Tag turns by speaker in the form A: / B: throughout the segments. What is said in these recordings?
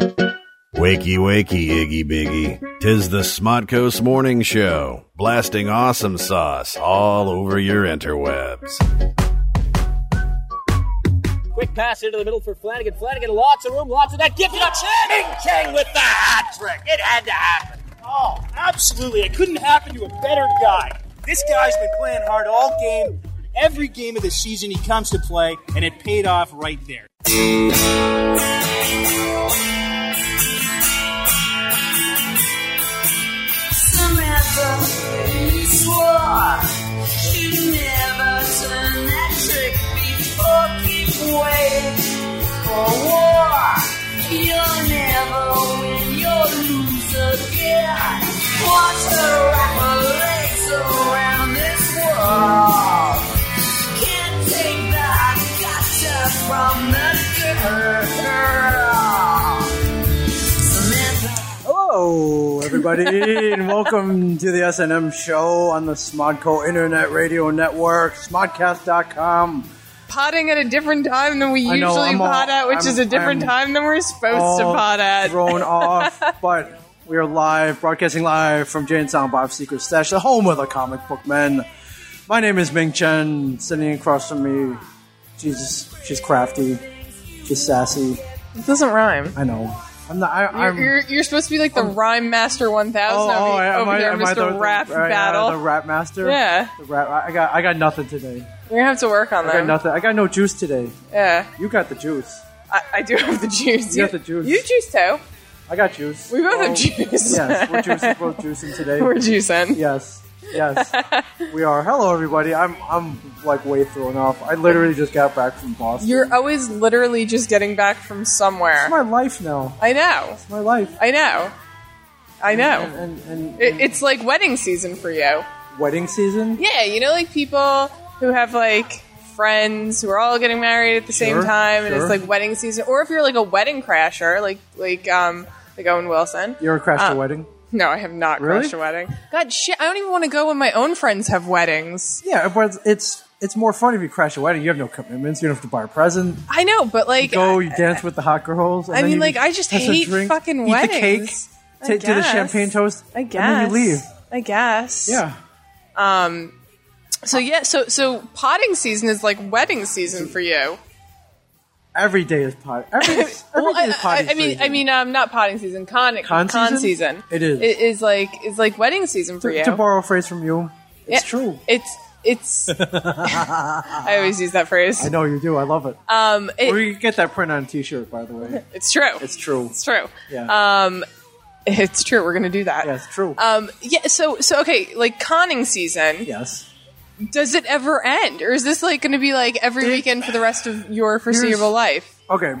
A: Wakey, wakey, Iggy Biggy. Tis the Smodco's Morning Show, blasting awesome sauce all over your interwebs.
B: Quick pass into the middle for Flanagan. Flanagan, lots of room, lots of that. Gifted up. Chang! Chang with the hat trick. It had to happen.
C: Oh, absolutely. It couldn't happen to a better guy. This guy's been playing hard all game. Every game of the season he comes to play, and it paid off right there.
D: Samantha, you swore you never done that trick before. Keep waiting for war. You'll never win, you'll lose again. Watch her wrap her legs around this world. Can't take that gotcha from the girl. Samantha.
E: Hello, everybody, and welcome to the SNM show on the Smodco Internet Radio Network, smodcast.com.
F: potting at a different time than we
E: I
F: usually
E: know, I'm all-
F: pot at, which
E: I'm-
F: is a different
E: I'm
F: time than we're supposed to
E: All
F: pot at.
E: Thrown off, but we are live, broadcasting live from Jane Sound Bob's Secret Stash, the home of the comic book men. My name is Ming Chen, sitting across from me. She's, she's crafty, she's sassy.
F: It doesn't rhyme.
E: I know. I'm not, I,
F: You're,
E: I'm,
F: you're, you're supposed to be like the Rhyme Master 1000
E: Oh, oh,
F: over,
E: I- am
F: over
E: I-
F: there,
E: am I
F: Mr.
E: the- the-
F: Rap
E: I- I-
F: Battle.
E: the rap master.
F: Yeah.
E: the rap. I I got, I got nothing today.
F: We're gonna have to work on
E: I got
F: that.
E: nothing. I got no juice today.
F: Yeah,
E: You got the juice.
F: I, I do have the juice.
E: You got the juice.
F: You juice too.
E: I got juice.
F: We both
E: Oh,
F: have juice.
E: Yes, we're juicing, both juicing today.
F: We're juicing.
E: yes, yes, we are. Hello, everybody. I'm I'm like way thrown off. I literally just got back from Boston.
F: You're always literally just getting back from somewhere.
E: it's my life now.
F: I know.
E: It's my life.
F: I know. I
E: And
F: know.
E: and, and
F: It, it's like wedding season for you.
E: wedding season.
F: Yeah, you know, like people who have like friends who are all getting married at the same
E: Sure,
F: time, and it's
E: sure.
F: like wedding season. Or if you're like a wedding crasher, like like um like Owen Wilson.
E: You ever crashed
F: Uh,
E: a wedding?
F: No, I have not
E: Really?
F: crashed a wedding. God shit, I don't even want to go when my own friends have weddings.
E: Yeah, but it's, it's it's more fun if you crash a wedding. You have no commitments. You don't have to buy a present.
F: I know, but like
E: Go, you dance with the hot girls. and
F: I
E: then
F: mean,
E: you
F: like, I just
E: have some
F: hate
E: drink,
F: fucking
E: eat the cake,
F: weddings. I
E: ta- do the
F: guess.
E: champagne toast,
F: I guess
E: and then you leave.
F: I guess.
E: Yeah,
F: So yeah, so so potting season is like wedding season for you.
E: every day is pot. Every, every
F: Well,
E: day
F: I,
E: is potty
F: I- I mean,
E: season.
F: I mean, um, not potting season, con
E: Con season? It is.
F: It is like is like wedding season for you.
E: to borrow a phrase from you, it's
F: Yeah.
E: true.
F: It's it's. I always use that phrase.
E: I know you do. I love it.
F: Um, it-
E: we get that print on a T-shirt, by the way.
F: it's true.
E: It's true.
F: It's true. Uh,
E: Yeah,
F: It's true. We're gonna do that.
E: yeah, it's true.
F: Um, yeah. So so okay. Like conning season.
E: yes.
F: Does it ever end, or is this like going to be like every weekend for the rest of your foreseeable life?
E: Okay.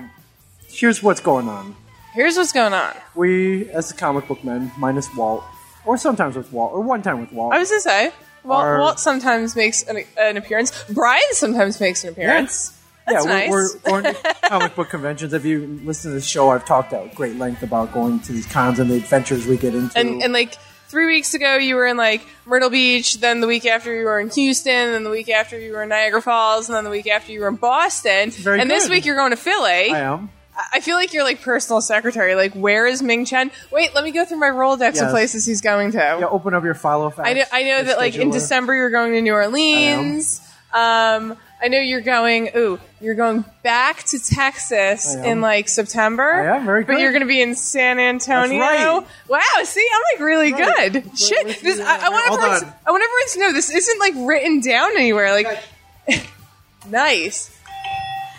E: Here's what's going on.
F: Here's what's going on.
E: We, as the comic book men, minus Walt, or sometimes with Walt, or one time with Walt.
F: I was gonna say. Walt,
E: Our-
F: Walt sometimes makes an, an appearance. Brian sometimes makes an appearance. That's
E: yeah,
F: nice.
E: we're, we're, we're in comic book conventions. If you listen to the show, I've talked at great length about going to these cons and the adventures we get into.
F: and and like three weeks ago you were in like Myrtle Beach, then the week after you were in Houston, and then the week after you were in Niagara Falls, and then the week after you were in Boston.
E: Very
F: and this
E: good.
F: week you're going to Philly.
E: I am.
F: I feel like you're like personal secretary. Like, where is Ming Chen? Wait, let me go through my Rolodex of
E: Yes.
F: places he's going to.
E: Yeah, open up your file of facts.
F: I know, I know
E: your
F: that like in
E: scheduler.
F: December you're going to New Orleans. um, I know you're going. Ooh, you're going back to Texas
E: I am.
F: in like September.
E: I am, very
F: But
E: good.
F: you're going to be in San Antonio.
E: right.
F: Wow. See, I'm like really
E: Right.
F: good.
E: Right.
F: Shit. This, I, I want
E: Hold
F: everyone.
E: on.
F: To, I want everyone to know this isn't like written down anywhere. Like, nice.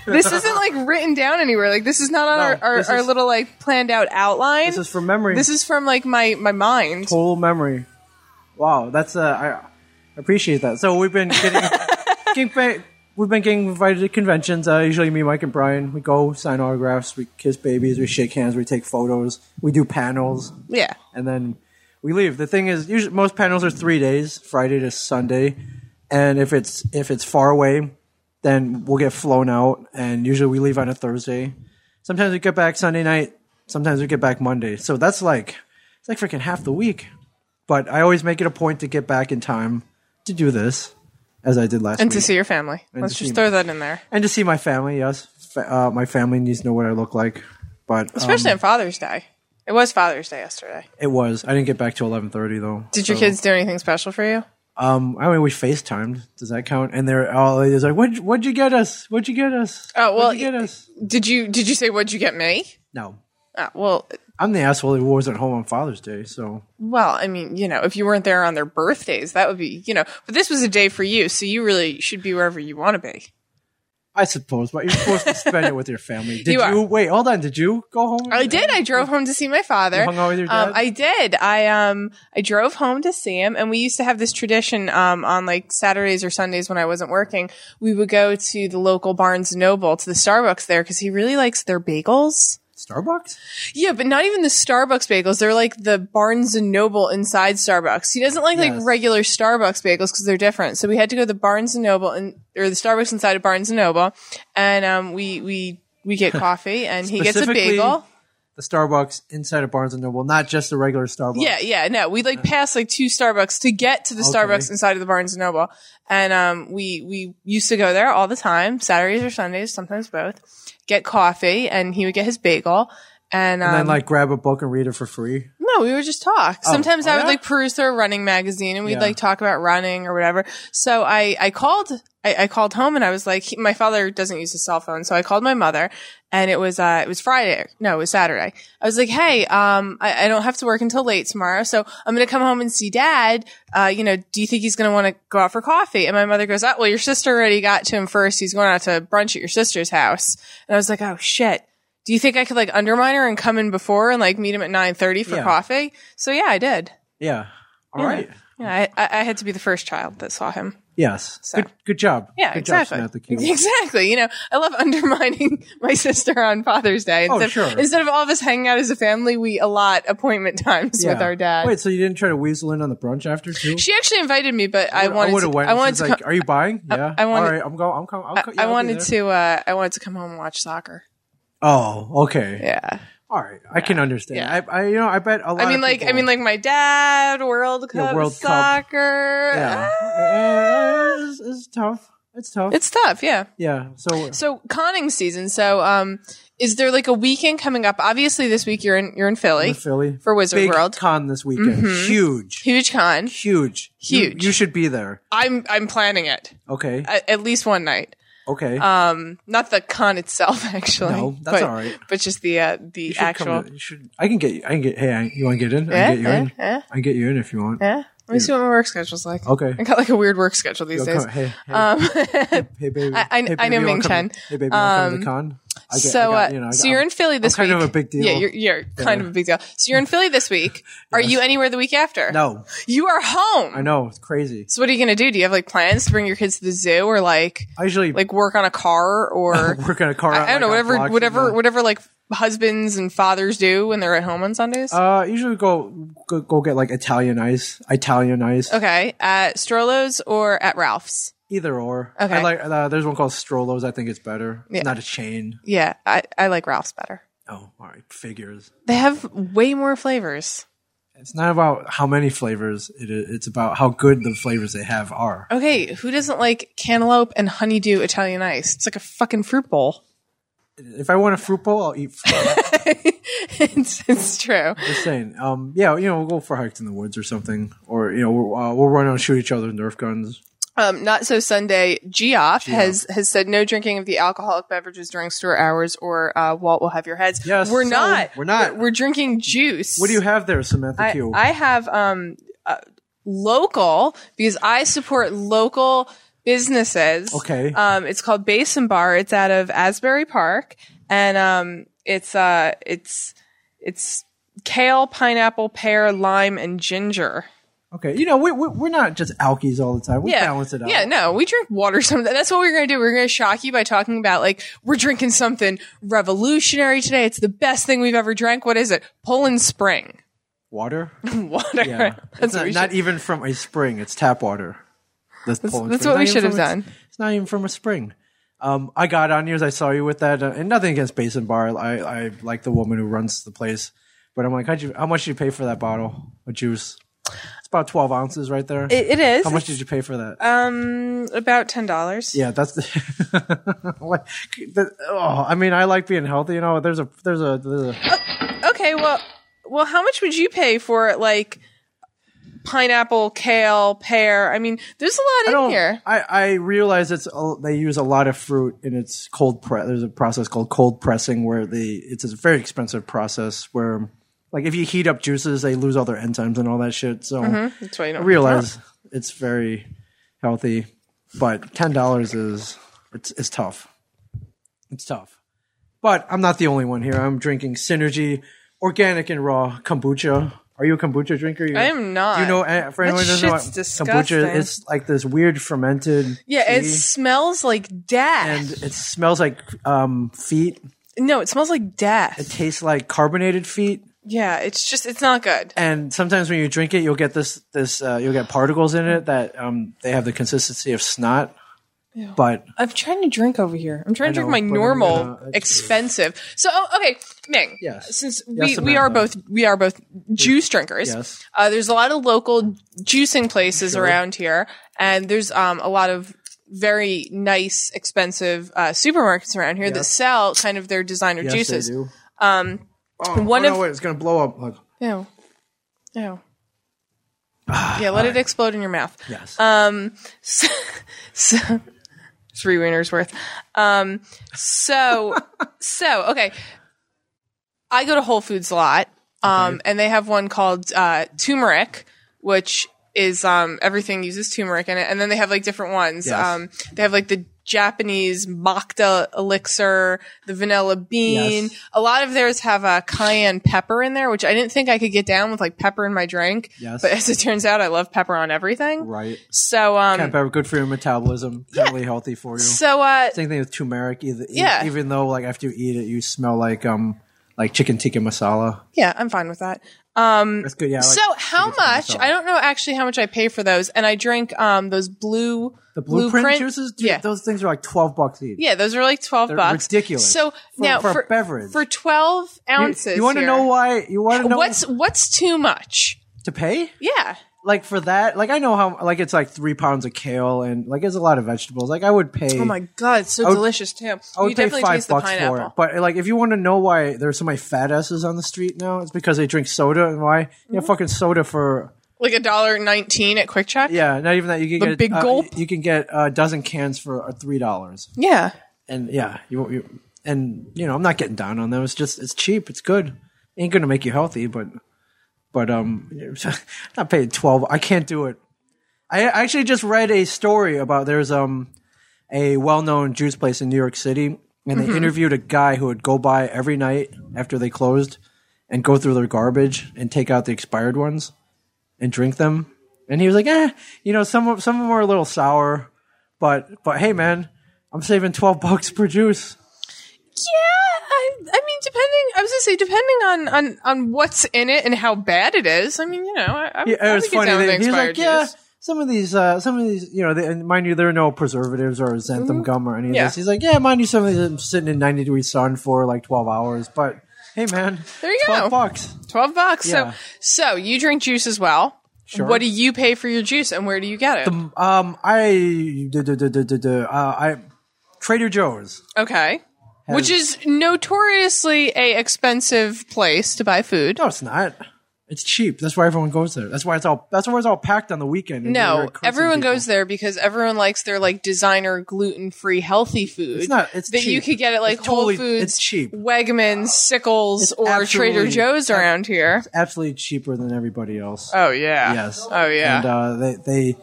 F: this isn't like written down anywhere. Like this is not on
E: No,
F: our, our,
E: this
F: our
E: is-
F: little like planned out outline.
E: This is from memory.
F: This is from like my my mind.
E: total memory. Wow, that's uh, I appreciate that. So we've been getting, getting ba- we've been getting invited to conventions. Uh, usually, me, Mike, and Brian, we go sign autographs, we kiss babies, we shake hands, we take photos, we do panels,
F: Yeah.
E: and then we leave. The thing is, usually most panels are three days, Friday to Sunday, and if it's if it's far away, then we'll get flown out, and usually we leave on a Thursday. Sometimes we get back Sunday night. Sometimes we get back Monday. So that's like it's like freaking half the week. But I always make it a point to get back in time to do this, as I did last
F: And
E: week,
F: to see your family. Let's
E: to
F: just
E: see
F: throw that in there.
E: and to see my family. Yes, fa- uh, my family needs to know what I look like. But um,
F: Especially on Father's Day. It was Father's Day yesterday.
E: it was. I didn't get back till eleven thirty though.
F: Did your kids do anything special for you?
E: Um, I mean, we FaceTimed. Does that count? And they're all they was like, "What? What'd you get us? What'd you get us?
F: Oh, well,
E: What'd you get us?
F: Did you Did you say what'd you get me?
E: No,
F: Uh, well,
E: I'm the asshole who wasn't home on Father's Day. So
F: well, I mean, you know, if you weren't there on their birthdays, that would be, you know. But this was a day for you, so you really should be wherever you want to be.
E: I suppose, but you're supposed to spend it with your family. Did
F: You
E: you,
F: are.
E: wait? Hold on. Did you go home?
F: I did. I drove home to see my father.
E: You hung out with your dad?
F: Um, I did. I um I drove home to see him, and we used to have this tradition um on like Saturdays or Sundays when I wasn't working, we would go to the local Barnes and Noble to the Starbucks there because he really likes their bagels.
E: Starbucks.
F: Yeah, but not even the Starbucks bagels. They're like the Barnes and Noble inside Starbucks. He doesn't like
E: Yes.
F: like regular Starbucks bagels because they're different. So we had to go to the Barnes and Noble and or the Starbucks inside of Barnes and Noble, and um we we we get coffee and he gets a
E: Specifically-
F: bagel.
E: The Starbucks inside of Barnes and Noble, not just the regular Starbucks.
F: Yeah, yeah, no, we like passed like two Starbucks to get to the
E: Okay.
F: Starbucks inside of the Barnes and Noble, and um, we we used to go there all the time, Saturdays or Sundays, sometimes both. Get coffee, and he would get his bagel, and, um,
E: and then like grab a book and read it for free.
F: no, we would just talk. Sometimes
E: oh,
F: I would
E: yeah?
F: like peruse through a running magazine, and we'd
E: Yeah.
F: like talk about running or whatever. So I I called I, I called home, and I was like, he- my father doesn't use his cell phone, so I called my mother, and it was uh it was Friday, no, it was Saturday. I was like, hey, um, I, I don't have to work until late tomorrow, so I'm gonna come home and see dad. Uh, you know, do you think he's gonna want to go out for coffee? And my mother goes, oh, well, your sister already got to him first. He's going out to brunch at your sister's house, and I was like, oh shit. Do you think I could like undermine her and come in before and like meet him at nine thirty for
E: Yeah.
F: coffee? So yeah, I did.
E: Yeah. All right.
F: Yeah, I, I I had to be the first child that saw him.
E: Yes.
F: So-
E: Good, good job.
F: Yeah,
E: good
F: exactly.
E: Job, Samantha King.
F: exactly. You know, I love undermining my sister on Father's Day.
E: Oh,
F: Instead,
E: sure.
F: instead of all of us hanging out as a family, we allot appointment times with
E: Yeah.
F: our dad.
E: Wait, so you didn't try to weasel in on the brunch after too?
F: She actually invited me, but I wanted.
E: would
F: to,
E: have went.
F: I wanted
E: She's
F: to.
E: like,
F: come-
E: "Are you buying?" Yeah.
F: I wanted-
E: All right, I'm going. I'm coming. I'm co- yeah,
F: I
E: I'll be
F: wanted
E: there.
F: to. Uh, I wanted to come home and watch soccer.
E: Oh, okay.
F: Yeah.
E: All right, I can understand.
F: Yeah.
E: I, I, you know, I bet a lot.
F: I mean,
E: of
F: like, I
E: people-
F: mean, like my dad, World Cup,
E: Yeah, World Cup.
F: soccer. Ah,
E: yeah, Eh, it's, it's tough. It's tough.
F: uh, It's tough. Yeah.
E: yeah. So,
F: So conning season. So um, is there like a weekend coming up? Obviously, this week you're in you're in Philly
E: in Philly
F: for Wizard
E: big
F: World.
E: con this weekend, huge,
F: Huge con.
E: huge, You-
F: Huge.
E: You, should be there.
F: I'm I'm planning it
E: Okay,
F: at, at least one night.
E: okay.
F: Um, not the con itself, actually.
E: No, that's
F: but,
E: all right.
F: But just the uh,
E: you
F: the
E: should
F: actual.
E: Come to, you should. I can get. you- I can get. Hey, I, you want to get in? I
F: Yeah,
E: can get you
F: yeah,
E: in.
F: yeah.
E: I can get you in if you want.
F: yeah. Let me see what my work schedule's like.
E: Okay.
F: I got like a weird work schedule these
E: Yo,
F: days.
E: come- hey, hey,
F: Um,
E: hey, baby.
F: I- I-
E: hey,
F: I
E: baby,
F: know Ming
E: wanna come-
F: Chen. Um,
E: Hey, baby, wanna come to the con? I get- I
F: so,
E: got,
F: uh,
E: you know, I
F: so
E: got-
F: you're in Philly
E: I'm
F: this
E: kind
F: week.
E: of a big deal.
F: Yeah, you're, you're kind of a big deal. So you're in Philly this week. Are you anywhere the week after?
E: No,
F: You are home.
E: I know it's crazy.
F: So what are you gonna do? Do you have like plans to bring your kids to the zoo or like
E: I usually
F: like work on a car or
E: work on a car.
F: I,
E: out,
F: I don't know
E: like, on
F: whatever
E: blocks and
F: whatever
E: that.
F: whatever like husbands and fathers do when they're at home on Sundays.
E: Uh, usually we go, go go get like Italian ice, Italian ice,
F: okay, at Strollo's or at Ralph's.
E: either or.
F: Okay.
E: I like uh, there's one called Strollo's. I think it's better.
F: Yeah.
E: It's not a chain.
F: Yeah, I, I like Ralph's better.
E: Oh, all right, figures.
F: They have way more flavors.
E: It's not about how many flavors it is. It's about how good the flavors they have are.
F: Okay, who doesn't like cantaloupe and honeydew Italian ice? It's like a fucking fruit bowl.
E: If I want a fruit bowl, I'll eat. Fruit.
F: it's, it's true.
E: Just saying. Um, yeah, you know, we'll go for hikes in the woods or something, or you know, we'll, uh, we'll run out and shoot each other with Nerf guns.
F: Um, not so Sunday. Geoff has has said no drinking of the alcoholic beverages during store hours, or uh, Walt will have your heads.
E: Yes,
F: we're
E: so
F: not.
E: we're not.
F: We're, we're drinking juice.
E: What do you have there, Samantha
F: I,
E: Q?
F: I have um uh, local because I support local businesses.
E: Okay.
F: Um, it's called Basin Bar. It's out of Asbury Park, and um, it's uh, it's it's kale, pineapple, pear, lime, and ginger.
E: okay, you know, we, we we're not just alkies all the time. We balance it out.
F: Yeah, no, we drink water. Some that's what we we're gonna do. We are gonna shock you by talking about like we're drinking something revolutionary today. It's the best thing we've ever drank. What is it? Poland Spring
E: Water.
F: water.
E: Yeah. it's
F: that's what
E: not,
F: we
E: not
F: should.
E: even from a spring. It's tap water. That's, Poland
F: that's
E: spring.
F: what we
E: It's not
F: should
E: even
F: have
E: from a-
F: done.
E: It's not even from a spring. Um, I got on yours. I saw you with that, uh, and nothing against Basin Bar. I, I like the woman who runs the place, but I'm like, how'd you, how much did you pay for that bottle of juice? It's about twelve ounces right there.
F: It, it is.
E: How much did you pay for that?
F: Um, about ten dollars.
E: yeah, that's the, like, the- Oh, I mean, I like being healthy. You know, there's a there's a, there's a
F: Okay. Well, well, how much would you pay for like pineapple, kale, pear? I mean, there's a
E: I
F: lot in
E: don't.
F: here.
E: I I realize it's a, they use a lot of fruit and it's cold press. There's a process called cold pressing where they it's a very expensive process where like if you heat up juices, they lose all their enzymes and all that shit. So
F: That's why you
E: I
F: don't
E: realize it's very healthy, but ten dollars is it's it's tough. It's tough. But I'm not the only one here. I'm drinking Synergy organic and raw kombucha. Are you a kombucha drinker? You,
F: I am not.
E: Do you know eh, for
F: That
E: anyone who doesn't know what
F: shit's
E: kombucha
F: disgusting.
E: is like this weird fermented
F: Yeah, it
E: tea,
F: smells like death.
E: and it smells like um, feet.
F: no, it smells like
E: It
F: death.
E: tastes like carbonated feet.
F: Yeah, it's just it's not good.
E: and sometimes when you drink it, you'll get this this uh, you'll get particles in it that um, they have the consistency of snot. But
F: I'm trying to drink over here. I'm trying to
E: I
F: drink
E: know,
F: my
E: but I'm
F: normal,
E: gonna- that's-
F: expensive. So oh, okay, Ming.
E: Yes.
F: Since
E: Yes,
F: we, we are both
E: Samantha.
F: we are both juice drinkers.
E: Yes.
F: Uh, there's a lot of local juicing places around here, and there's um a lot of very nice, expensive uh, supermarkets around here that sell kind of their designer
E: yes,
F: juices.
E: they
F: Um,
E: do.
F: One
E: One
F: of
E: Oh, no, wait, it's gonna blow up. Look.
F: Ew. Ew.
E: Ah,
F: yeah, let it explode in your mouth.
E: Yes,
F: Uh, So, so- three wieners worth. Um, so, so okay. I go to Whole Foods a lot, um, and they have one called uh, turmeric, which is um, everything uses turmeric in it, and then they have like different ones.
E: Yes.
F: Um, they have like the Japanese mocktail elixir, the vanilla bean.
E: Yes.
F: A lot of theirs have uh, cayenne pepper in there, which I didn't think I could get down with like pepper in my drink.
E: Yes.
F: But as it turns out, I love pepper on everything.
E: right.
F: So, um,
E: Cayenne pepper, good for your metabolism. Totally healthy for you.
F: so uh,
E: Same thing with turmeric. Either, e-
F: Yeah.
E: Even though like after you eat it, you smell like um like chicken tikka masala.
F: yeah, I'm fine with that.
E: That's good. Yeah. I like
F: so how
E: chicken tikka
F: much?
E: masala.
F: I don't know actually how much I pay for those, and I drink um those blue
E: the blueprint, juices. Dude,
F: yeah,
E: Those things are like twelve bucks each.
F: yeah, those are like 12
E: They're
F: bucks.
E: ridiculous.
F: So
E: For-
F: now
E: for a
F: for
E: beverage.
F: for 12 ounces,
E: You, want to
F: here,
E: know why? You want to know
F: what's what's too much?
E: to pay?
F: Yeah,
E: like for that, like I know how like it's like three pounds of kale and like it's a lot of vegetables. Like I would pay.
F: oh my god, it's so
E: would-
F: delicious too.
E: I would
F: you
E: pay
F: definitely
E: five
F: taste the
E: bucks
F: pineapple.
E: for it. But like, if you want to know why there's so many fat asses on the street now, it's because they drink soda and why yeah,
F: Mm-hmm.
E: fucking soda for
F: like a dollar 19 at Quick Check.
E: yeah, not even that you can
F: The
E: get
F: big
E: uh,
F: gulp?
E: you can get a dozen cans for uh, three dollars
F: yeah.
E: and yeah, you, you and you know I'm not getting down on them. It's just it's cheap, it's good. Ain't gonna make you healthy, but but um, not paying twelve. I can't do it. I actually just read a story about there's um a well-known juice place in New York City, and they interviewed a guy who would go by every night after they closed and go through their garbage and take out the expired ones and drink them. And he was like, eh, you know, some of- some of them are a little sour, but but hey, man, I'm saving twelve bucks per juice.
F: Yeah, I, I mean, depending. I was gonna say, depending on on on what's in it and how bad it is. I mean, you know, I, I,
E: Yeah,
F: I
E: it was
F: would get
E: funny.
F: down with
E: They, he's like,
F: expired
E: yeah,
F: juice.
E: some of these, uh, some of these, you know, they, and mind you, there are no preservatives or xanthan gum or any of
F: Mm-hmm. Yeah.
E: this. He's like, yeah, mind you, some of these are sitting in ninety degree sun for like twelve hours, but hey, man,
F: There you
E: twelve
F: go.
E: bucks.
F: twelve bucks.
E: Yeah.
F: So, so you drink juice as well.
E: Sure.
F: What do you pay for your juice, and where do you get it?
E: Um, I, duh, duh, duh, duh, duh, duh, uh, I, Trader Joe's.
F: okay, which is notoriously a expensive place to buy food.
E: No, it's not. It's cheap. That's why everyone goes there. That's why it's all. That's why it's all packed on the weekend. and you're
F: No,
E: cursing
F: everyone
E: people.
F: goes there because everyone likes their like designer gluten free healthy food.
E: It's not- it's
F: that you
E: cheap.
F: could get at like
E: It's
F: Whole
E: totally-
F: Foods,
E: it's cheap.
F: Wegmans, Sickles, or Trader
E: absolutely-
F: Joe's around here.
E: Absolutely cheaper than everybody else.
F: Oh yeah.
E: Yes.
F: Oh yeah.
E: And uh, they they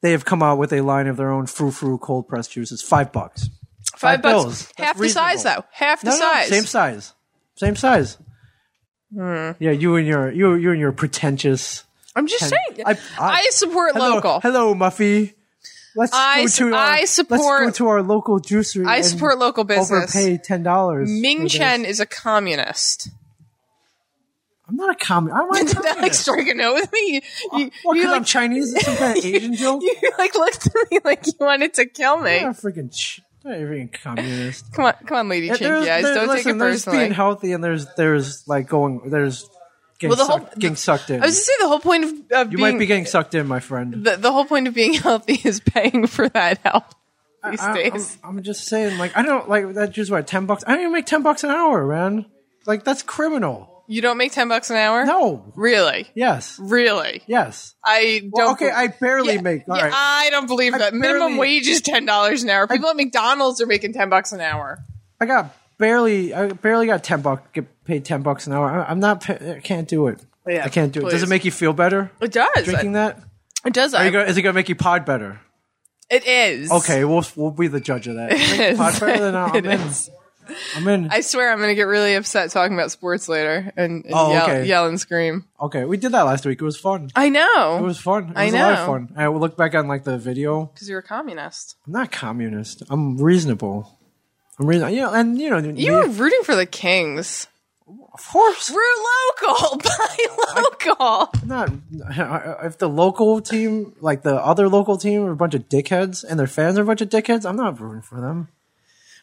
E: they have come out with a line of their own frou frou cold pressed juices. Five bucks.
F: Five,
E: five
F: bucks.
E: bills. That's
F: Half the size
E: reasonable.
F: though. Half the
E: no, no,
F: size.
E: same size. Same size.
F: Hmm.
E: Yeah, you and your you you and your pretentious.
F: I'm just saying. I, support
E: hello,
F: local.
E: Hello, Muffy. Let's
F: I
E: go
F: s-
E: to our,
F: I
E: Let's go
F: support-
E: to our local juicery.
F: I
E: and
F: support local business.
E: Overpay ten dollars.
F: Ming Chen is a communist.
E: I'm not a commie. I'm not a
F: Did that like
E: communist.
F: strike a note with me? You, you,
E: What?
F: you,
E: Because
F: like,
E: I'm Chinese. It's some kind of Asian joke.
F: you like looked at me like you wanted to kill me.
E: I'm not a freaking. Ch- I'm not a freaking communist.
F: Come on, come on, lady
E: Yeah,
F: chinky eyes.
E: there-
F: Don't take
E: listen,
F: it
E: there's
F: personally.
E: being healthy and there's there's like going there's Getting
F: Well, the
E: sucked,
F: whole-
E: getting sucked in.
F: I was just saying the whole point of, of
E: you
F: being,
E: might be getting sucked in, my friend.
F: the, the whole point of being healthy is paying for that health these
E: I, I'm,
F: days.
E: I'm just saying, like I don't like that. Just what ten bucks? I don't even make ten bucks an hour, man. Like that's criminal.
F: you don't make ten bucks an hour?
E: No.
F: Really?
E: Yes.
F: Really?
E: Yes.
F: I don't.
E: Well, okay,
F: be-
E: I barely
F: Yeah,
E: make. All
F: yeah,
E: right.
F: I don't believe
E: I
F: that. Minimum
E: barely-
F: wage is ten dollars an hour. People at McDonald's are making ten bucks an hour.
E: I got barely. I barely got ten bucks. Get paid ten bucks an hour. I, I'm not. pa- I can't do it.
F: Oh, Yeah,
E: I can't do it. Does
F: please.
E: it make you feel better
F: It does.
E: drinking that?
F: it does.
E: Are
F: I-
E: you gonna, is it gonna make you pod better?
F: it is.
E: Okay, we'll we'll be the judge of that.
F: It
E: Pod
F: is.
E: better than I'm
F: It
E: in.
F: is.
E: I'm in.
F: I swear I'm going to get really upset talking about sports later and, and
E: Oh,
F: yell,
E: okay.
F: yell and scream.
E: okay, we did that last week. It was fun.
F: I know.
E: It was fun. It was
F: I
E: a lot of
F: know.
E: fun. I will look back on like the video.
F: because you're a communist.
E: I'm not communist. I'm reasonable. I'm reasonable. You know, and you know,
F: You
E: me-
F: were rooting for the Kings.
E: of course
F: Root local, buy local.
E: not. If the local team, like the other local team, are a bunch of dickheads and their fans are a bunch of dickheads, I'm not rooting for them.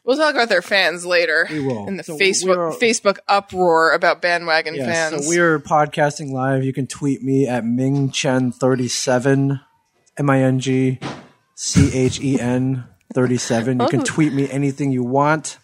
F: We'll talk about their fans later.
E: We will.
F: In the
E: So we- we
F: Facebook
E: are-
F: Facebook uproar about bandwagon
E: Yeah,
F: fans.
E: so we are podcasting live. You can tweet me at Ming Chen thirty seven, M I N G C H E N thirty seven. You can
F: Oh.
E: tweet me anything you want.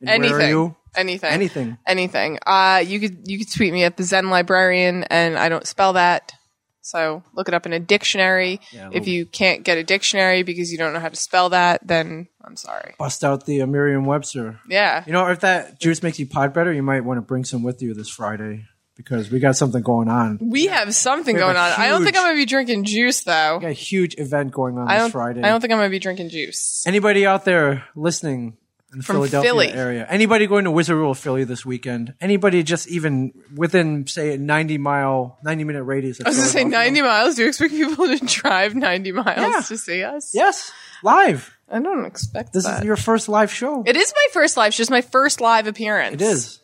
E: And
F: anything,
E: Where are you?
F: anything,
E: Anything.
F: anything. Uh, you could you could tweet me at the Zen Librarian, and I don't spell that, so look it up in a dictionary. if you can't get a dictionary because you don't know how to spell that, then I'm sorry.
E: Bust out the uh, Merriam Webster.
F: Yeah,
E: You know, if that juice makes you pod better, you might want to bring some with you this Friday because we got something going on.
F: we have something
E: We have
F: going
E: a
F: on. I don't
E: huge-
F: think I'm gonna be drinking juice though.
E: We got a huge event going on
F: I
E: this
F: don't.
E: Friday.
F: I don't think I'm gonna be drinking juice.
E: Anybody out there listening in the
F: From
E: Philadelphia
F: Philly.
E: area? Anybody going to Wizard World Philly this weekend? Anybody just even within say a ninety mile, ninety minute radius? Of
F: I was gonna say
E: Philadelphia?
F: 90 miles. Do you expect people to drive 90 miles
E: Yeah.
F: to see us?
E: Yes, live.
F: I don't expect
E: This
F: that.
E: is your first live show.
F: It is my first live. It's just my first live appearance.
E: it is.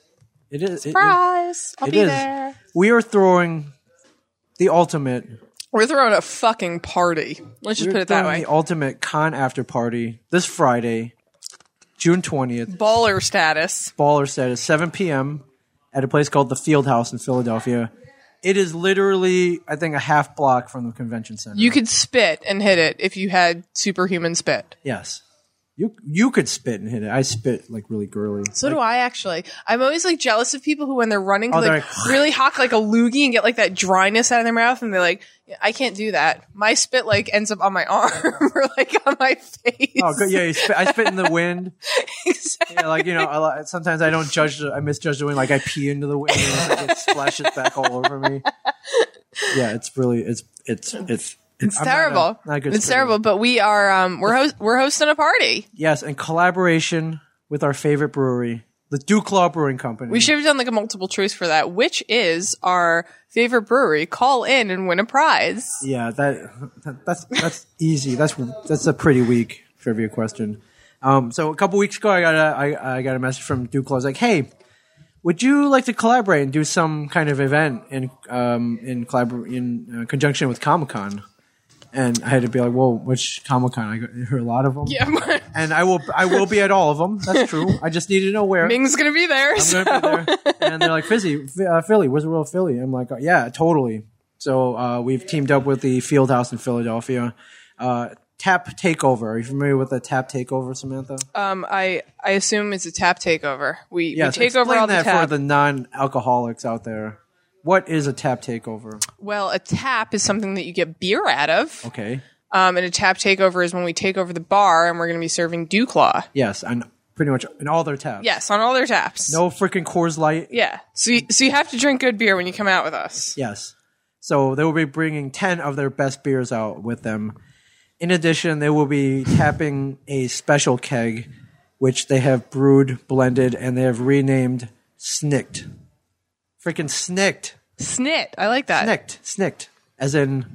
E: It is. It- it-
F: Surprise! I'll
E: it
F: be
E: is.
F: there.
E: we are throwing the ultimate
F: We're throwing a fucking party. Let's just
E: We're
F: put it that
E: throwing
F: way.
E: The ultimate con after party this Friday, June twentieth.
F: Baller status.
E: Baller set at seven p.m. at a place called the Field House in Philadelphia. It is literally, I think, a half block from the convention center.
F: You could spit and hit it if you had superhuman spit.
E: yes, you you could spit and hit it. I spit like really girly.
F: So do I actually. I'm always like jealous of people who when they're running
E: Oh,
F: who, like,
E: they're like-
F: really hawk like a loogie and get like that dryness out of their mouth and they're like, I can't do that. My spit like ends up on my arm or like on my face.
E: Oh, good. Yeah, you spit, I spit in the wind. Yeah, like you know, I, li- sometimes I don't judge. The, I misjudge the wind. Like I pee into the wind, and like, it splashes back all over me. Yeah, it's really it's it's it's
F: It's terrible.
E: not a good
F: it's
E: spitter.
F: terrible, but we are um we're host- we're hosting a party.
E: Yes, in collaboration with our favorite brewery, the Duke Law Brewing Company.
F: We should have done like a multiple choice for that, which is our favorite brewery. Call in and win a prize.
E: Yeah, that, that that's that's easy. That's that's a pretty weak trivia question. Um, so a couple weeks ago, I got a I, I got a message from Duke Law. I was like, "Hey, would you like to collaborate and do some kind of event in um in collabor- in uh, conjunction with Comic Con?" And I had to be like, "Whoa, which Comic Con? I got there are a lot of them."
F: Yeah,
E: And I will I will be at all of them. That's true. I just need to know where.
F: Ming's gonna be there.
E: I'm gonna be there. And they're like, Fizzy, F- uh, Philly, Wizard World Philly. I'm like, "Uh, yeah, totally. So uh, we've teamed up with the Field House in Philadelphia. Uh, tap Takeover. Are you familiar with the Tap Takeover, Samantha?
F: um, I I assume it's a tap takeover. We,
E: yes.
F: we take over
E: explain
F: all the
E: that
F: tap.
E: for the non-alcoholics out there. What is a tap takeover?
F: well, a tap is something that you get beer out of,
E: Okay.
F: um, and a tap takeover is when we take over the bar and we're gonna be serving Dew Claw.
E: Yes, on pretty much in all their taps.
F: Yes, on all their taps.
E: No freaking Coors Light.
F: Yeah. So you, so you have to drink good beer when you come out with us.
E: Yes. So they will be bringing 10 of their best beers out with them. In addition, they will be tapping a special keg, which they have brewed, blended, and they have renamed Snicked. Freaking Snicked.
F: Snit. I like that.
E: Snicked. Snicked. As in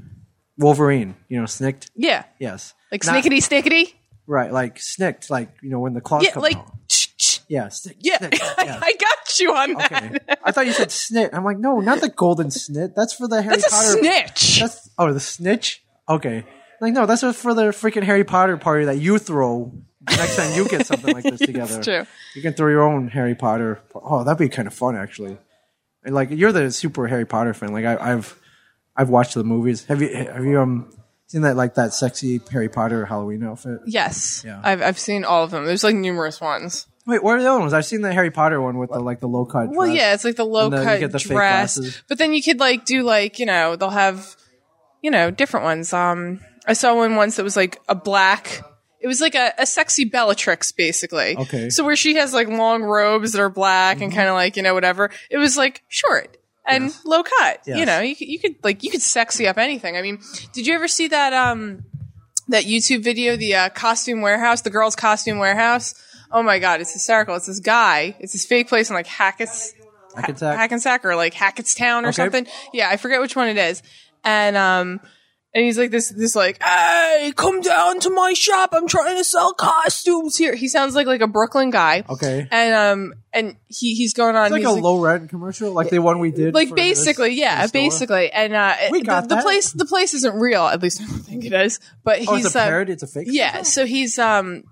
E: Wolverine. You know, Snicked?
F: Yeah.
E: Yes.
F: Like
E: Not-
F: snickety snickety.
E: Right, like Snicked. Like, you know, when the claws
F: Yeah.
E: come
F: Like.
E: out.
F: tch, tch.
E: Yeah. Snicked,
F: Yeah.
E: Snicked, yes.
F: I got you on that.
E: Okay. I thought you said snit. I'm like, no, not the golden snit. That's for the Harry
F: That's a
E: Potter.
F: snitch.
E: That's oh the snitch. Okay, like no, that's for the freaking Harry Potter party that you throw next time you get something like this together.
F: true.
E: You can throw your own Harry Potter. Oh, that'd be kind of fun actually. And, like you're the super Harry Potter fan. Like I, I've I've watched the movies. Have you have you um seen that like that sexy Harry Potter Halloween outfit?
F: Yes.
E: Yeah.
F: I've, I've seen all of them. There's like numerous ones.
E: Wait, what are the other ones? I've seen the Harry Potter one with the like the low cut.
F: Well, yeah, it's like the low
E: And then you
F: cut
E: get the fake
F: dress.
E: glasses.
F: But then you could like do like, you know, they'll have, you know, different ones. Um, I saw one once that was like a black. It was like a, a sexy Bellatrix, basically.
E: Okay. Mm-hmm.
F: So where she has like long robes that are black and kind of like you know whatever. It was like short and low cut. You
E: Yes.
F: know, you could, you could like you could sexy up anything. I mean, did you ever see that um that YouTube video, the uh, costume warehouse, the girls' costume warehouse? Oh my god, it's hysterical. It's this guy. It's this fake place in like Hackett's
E: Hackensack.
F: Hackensack or like Hackettstown or
E: Okay.
F: something. Yeah, I forget which one it is. And um and he's like this this like, "Hey, come down to my shop. I'm trying to sell costumes here." He sounds like like a Brooklyn guy.
E: Okay.
F: And um and he he's going on
E: It's like
F: he's
E: a low rent commercial, like the one we did.
F: like
E: for this-
F: basically, yeah,
E: this store.
F: basically. And uh
E: We
F: the-
E: got
F: the,
E: that.
F: place the place isn't real, at least I don't think it is. But
E: Oh,
F: he's
E: it's a
F: uh,
E: parody. Oh. It's a fake.
F: yeah, so he's um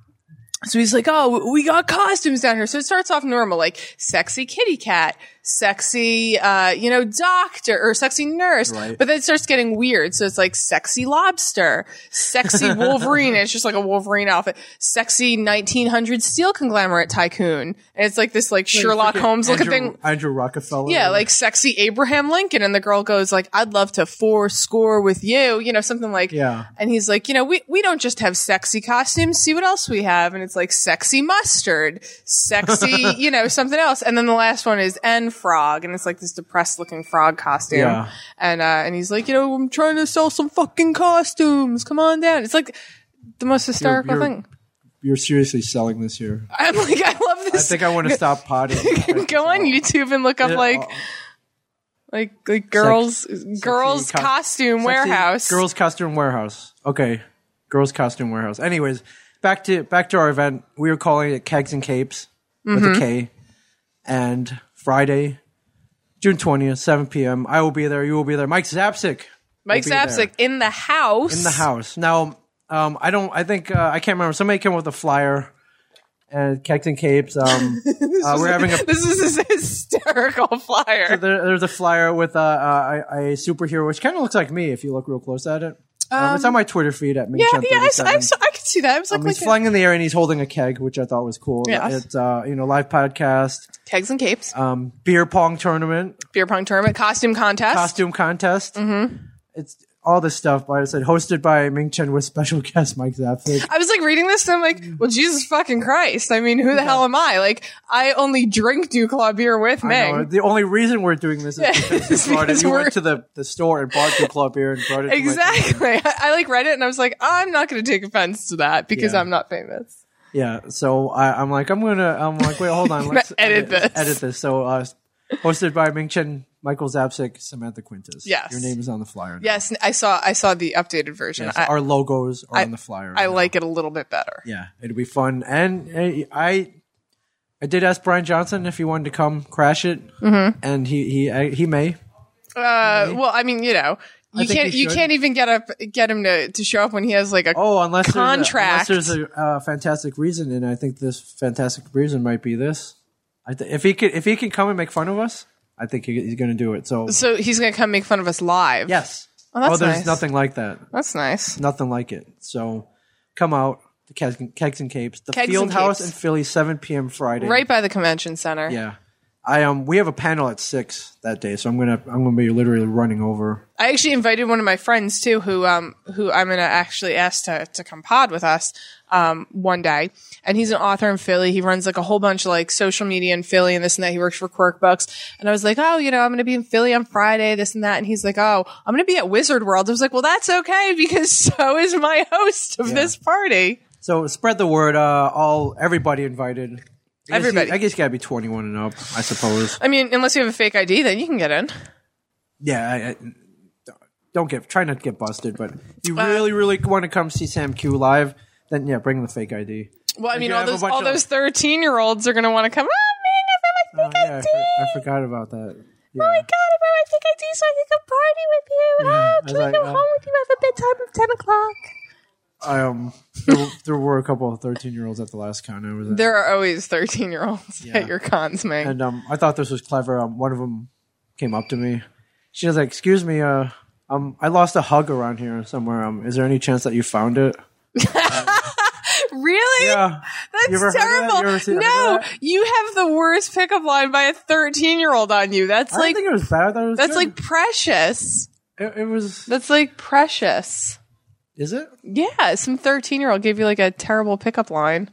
F: so he's like, "Oh, we got costumes down here." So it starts off normal like sexy kitty cat, sexy uh, you know, doctor or sexy nurse.
E: Right.
F: But then it starts getting weird. So it's like sexy lobster, sexy Wolverine, it's just like a Wolverine outfit, sexy 1900 steel conglomerate tycoon. And it's like this like Sherlock
E: Freaking
F: Holmes looking
E: Andrew,
F: thing.
E: Andrew Rockefeller.
F: Yeah, like sexy Abraham Lincoln, and the girl goes like, "I'd love to four score with you," you know, something like.
E: Yeah.
F: And he's like, you know, we we don't just have sexy costumes. See what else we have, and it's like sexy mustard, sexy, you know, something else. And then the last one is N frog, and it's like this depressed looking frog costume.
E: Yeah.
F: And uh, and he's like, you know, I'm trying to sell some fucking costumes. Come on down. It's like the most hysterical
E: you're-
F: thing.
E: you're seriously selling this here.
F: I'm like, I love
E: I
F: this.
E: think I want to stop potting.
F: go on YouTube and look up
E: Yeah,
F: like
E: uh,
F: like like girls girls
E: co-
F: costume
E: Sexy
F: warehouse.
E: Girls costume warehouse. Okay. Girls costume warehouse. Anyways, back to back to our event. We were calling it Kegs and Capes with
F: Mm-hmm.
E: a K. And Friday, June twentieth, seven p.m. I will be there. You will be there. Mike Zapsik will
F: Mike
E: be there.
F: Zapsik in the house.
E: in the house. Now, um, I don't. I think uh, I can't remember. Somebody came up with a flyer. And Kegs and Capes. Um, uh, we're having a
F: This is a hysterical flyer.
E: there, there's a flyer with a, a, a superhero, which kind of looks like me if you look real close at it. Um, it's on my Twitter feed at me.
F: Yeah, yeah, I, s- I s- I could see that. It was like,
E: Um, he's
F: like a-
E: flying in the air and he's holding a keg, which I thought was cool.
F: Yes.
E: It's uh, you know live podcast,
F: kegs and capes,
E: um, beer pong tournament,
F: beer pong tournament, costume contest.
E: costume contest. Mm-hmm. It's all this stuff. But I said hosted by Ming Chen with special guest Mike Zapfik.
F: I was like reading this and I'm like, well, Jesus fucking Christ. I mean, who the hell am I? Like, I only drink Duclaw beer with
E: I know,
F: Ming.
E: the only reason we're doing this is because,
F: it's
E: you, brought it,
F: because
E: you
F: we're-
E: went to the, the store and bought the club beer and brought it. to my-
F: Exactly. I, I like read it and I was like, I'm not going to take offense to that because
E: Yeah.
F: I'm not famous.
E: Yeah, so I, I'm like, I'm gonna, I'm like, wait, hold on, let's
F: Edit this.
E: Edit this. So, uh, hosted by Ming Chen, Michael Zapsik, Samantha Quintas.
F: Yes.
E: your name is on the flyer. now.
F: Yes, I saw. I saw the updated version.
E: Yes,
F: I,
E: our logos are on the flyer.
F: I
E: now.
F: like it a little bit better.
E: Yeah, it'll be fun. And uh, I, I did ask Brian Johnson if he wanted to come crash it,
F: Mm-hmm.
E: and he he I, he may.
F: Uh, well, I mean, you know, you
E: think
F: can't.
E: he
F: You
E: should.
F: can't even get up. Get him to, to show up when he has like a.
E: Oh, unless
F: Contract.
E: there's a, unless there's a uh, fantastic reason, and I think this fantastic reason might be this. I th- if he could, if he can come and make fun of us, I think he, he's going to do it.
F: So he's gonna come make fun of us live.
E: Yes. Oh,
F: that's
E: there's
F: nice.
E: nothing like that.
F: that's nice.
E: Nothing like it. So come out the kegs and, kegs and capes, the
F: Kegs and
E: field house
F: Capes.
E: in Philly, 7 p.m. Friday.
F: Right by the convention center.
E: Yeah. I um we have a panel at six that day, so I'm gonna I'm gonna be literally running over.
F: I actually invited one of my friends too, who um who I'm gonna actually ask to to come pod with us um one day, and he's an author in Philly. He runs like a whole bunch of like social media in Philly and this and that. He works for Quirk Books, and I was like, oh, you know, I'm gonna be in Philly on Friday, this and that, and he's like, oh, I'm gonna be at Wizard World. I was like, well, that's okay because so is my host of this party.
E: So spread the word. Uh, all everybody invited. I guess you-
F: Everybody.
E: I guess you gotta be 21 and up, I suppose.
F: I mean, unless you have a fake ID, then you can get in.
E: yeah. I, I, don't get try not to get busted, but if you
F: Uh,
E: really really want to come see Sam Q live, then yeah, bring the fake ID.
F: Well, I mean,
E: you
F: all
E: have a
F: those
E: bunch
F: all
E: of-
F: those thirteen year olds are gonna want to come. Oh man,
E: Oh,
F: I
E: yeah,
F: have my
E: I,
F: fake ID.
E: for- I forgot about that. Yeah.
F: my god, I wear my fake ID so I can come party with you.
E: Yeah,
F: oh,
E: I was
F: can I
E: like,
F: go
E: uh,
F: home with you at a bedtime of 10 o'clock?
E: I um there, there were a couple of thirteen year olds at the last con I was at,
F: There are always 13 year olds
E: Yeah.
F: at your cons, man.
E: and um I thought this was clever. Um, one of them came up to me. She was like, "Excuse me, uh, um, I lost a hug around here somewhere. Um, is there any chance that you found it?"
F: Really?
E: Yeah,
F: That's
E: You ever heard of that?
F: terrible.
E: You ever seen- heard
F: no,
E: of that?
F: you have the worst pickup line by a 13 year old on you. That's
E: I didn't
F: like
E: think it was bad. I thought it was
F: that's
E: good.
F: like precious.
E: it, it was.
F: That's like precious.
E: Is it?
F: Yeah, some 13 year old gave you like a terrible pickup line.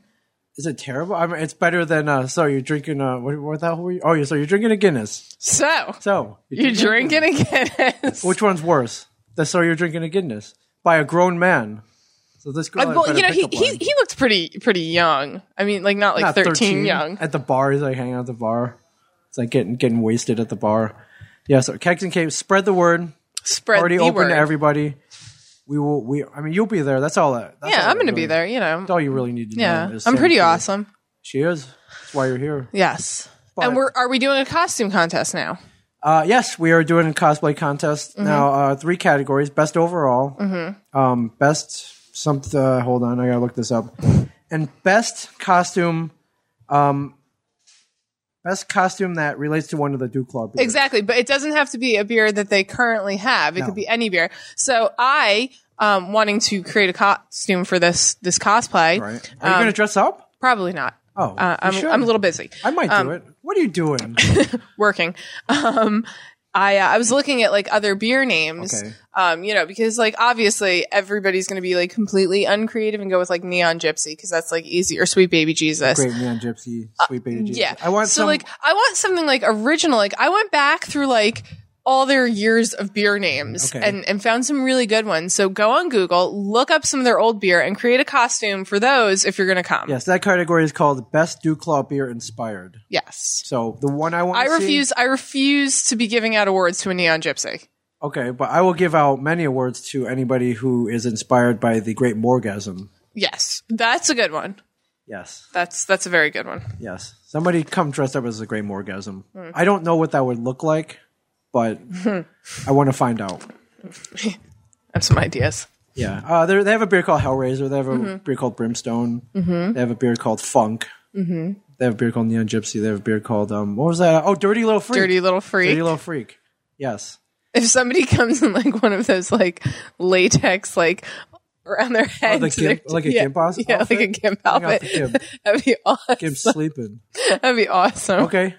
E: Is it terrible? I mean, it's better than. Uh, so you're drinking. Uh, what, what the hell were you? Oh, yeah, so you're drinking a Guinness.
F: So
E: So
F: you're drinking a Guinness.
E: Which one's worse? The so you're drinking a Guinness by a grown man. So this girl,
F: Uh, well,
E: had
F: you know,
E: better
F: he,
E: pickup
F: he
E: line.
F: he looked pretty pretty young. I mean, like not like
E: Not
F: 13, young.
E: at the bar. He's like hanging out at the bar. It's like getting getting wasted at the bar. Yeah. So Kexton came, spread the word,
F: Spread
E: already
F: the
E: open
F: word.
E: to everybody. We will. We. I mean, you'll be there. That's all. That, that's all
F: yeah, I'm
E: that
F: gonna
E: really-
F: be there. You know.
E: That's all you really need to know.
F: Yeah,
E: is
F: I'm
E: Sam
F: pretty
E: Stewart.
F: awesome.
E: She is. That's why you're here.
F: Yes.
E: But-
F: and we're are we doing a costume contest now?
E: Uh, yes, we are doing a cosplay contest
F: Mm-hmm.
E: now. Uh, three categories: best overall, um, best some. Uh, hold on, I gotta look this up. And best costume, um, best costume that relates to one of the Duke Club. beers.
F: Exactly, but it doesn't have to be a beer that they currently have. It could be any beer. So I, um, wanting to create a costume for this this cosplay,
E: Right. Are you gonna dress up?
F: probably not.
E: Oh,
F: Um, Uh,
E: you
F: I'm,
E: should.
F: I'm um, a little busy.
E: I might do it. What are you doing?
F: working. Um, I uh, I was looking at like other beer names,
E: Okay.
F: um, you know, because like obviously everybody's going to be like completely uncreative and go with like Neon Gypsy because that's like easy or Sweet Baby Jesus.
E: Great man, Gypsy, sweet baby. Jesus.
F: Uh, Yeah,
E: I want
F: so
E: some,
F: like I want something like original. Like I went back through like all their years of beer names
E: Okay.
F: and and found some really good ones. So go on Google, look up some of their old beer, and create a costume for those if you're going to come.
E: Yes, that category is called best Duke Club beer inspired.
F: Yes.
E: So the one I want.
F: I refuse. I refuse to be giving out awards to a neon gypsy.
E: Okay, but I will give out many awards to anybody who is inspired by the Great Morgasm.
F: Yes, that's a good one.
E: Yes,
F: That's that's a very good one.
E: yes. Somebody come dressed up as the Great Morgasm.
F: Hmm.
E: I don't know what that would look like, but I want to find out.
F: I have some ideas.
E: Yeah, uh, they're- they have a beer called Hellraiser. They have a
F: Mm-hmm.
E: beer called Brimstone. They have a beer called Funk.
F: Mm-hmm.
E: They have a beer called Neon Gypsy. They have a beer called um, what was that? Oh, Dirty Little Freak.
F: Dirty little freak.
E: Dirty Little Freak. Yes.
F: if somebody comes in like one of those like latex like around their head,
E: the gimp- Oh, like a
F: yeah,
E: gimp os-
F: yeah, like a
E: outfit?
F: gimp
E: Bring out the
F: outfit.
E: gimp.
F: That'd be awesome.
E: Gimp sleeping.
F: That'd be awesome.
E: Okay.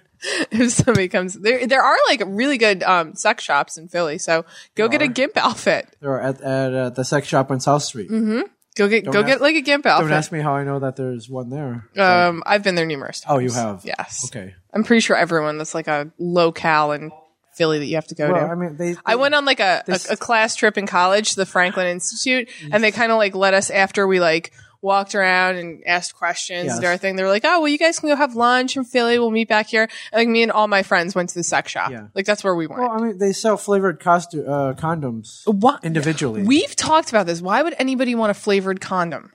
F: If somebody comes, there there are like really good um sex shops in Philly, so go get a gimp outfit.
E: They're at, at uh, the sex shop on South Street.
F: Mm-hmm. Go get go
E: ask-
F: get like a gimp
E: Don't ask
F: outfit.
E: me how I know that there's one there.
F: Um, I've been there numerous times.
E: Oh, you have?
F: Yes.
E: Okay.
F: I'm pretty sure everyone that's like a locale in Philly that you have to go
E: Well,
F: to.
E: I mean, they,
F: I went on like a, a,
E: This-
F: a class trip in college, to the Franklin Institute, and they kind of like let us after we like walked around and asked questions
E: Yes.
F: and everything. They were like, "Oh, well, you guys can go have lunch in Philly. We'll meet back here." And like me and all my friends went to the sex shop.
E: Yeah.
F: Like that's where we went.
E: Well, I mean, they sell flavored costu- uh, condoms
F: Wha-
E: individually.
F: We've talked about this. Why would anybody want a flavored condom?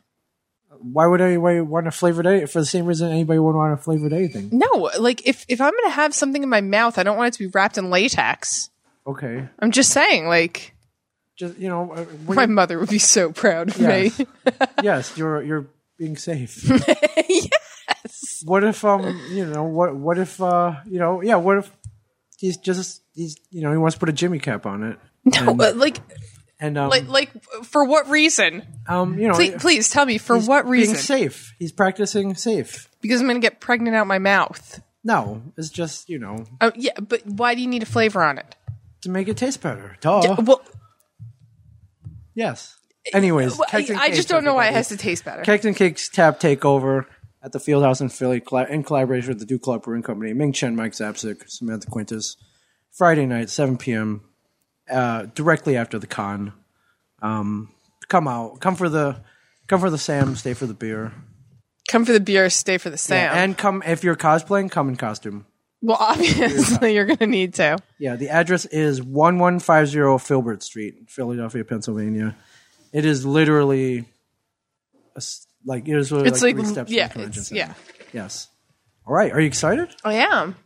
E: Why would anybody want a flavored a For the same reason anybody would want a flavored anything.
F: No, like if if I'm gonna have something in my mouth, I don't want it to be wrapped in latex.
E: Okay.
F: I'm just saying, like
E: Just you know, uh, when
F: my
E: you-
F: mother would be so proud of
E: Yes.
F: me.
E: yes, you're you're being safe. yes. What if um, you know, what what if uh, you know, yeah, what if he's just he's you know he wants to put a Jimmy cap on it
F: No, but like
E: and um,
F: like like for what reason?
E: um you know
F: Please, please tell me for
E: he's
F: what reason?
E: being safe. He's practicing safe.
F: Because I'm going to get pregnant out my mouth.
E: No, it's just you know
F: Oh yeah, but why do you need a flavor on it?
E: to make it taste better. Duh.
F: Well,
E: Yes. Anyways,
F: Eh, well, I,
E: Kexton
F: I
E: Cakes,
F: just don't know why it
E: everybody.
F: has to taste better.
E: Kexton Cakes Tap Takeover at the Fieldhouse in Philly colla- in collaboration with the Duke Club Brewing Company, Ming Chen, Mike Zapsik, Samantha Quintus, Friday night, 7 p.m., uh, directly after the con. Um, come out. Come for the come for the Sam, stay for the beer.
F: Come for the beer, stay for the
E: Yeah,
F: Sam.
E: And come if you're cosplaying, come in costume.
F: well, obviously you're going to need to.
E: Yeah, the address is 1150 Filbert Street, Philadelphia, Pennsylvania. It is literally a s like it is literally
F: It's
E: like,
F: like, mm,
E: three steps
F: yeah,
E: from the convention
F: it's-
E: center.
F: yeah. Oh,
E: Yes. All right, are you excited? I
F: I am.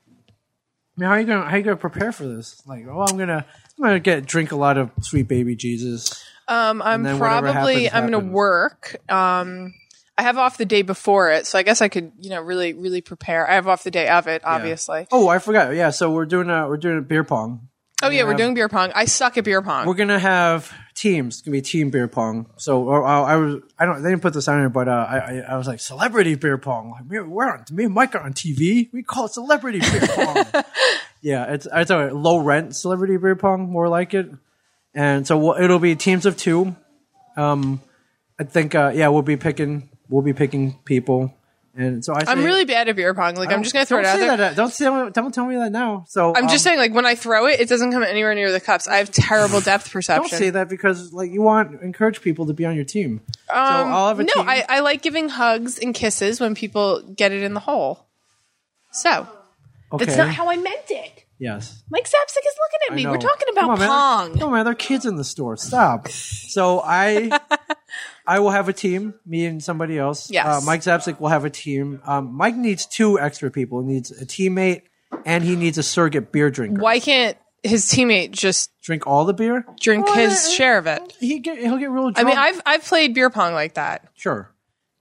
E: mean, how are you going to how you going to prepare for this? Like, oh, I'm going to I'm going to get drink a lot of sweet baby Jesus.
F: Um, I'm
E: then whatever
F: probably
E: happens,
F: I'm going to
E: happens.
F: work. Um, I have off the day before it, so I guess I could, you know, really, really prepare. I have off the day of it, obviously.
E: Oh, I forgot. Yeah, so we're doing a we're doing a beer pong.
F: Oh yeah, we're doing beer pong. I suck at beer pong.
E: We're gonna have teams. It's gonna be team beer pong. So uh, I, I was I don't they didn't put this on here, but uh, I I- I was like celebrity beer pong. Like we're, we're on me and Mike are on TV. We call it celebrity beer pong. yeah, it's it's a low rent celebrity beer pong, more like it. And so we'll, it'll be teams of two. Um, I think uh, yeah, we'll be picking we'll be picking people. And so I
F: I'm
E: say-
F: really bad at beer pong. Like I'm just gonna throw it
E: don't
F: out
E: say
F: there.
E: That, don't say don't tell me that now. So
F: I'm just
E: um,
F: saying, like when I throw it, it doesn't come anywhere near the cups. I have terrible depth
E: Don't
F: perception.
E: say that because like you want encourage people to be on your team. so I'll have a
F: Um, no,
E: team.
F: I, I like giving hugs and kisses when people get it in the hole. So
E: okay.
F: that's not how I meant it.
E: Yes.
F: Mike Sapsick is looking at
E: I
F: me.
E: know.
F: We're talking about
E: Come on, man.
F: pong.
E: Come on, man. There are kids in the store. Stop. so I, I will have a team. Me and somebody else.
F: Yes.
E: Uh, Mike Zapsik will have a team. Um, Mike needs two extra people. He needs a teammate and he needs a surrogate beer drinker.
F: Why can't his teammate just
E: Drink all the beer.
F: drink
E: Well,
F: his
E: I-
F: share of it?
E: He get, he'll get real drunk.
F: I mean, I've I've played beer pong like that.
E: sure.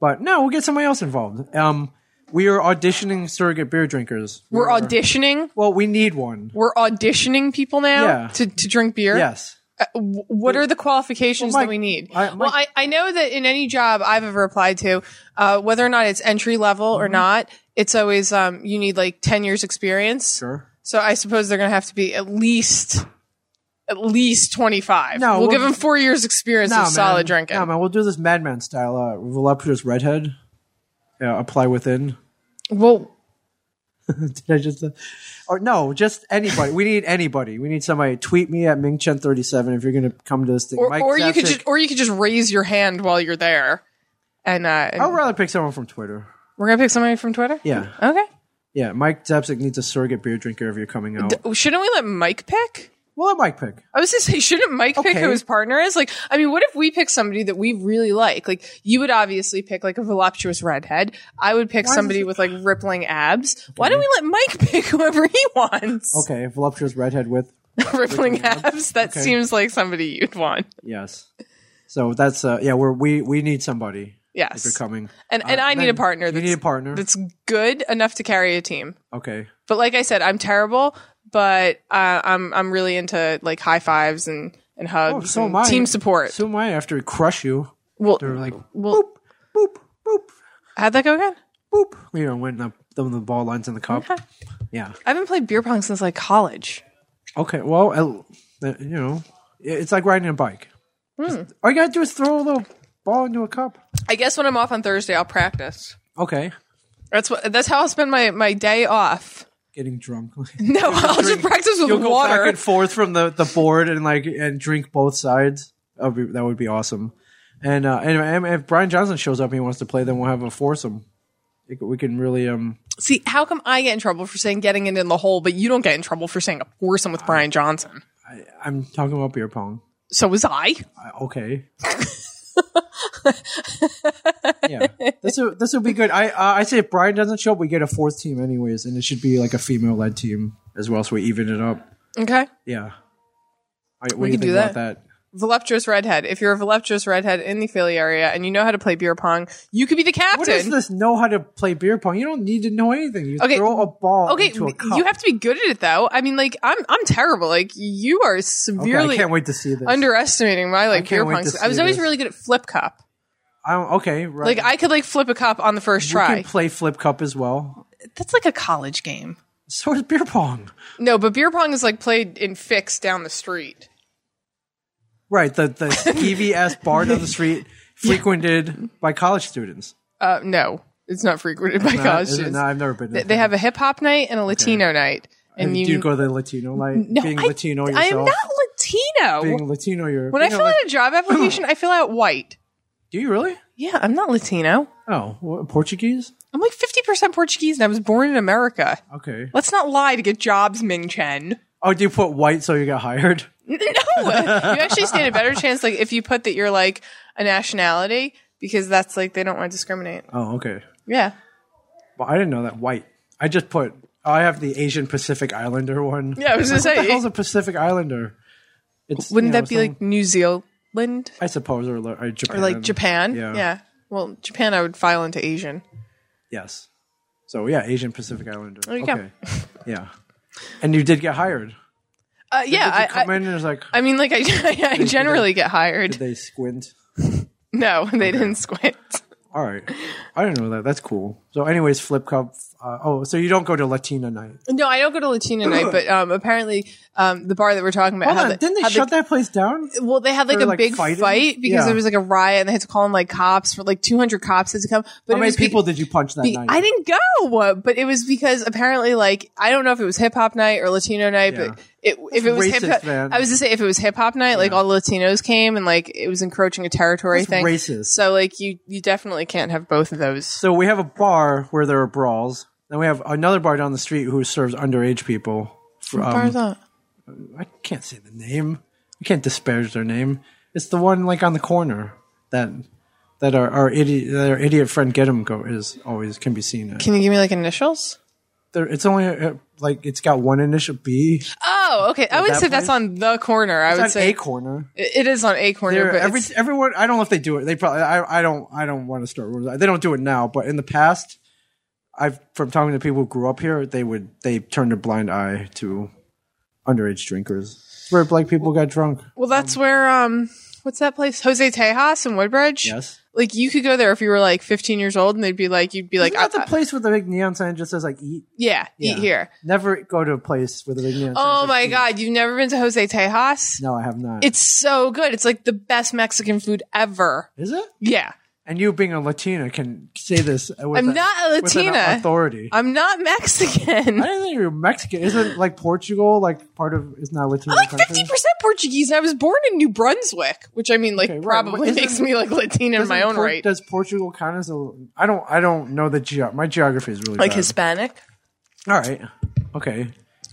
E: But no, we'll get somebody else involved. Um, we are auditioning surrogate beer drinkers.
F: We're auditioning.
E: Well, we need one.
F: We're auditioning people now
E: Yeah.
F: to, to drink beer. Uh,
E: Yes.
F: W- What are the qualifications
E: Well, Mike-
F: that we need?
E: I- Mike-
F: well, I, I know that in any job I've ever applied to, uh, whether or not it's entry level
E: Mm-hmm.
F: or not, it's always um, you need like ten years experience.
E: Sure.
F: So I suppose they're going to have to be at least at least 25.
E: No,
F: we'll,
E: we'll-
F: give them 4 years experience of
E: man.
F: solid drinking.
E: Nah, man, we'll do this madman style. Uh, voluptuous redhead. Yeah, apply within.
F: Well,
E: Did I just? Uh, or no, just anybody. we need anybody. We need somebody. Tweet me at mingchen37 if you're going to come to this thing.
F: or,
E: Mike
F: or you could
E: Zapsik-
F: just or you could just raise your hand while you're there. And, uh, and
E: I would rather pick someone from Twitter.
F: we're going to pick somebody from Twitter?
E: Oh. Yeah,
F: Okay.
E: yeah. Mike Zapsik needs a surrogate beer drinker if you're coming out.
F: Shouldn't we let Mike pick?
E: Well, let Mike pick.
F: I was gonna say, shouldn't Mike pick
E: Okay.
F: who his partner is? Like, I mean, what if we pick somebody that we really like? Like, you would obviously pick like a voluptuous redhead. I would pick
E: is
F: somebody
E: it-
F: with like rippling abs. Why don't we let Mike pick whoever he wants?
E: Okay, voluptuous redhead with
F: rippling abs. That seems like somebody you'd want.
E: yes. So that's uh yeah. We're we we need somebody. If you're
F: Yes.
E: coming,
F: And and
E: Uh,
F: I need
E: then
F: a partner.
E: you
F: That's,
E: need a partner.
F: that's good enough to carry a team.
E: okay.
F: But like I said, I'm terrible. But uh, I'm I'm really into like high fives and and
E: Oh,
F: hugs.
E: so
F: and
E: am I.
F: Team support.
E: So am I. After we crush you,
F: well,
E: they're like
F: well,
E: boop boop
F: how'd that go again?
E: boop. You know, when the, when the ball lines in the cup. yeah.
F: I haven't played beer pong since like college.
E: Okay. Well, I, you know, it's like riding a bike.
F: Hmm.
E: Just- all you gotta do is throw a little ball into a cup.
F: I guess when I'm off on Thursday, I'll practice.
E: Okay.
F: That's what. That's how I'll spend my my day off.
E: Getting drunk.
F: No, I'll just practice with
E: You'll go back
F: water.
E: and forth from the, the board and like and drink both sides. That would be, that would be awesome. And uh, anyway, and if Brian Johnson shows up and he wants to play, then we'll have a foursome. It- We can really um.
F: See, how come I get in trouble for saying getting it in the hole, but you don't get in trouble for saying a foursome with Brian Johnson?
E: I'm talking about beer pong.
F: So was
E: I-
F: I.
E: okay. yeah, this will this will be good. I uh, I say if Brian doesn't show up, we get a fourth team anyways, and it should be like a female led team as well, so we even it up.
F: Okay.
E: Yeah, I, what do you
F: could
E: think
F: do
E: about that?
F: Voluptuous redhead. If you're a voluptuous redhead in the Philly area and you know how to play beer pong, you could be the
E: What is
F: captain.
E: this? Know how to play beer pong? You don't need to know anything. You
F: Okay.
E: throw a ball
F: okay,
E: into a cup.
F: you have to be good at it though. I mean, like I'm I'm terrible. Like you are
E: Okay, I
F: severely
E: can't wait to see this.
F: underestimating my like
E: can't
F: beer
E: wait
F: pong.
E: to
F: sk- I was
E: see
F: always
E: this.
F: really good at flip cup.
E: I'm, okay, right.
F: Like I could like flip a cup on the first
E: you
F: try.
E: can play flip cup as well.
F: That's like a college game.
E: So is beer pong.
F: No, but beer pong is like played in fix down the street.
E: Right, the the skeevy ass bar down the street frequented by college students.
F: Uh, no, it's not frequented by college
E: Is it?
F: students.
E: No, I've never been. to
F: They-
E: that.
F: They have a hip hop night and a Latino night, and
E: And
F: you
E: do you go to the Latino like
F: no,
E: being
F: I,
E: Latino yourself?
F: I am not Latino.
E: being Latino you're
F: when I fill out a job application, I fill out white.
E: Do you really?
F: Yeah, I'm not Latino.
E: Oh, what, Portuguese?
F: I'm like 50% Portuguese, and I was born in America.
E: Okay.
F: Let's not lie to get jobs, Ming Chen.
E: Oh, do you put white so you got hired?
F: No, you actually stand a better chance like if you put that you're like a nationality because that's like they don't want to discriminate.
E: Oh, okay.
F: Yeah.
E: Well, I didn't know that white. I just put oh, I have the Asian Pacific Islander one.
F: Yeah, I was gonna
E: What the
F: say
E: hell's a Pacific Islander? It's,
F: wouldn't
E: you know,
F: that be
E: some-
F: like New Zealand
E: I suppose or, like Japan?
F: or like Japan?
E: Yeah.
F: yeah. Well, Japan, I would file into Asian.
E: Yes. So yeah, Asian Pacific Islander.
F: There you go.
E: okay. yeah. And you did get hired.
F: Uh, yeah,
E: Did you
F: I,
E: come
F: I,
E: in and it was like,
F: I mean, like I, I generally get
E: did
F: hired.
E: they squint?
F: No, they didn't squint.
E: All right. I didn't know that. That's cool. So, anyways, Flip Cup. Uh, oh, so you don't go to Latina night?
F: No, I don't go to Latina night, but um, apparently um, the bar that we're talking about.
E: Hold
F: had
E: on.
F: the-
E: Didn't they
F: had the-
E: shut that place down?
F: Well, they had like
E: They
F: a
E: were, like,
F: big
E: fighting?
F: fight because
E: Yeah.
F: there was like a riot and they had to call in like cops for like 200 cops had to come. But
E: How
F: it
E: many
F: was be-
E: people did you punch that
F: be-
E: night?
F: I didn't go, but it was because apparently like I don't know if it was hip hop night or Latino night, but it, if it was
E: racist,
F: hip hop,
E: man.
F: I was to say if it was hip hop night, like all the Latinos came and like it was encroaching a territory
E: That's
F: thing.
E: racist.
F: So like you you definitely can't have both of those.
E: So we have a bar where there are brawls, and we have another bar down the street who serves underage people. For, um,
F: Bar that?
E: I can't say the name. We can't disparage their name. It's the one like on the corner that that our, our idiot that our idiot friend Get'em go is always can be seen at.
F: Can you give me like initials?
E: There, it's only uh, like it's got one initial B. It's
F: Oh, okay. I would
E: that
F: say that's
E: place?
F: on the corner. I would
E: on
F: say
E: a corner.
F: it is on a corner,
E: They're-
F: but
E: every,
F: it's-
E: everyone, I don't know if they do it. They probably. I, I don't. I don't want to start. rumors. They don't do it now, but in the past, I've from talking to people who grew up here, they would they turned a blind eye to underage drinkers. It's where black people got drunk.
F: Well, that's where um, what's that place? Jose Tejas in Woodbridge.
E: Yes.
F: Like you could go there if you were like 15 years old, and they'd be like, you'd be like,
E: Like not
F: I-
E: the
F: I-
E: place with the big neon sign that just says like eat.
F: yeah,
E: Yeah.
F: eat here.
E: Never go to a place with a big neon. sign
F: Oh
E: that says
F: my
E: eat.
F: God, you've never been to Jose Tejas?
E: No, I have not.
F: It's so good. It's like the best Mexican food ever.
E: Is it?
F: Yeah,
E: And you being a Latina can say this. With
F: I'm
E: a-
F: not a
E: with an
F: Latina.
E: authority.
F: I'm not Mexican.
E: I didn't think you're Mexican. Isn't like Portugal like part of is not a Latino
F: I'm like
E: country?
F: 50% Portuguese, and I was born in New Brunswick, which I mean, like,
E: Okay, right.
F: probably
E: Isn't-
F: makes me like Latina in
E: Doesn't
F: my own
E: Por-
F: right.
E: Does Portugal count as a? I don't. I don't know the geo. My geography is really
F: like
E: bad.
F: Hispanic?
E: All right. Okay.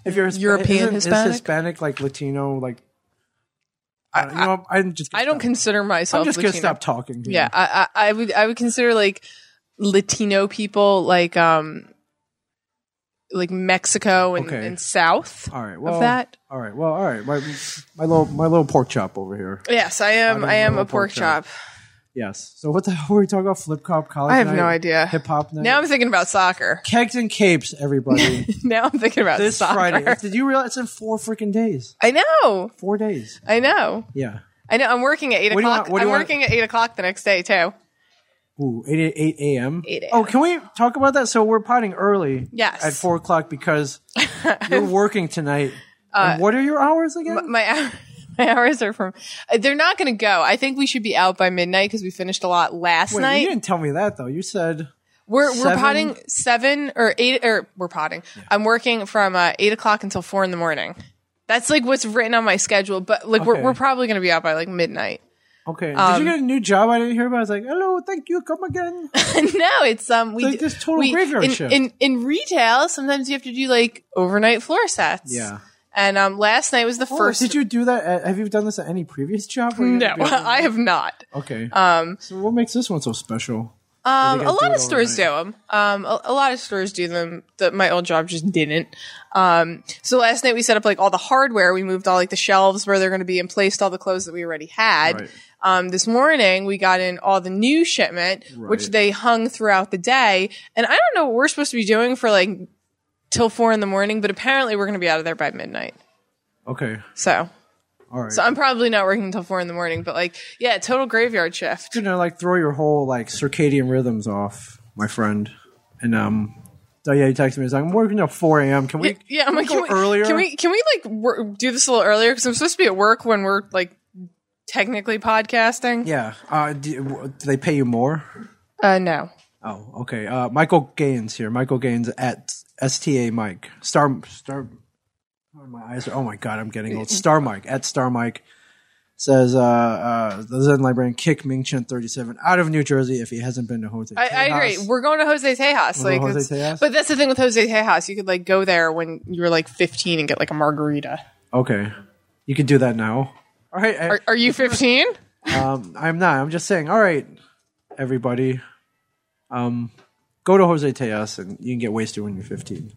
E: If you're Hispa-
F: European
E: isn't-
F: Hispanic?
E: is Hispanic like Latino like. I, you know, I'm just. Gonna
F: I don't
E: Stop.
F: consider myself
E: I'm just
F: Latina.
E: gonna stop talking. here.
F: Yeah, I, I, I would I would consider like Latino people like um like Mexico and,
E: Okay.
F: and South.
E: All right. Well.
F: that.
E: All right. Well. All right. My my little my little pork chop over here.
F: Yes, I am.
E: don't
F: I am
E: know
F: a
E: pork
F: pork
E: chop.
F: chop.
E: Yes. So what the hell were we talking about? Flip cop college.
F: I have
E: night,
F: no idea.
E: Hip hop night.
F: Now I'm thinking about soccer.
E: kegs and capes, everybody.
F: Now I'm thinking about
E: this
F: soccer.
E: Friday. Did you realize it's in four freaking days?
F: I know.
E: Four days.
F: I know.
E: Yeah.
F: I know. I'm working at eight
E: What do you
F: o'clock.
E: want- what do
F: I'm
E: you want-
F: working at eight o'clock the next day too.
E: Ooh, 8, 8 a.m.
F: 8 a.m..
E: Oh, can we talk about that? So we're potting early.
F: Yes.
E: At 4 o'clock because you're working tonight.
F: Uh,
E: And what are your hours again?
F: My hour- my hours are from. uh, They're not going to go. I think we should be out by midnight because we finished a lot last
E: Wait,
F: night.
E: you didn't tell me that, though. You said,
F: We're we're
E: Seven?
F: potting seven or eight or we're potting. I'm working from uh, eight o'clock until four in the morning. That's like what's written on my schedule. But like we're
E: Okay.
F: we're probably gonna be out by like midnight.
E: okay. Did
F: Um,
E: you get a new job I didn't hear about? I was like, hello, thank you, come again.
F: no, it's um we
E: Like
F: d-
E: this total
F: we-
E: graveyard
F: in,
E: shift.
F: in in retail. Sometimes you have to do like overnight floor sets.
E: Yeah.
F: And um, last night was the
E: First,
F: first.
E: did you do that? At, have you done this at any previous job? where you
F: No,
E: had to do it?
F: I have not.
E: Okay. Um, so what makes this one so special?
F: Um,
E: they gotta
F: a
E: do
F: lot
E: it
F: of stores do them. Um, a, a lot of stores do them. That my old job just didn't. Um, so last night we set up like all the hardware. We moved all like the shelves where they're going to be and placed all the clothes that we already had.
E: Right.
F: Um, this morning we got in all the new shipment, which
E: Right.
F: they hung throughout the day. And I don't know what we're supposed to be doing for like till four in the morning, but apparently we're going to be out of there by midnight.
E: Okay.
F: So,
E: All right.
F: so I'm probably not working until four in the morning, but like, yeah, total graveyard shift.
E: you know, like throw your whole like circadian rhythms off, my friend. And um, so yeah, he texted me. He's like, I'm working till 4 a.m. Can we?
F: Yeah, yeah, I'm like,
E: go
F: can we,
E: earlier?
F: Can we can we like wor- do this a little earlier? Because I'm supposed to be at work when we're like technically podcasting.
E: Yeah. Uh, do, w- do they pay you more?
F: Uh, no.
E: Oh, okay. Uh, Michael Gaines here. Michael Gaines at STA Mike Star Star. oh, my eyes are. Oh my god, I'm getting old. Star Mike at Star Mike says uh, uh, the Zen librarian kick Ming Chen 37 out of New Jersey if he hasn't been to Jose.
F: I, I agree. We're going to Jose Tejas. Like,
E: Jose
F: it's-
E: Tejas?
F: but that's the thing with Jose Tejas. You could like go there when you were like 15 and get like a margarita.
E: Okay, you can do that now. All right. I-
F: Are, are you 15?
E: Um, I'm not. I'm just saying. All right, everybody, um, go to Jose Tejas and you can get wasted when you're 15.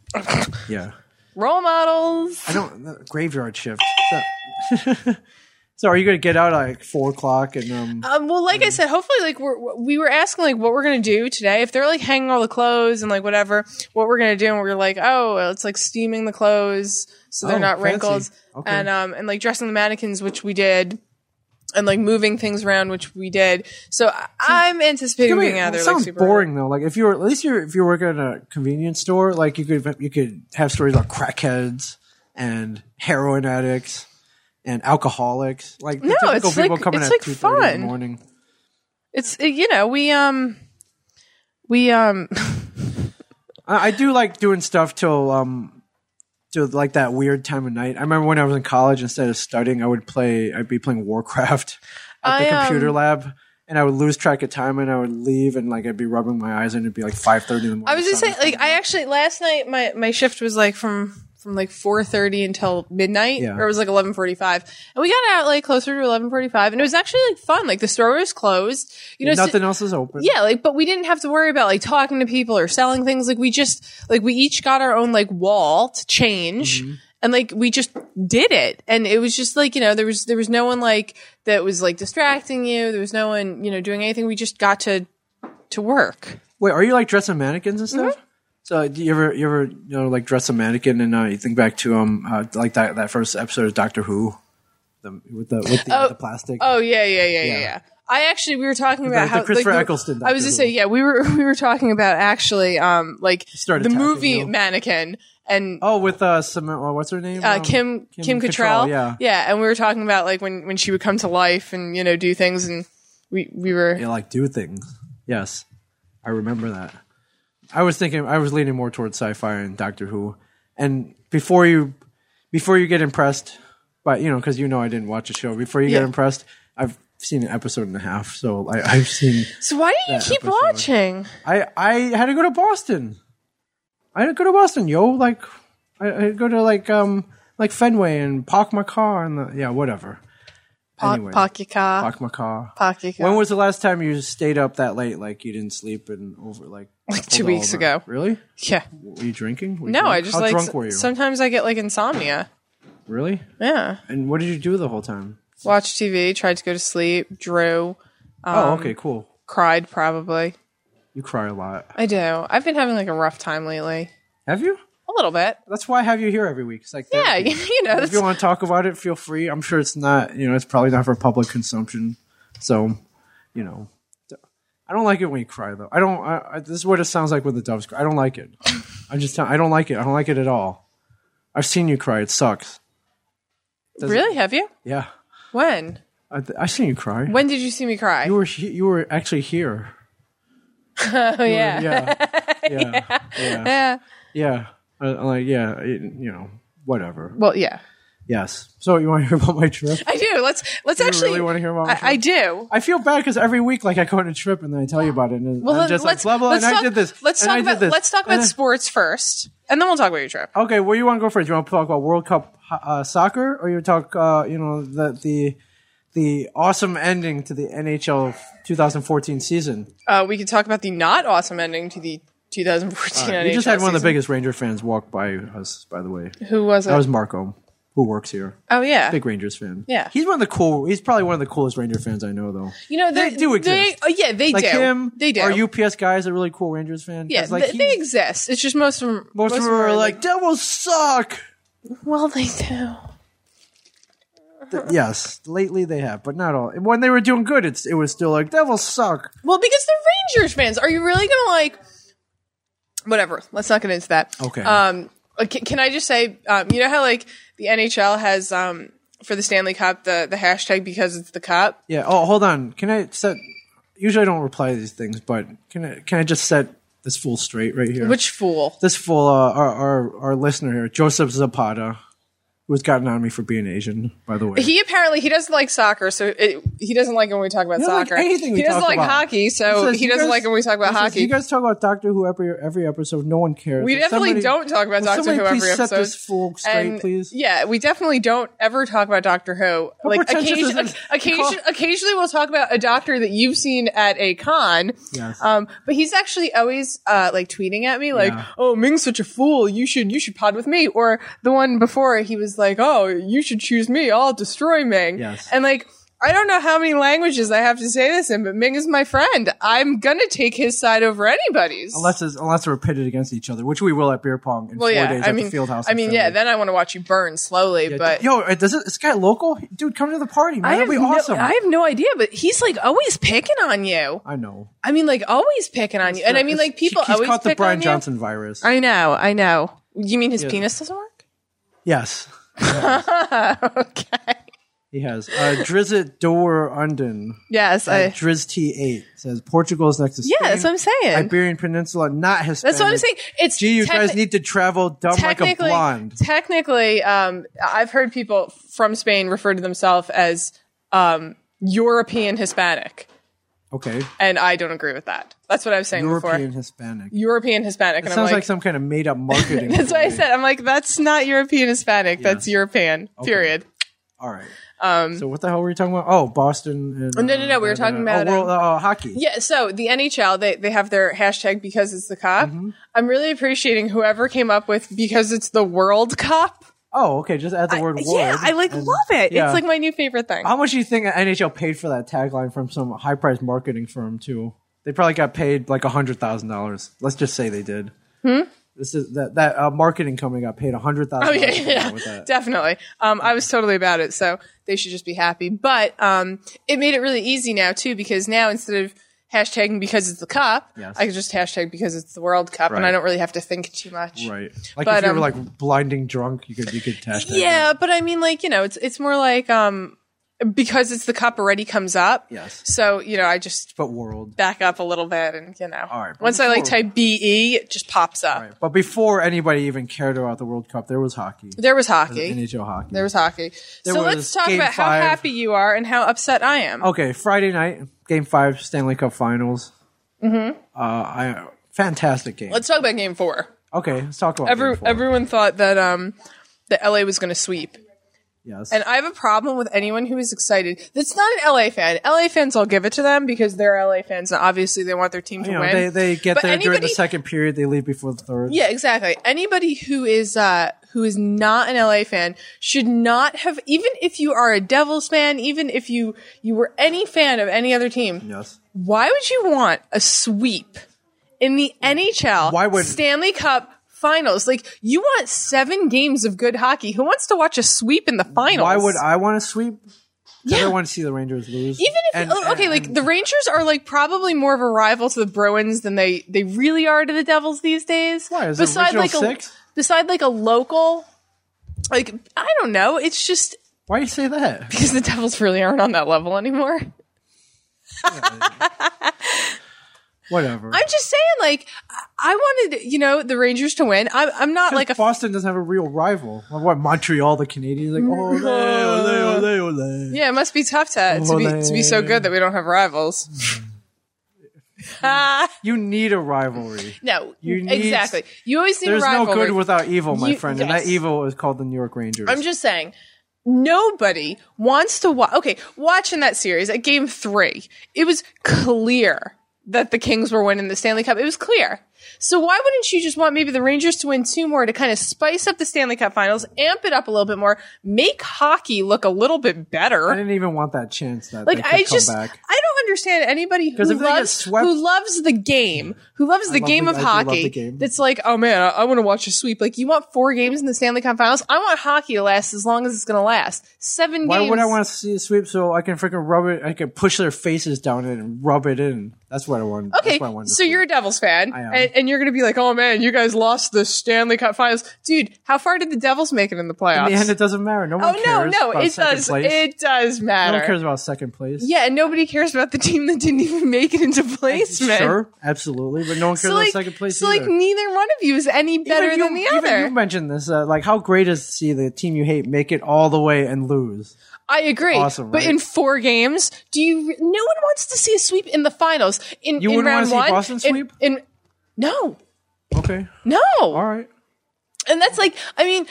E: yeah,
F: Role models.
E: I don't. Graveyard shift. It's not- So are you going to get out at like four o'clock and um?
F: Um, well, like I said, hopefully, like we're, we were asking, like what we're gonna do today. If they're like hanging all the clothes and like whatever, what we're gonna do, and we are like, oh, well, it's like steaming the clothes so they're
E: Oh,
F: not
E: fancy.
F: wrinkled,
E: Okay.
F: and um, and like dressing the mannequins, which we did, and like moving things around, which we did. So I- I'm anticipating
E: I mean,
F: being out
E: it
F: there. Like,
E: sounds
F: super
E: boring though. Like if you were at least you're, if you work at a convenience store, like you could you could have stories about crackheads and heroin addicts and alcoholics. Like the
F: No,
E: typical
F: it's
E: people
F: like-
E: coming
F: it's
E: at
F: like
E: two thirty in
F: fun.
E: the morning.
F: It's you know we um we um
E: I, I do like doing stuff till um till like that weird time of night. I remember when I was in college, instead of studying, I would play. I'd be playing Warcraft at the
F: I, um,
E: computer lab. And I would lose track of time, and I would leave, and like I'd be rubbing my eyes, and it'd be like five thirty in the morning.
F: I was just
E: sun
F: saying, like, I actually last night my my shift was like from from like four thirty until midnight,
E: Yeah.
F: or it was like eleven forty five, and we got out like closer to eleven forty five, and it was actually like fun. Like the store was closed, you know. so-
E: nothing else is open.
F: yeah, like, but we didn't have to worry about like talking to people or selling things. Like, we just, like, we each got our own like wall to change.
E: Mm-hmm.
F: And like, we just did it. And it was just like, you know, there was, there was no one like that was like distracting you. There was no one, you know, doing anything. We just got to, to work.
E: Wait, are you like dressing mannequins and stuff?
F: Mm-hmm.
E: So do you ever you ever you know like dress a mannequin and uh, you think back to um uh, like that that first episode of Doctor Who, the, with the with the, uh,
F: Oh.
E: the plastic.
F: Oh yeah, yeah, yeah, yeah.
E: Yeah.
F: yeah. I actually we were talking about
E: Like the
F: how
E: Christopher
F: like, the-
E: Eccleston
F: I was
E: Doctor
F: just
E: Who.
F: saying, yeah, we were we were talking about actually um like
E: Started
F: the
E: tapping
F: movie
E: you.
F: mannequin and
E: Oh, with uh, some uh, what's her name?
F: uh,
E: Um,
F: Kim, Kim Cattrall.
E: Yeah.
F: yeah, and we were talking about like when when she would come to life and you know do things and we we were
E: They like do things. Yes, I remember that. I was thinking I was leaning more towards sci-fi and Doctor Who, and before you before you get impressed, by you know because you know I didn't watch a show. Before you get
F: Yeah.
E: impressed, I've seen an episode and a half, so I, I've seen.
F: so why do you
E: That
F: keep
E: episode.
F: watching?
E: I I had to go to Boston. I had to go to Boston, yo. Like I, I had to go to like um like Fenway and park my car and the, yeah whatever.
F: Po-
E: Anyway.
F: Pocket car,
E: Park my car.
F: pocket
E: When
F: car.
E: was the last time you stayed up that late? Like you didn't sleep and over like like
F: two weeks ago.
E: Really?
F: Yeah,
E: Were you drinking? Were you
F: no,
E: drunk?
F: I just
E: How
F: like
E: drunk were you?
F: sometimes I get like insomnia.
E: really?
F: Yeah,
E: And what did you do the whole time?
F: watch TV, tried to go to sleep, drew,
E: oh, okay,
F: Um,
E: cool.
F: cried probably.
E: You cry a lot.
F: I do. I've been having like a rough time lately.
E: Have you?
F: A little bit.
E: That's why I have you here every week. It's like
F: Yeah,
E: therapy.
F: you, know.
E: if you
F: that's-
E: want to talk about it, feel free. I'm sure it's not, you know, it's probably not for public consumption. So, you know, I don't like it when you cry though. I don't. I, I, this is what it sounds like when the doves cry. I don't like it. I'm just. tell- I don't like it. I don't like it at all. I've seen you cry. It sucks. does it-
F: really? Have you?
E: Yeah,
F: When?
E: I, I've seen you cry.
F: When did you see me cry?
E: You were. he- You were actually here.
F: oh yeah.
E: Yeah. Yeah. yeah. Yeah.
F: Yeah.
E: I, I'm like yeah. it- you know. Whatever.
F: Well, yeah.
E: Yes. So you want to hear about my trip?
F: I do. Let's let's
E: You
F: actually.
E: really want to hear about my
F: I,
E: trip?
F: I do.
E: I feel bad because every week, like, I go on a trip and then I tell you about it, and
F: Well,
E: I'm just like, blah blah. And
F: talk,
E: I did this.
F: Let's
E: and
F: talk
E: I did
F: about
E: this,
F: let's talk
E: and
F: about
E: I-
F: sports first, and then we'll talk about your trip.
E: Okay, where you want to go first? You want to talk about World Cup uh, soccer, or you talk, uh, you know, the the the awesome ending to the NHL 2014 season?
F: Uh, we could talk about the not awesome ending to the 2014.
E: you just
F: NHL
E: had one of the
F: season.
E: biggest Ranger fans walk by us, by the way.
F: Who was it?
E: That was Marco, who works here.
F: oh yeah.
E: Big Rangers fan.
F: Yeah.
E: he's one of the cool. He's probably one of the coolest Ranger fans I know, though.
F: you know
E: they do exist.
F: They, oh, yeah, they
E: like
F: do.
E: him,
F: they do.
E: Our UPS guy is a really cool Rangers fan. 'cause,
F: Yeah,
E: like
F: they,
E: he-
F: they exist. It's just most of them.
E: most of them
F: them
E: are like Devils suck.
F: well, they do.
E: yes, lately they have, but not all. When they were doing good, it's it was still like Devils suck.
F: Well, because they're Rangers fans. Are you really gonna like? Whatever. Let's not get into that.
E: Okay.
F: Um. like, Can, can I just say, um, you know how like the NHL has um for the Stanley Cup the the hashtag because it's the cup.
E: Yeah. Oh, hold on. Can I set? Usually I don't reply to these things, but can I can I just set this fool straight right here?
F: Which fool?
E: this fool, uh, our, our our listener here, Joseph Zapata, who's gotten on me for being Asian, by the way.
F: He apparently he doesn't like soccer, so it, he doesn't like it when we talk about
E: doesn't like
F: soccer.
E: anything we
F: he doesn't
E: talk
F: like
E: about.
F: hockey, so
E: says,
F: he
E: "You
F: doesn't
E: guys-
F: like when we talk about
E: he says,
F: hockey.
E: you guys talk about Doctor Who every every episode. No one cares.
F: we
E: If
F: definitely
E: somebody-
F: don't talk about
E: will
F: Doctor
E: somebody
F: Who every
E: please
F: episode.
E: Set this fool straight,
F: And,
E: please.
F: Yeah, we definitely don't ever talk about Doctor Who. like
E: pretentious
F: occasion,
E: is it?
F: occasion,
E: Call-
F: occasionally we'll talk about a doctor that you've seen at a con.
E: Yes.
F: Um, but he's actually always uh, like tweeting at me like,
E: Yeah.
F: "Oh, Ming's such a fool. You should you should pod with me." Or the one before he was is like, "Oh, you should choose me. I'll destroy Ming."
E: Yes.
F: And like, I don't know how many languages I have to say this in, but Ming is my friend. I'm gonna take his side over anybody's.
E: Unless, it's, unless we're pitted against each other, which we will at beer pong in
F: well,
E: four
F: yeah.
E: days
F: I
E: at
F: mean,
E: the field house.
F: I mean, yeah. Then I want to watch you burn slowly, but
E: yo, uh, does it, this guy local? Dude, come to the party, man.
F: I have
E: That'd be awesome.
F: no, I have no idea. But he's like always picking on you.
E: I know.
F: I mean, like always picking on you, and I mean, like people
E: He's
F: always
E: caught the
F: pick
E: Brian
F: on you.
E: Johnson virus.
F: I know, I know. You mean his penis doesn't work?
E: yes,
F: okay.
E: he has. Uh, Drizzt Door Unden.
F: Yes, I.
E: Drizzt T8 says Portugal is next to Spain.
F: Yeah, that's what I'm saying.
E: Iberian Peninsula, not Hispanic.
F: That's what I'm saying. It's
E: Gee, you guys
F: techni-
E: need to travel dumb like a
F: technically,
E: blonde.
F: technically, um, I've heard people from Spain refer to themselves as um, European Hispanic,
E: Okay,
F: and I don't agree with that. That's what I was saying
E: European
F: before.
E: Hispanic.
F: European Hispanic, and I'm
E: Sounds
F: like,
E: like some kind of made up marketing.
F: that's what I
E: ploy.
F: said. I'm like, that's not European Hispanic. That's European. Period.
E: All right. Um, so what the hell were we talking about? Oh, Boston. And,
F: no, no, no, we were talking about, um,
E: oh, world, uh, hockey.
F: Yeah, so the NHL they they have their hashtag because it's the cop.
E: Mm-hmm.
F: I'm really appreciating whoever came up with because it's the World Cup.
E: Oh, okay. Just add the word world.
F: yeah, I like
E: and-
F: love it.
E: yeah.
F: It's like my new favorite thing.
E: How much do you think NHL paid for that tagline from some high priced marketing firm too? They probably got paid like hundred thousand dollars. Let's just say they did. Hmm. This is that that uh, marketing company got paid hundred thousand.
F: Oh yeah, yeah,
E: With that.
F: definitely. Um, I was totally about it, so they should just be happy. But um, it made it really easy now too, because now instead of hashtagging because it's the cup,
E: Yes.
F: I can just hashtag because it's the World Cup, and
E: Right.
F: I don't really have to think too much.
E: Right. Like
F: But,
E: if you
F: um,
E: were like blinding drunk, you could you could hashtag. that.
F: Yeah, but I mean, like you know, it's it's more like um, because it's the cup already comes up.
E: Yes.
F: So you know, I just
E: But world.
F: back up a little bit and you know
E: All right, but
F: once i like
E: before-
F: type be it just pops up
E: Right. But before anybody even cared about the World Cup, there was hockey.
F: there was hockey
E: NHL hockey.
F: there was hockey so
E: was
F: let's talk
E: game
F: about how
E: five. Oh.
F: happy you are and how upset i am
E: Okay, Friday night, Game Five, Stanley Cup Finals. Mm-hmm. Uh, I fantastic game.
F: let's talk about game four
E: okay, let's talk about
F: Every,
E: game four.
F: everyone thought that um that la was going to sweep
E: yes.
F: and i have a problem with anyone who is excited that's not an la fan la fans i'll give it to them because they're la fans and obviously they want their team to
E: you know,
F: win
E: they they get
F: But
E: there during the
F: anybody-
E: second period, they leave before the third.
F: Yeah, exactly. Anybody who is uh who is not an LA fan should not have even if you are a Devils fan, even if you you were any fan of any other team,
E: Yes.
F: why would you want a sweep in the NHL
E: Why would-
F: Stanley Cup finals? Like you want 7 games of good hockey. Who wants to watch a sweep in the finals?
E: Why would I want to sweep? 'Cause
F: Yeah.
E: I want to see the Rangers lose.
F: even if
E: And-
F: oh, okay,
E: and-
F: like the Rangers are like probably more of a rival to the Bruins than they they really are to the Devils these days.
E: Why, is it
F: Beside
E: original
F: like
E: six?
F: a beside like a local, like I don't know. It's just
E: why you say that?
F: because the Devils really aren't on that level anymore.
E: Whatever.
F: I'm just saying, like I- I wanted you know the Rangers to win. I'm I'm not like a
E: Boston doesn't have a real rival. Like, what Montreal, the Canadians, like oh, ole ole ole ole.
F: yeah. It must be tough to to be to be so good that we don't have rivals. Ah,
E: You need a rivalry.
F: no,
E: You need-
F: exactly. You always need a
E: There's no
F: rivalry.
E: good without evil, my
F: You-
E: friend, and
F: yes.
E: that evil is called the New York Rangers.
F: I'm just saying, nobody wants to watch. Okay, watching that series at game three, it was clear that the Kings were winning the Stanley Cup. It was clear. So why wouldn't you just want maybe the Rangers to win two more to kind of spice up the Stanley Cup finals, amp it up a little bit more, make hockey look a little bit
E: I
F: better?
E: didn't even want that chance that they
F: Like
E: could
F: I
E: come
F: just
E: back.
F: I don't understand anybody who
E: 'Cause if they get
F: loves
E: swept-
F: who loves the game, who loves the
E: love
F: game
E: the-
F: of
E: I do love the
F: hockey.
E: game.
F: That's like, oh man, I, I want to watch a sweep. Like you want four games in the Stanley Cup Finals. I want hockey to last as long as it's going to last. Seven
E: Why
F: games.
E: would I want to see a sweep so I can freaking rub it? I can push their faces down it and rub it in. That's what I want.
F: Okay,
E: That's what I wanted to
F: so
E: see.
F: you're a Devils fan,
E: am.
F: and, and you're going to be like, "Oh man, you guys lost the Stanley Cup Finals, dude. How far did the Devils make it in the playoffs?"
E: In the end, it doesn't matter. No
F: oh
E: one
F: no,
E: cares.
F: no,
E: about
F: it
E: second
F: does.
E: Place.
F: It does
E: no one
F: matter.
E: cares about second place.
F: Yeah, and nobody cares about the team that didn't even make it into placement.
E: sure, absolutely, but no one cares
F: So
E: about
F: like,
E: second place
F: so like,
E: either.
F: neither one of you is any better
E: Even you-
F: than the
E: even
F: other.
E: You mentioned this, uh, like how great is to see the team you hate make it all the way and lose.
F: I agree.
E: Awesome,
F: but
E: right?
F: in four games, do you? No one wants to see a sweep in the finals. In
E: You
F: in
E: wouldn't
F: round
E: wanna see
F: one,
E: Boston
F: in-
E: sweep?
F: In, no,
E: Okay,
F: no.
E: all right.
F: And that's like, I mean,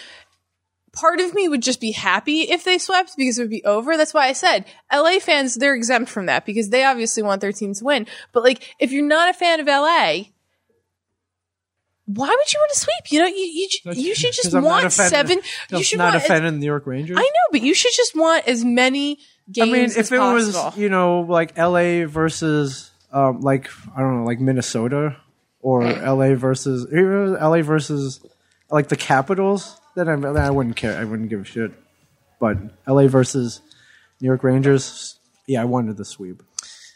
F: part of me would just be happy if they swept because it would be over. That's why I said LA fans they're exempt from that because they obviously want their team to win. But like, if you're not a fan of LA. why would you want to sweep? You know, you you, j- you should just
E: 'Cause I'm not
F: want
E: offended-
F: seven. You
E: Just
F: should
E: not
F: want. as-
E: offending the New York Rangers.
F: I know, but you should just want as many
E: I
F: games.
E: mean, if
F: as
E: it
F: possible.
E: was you know like L.A. versus um, like I don't know like Minnesota or L.A. versus if it was L.A. versus like the Capitals, then I, then I wouldn't care. I wouldn't give a shit. But L.A. versus New York Rangers, yeah, I wanted the sweep.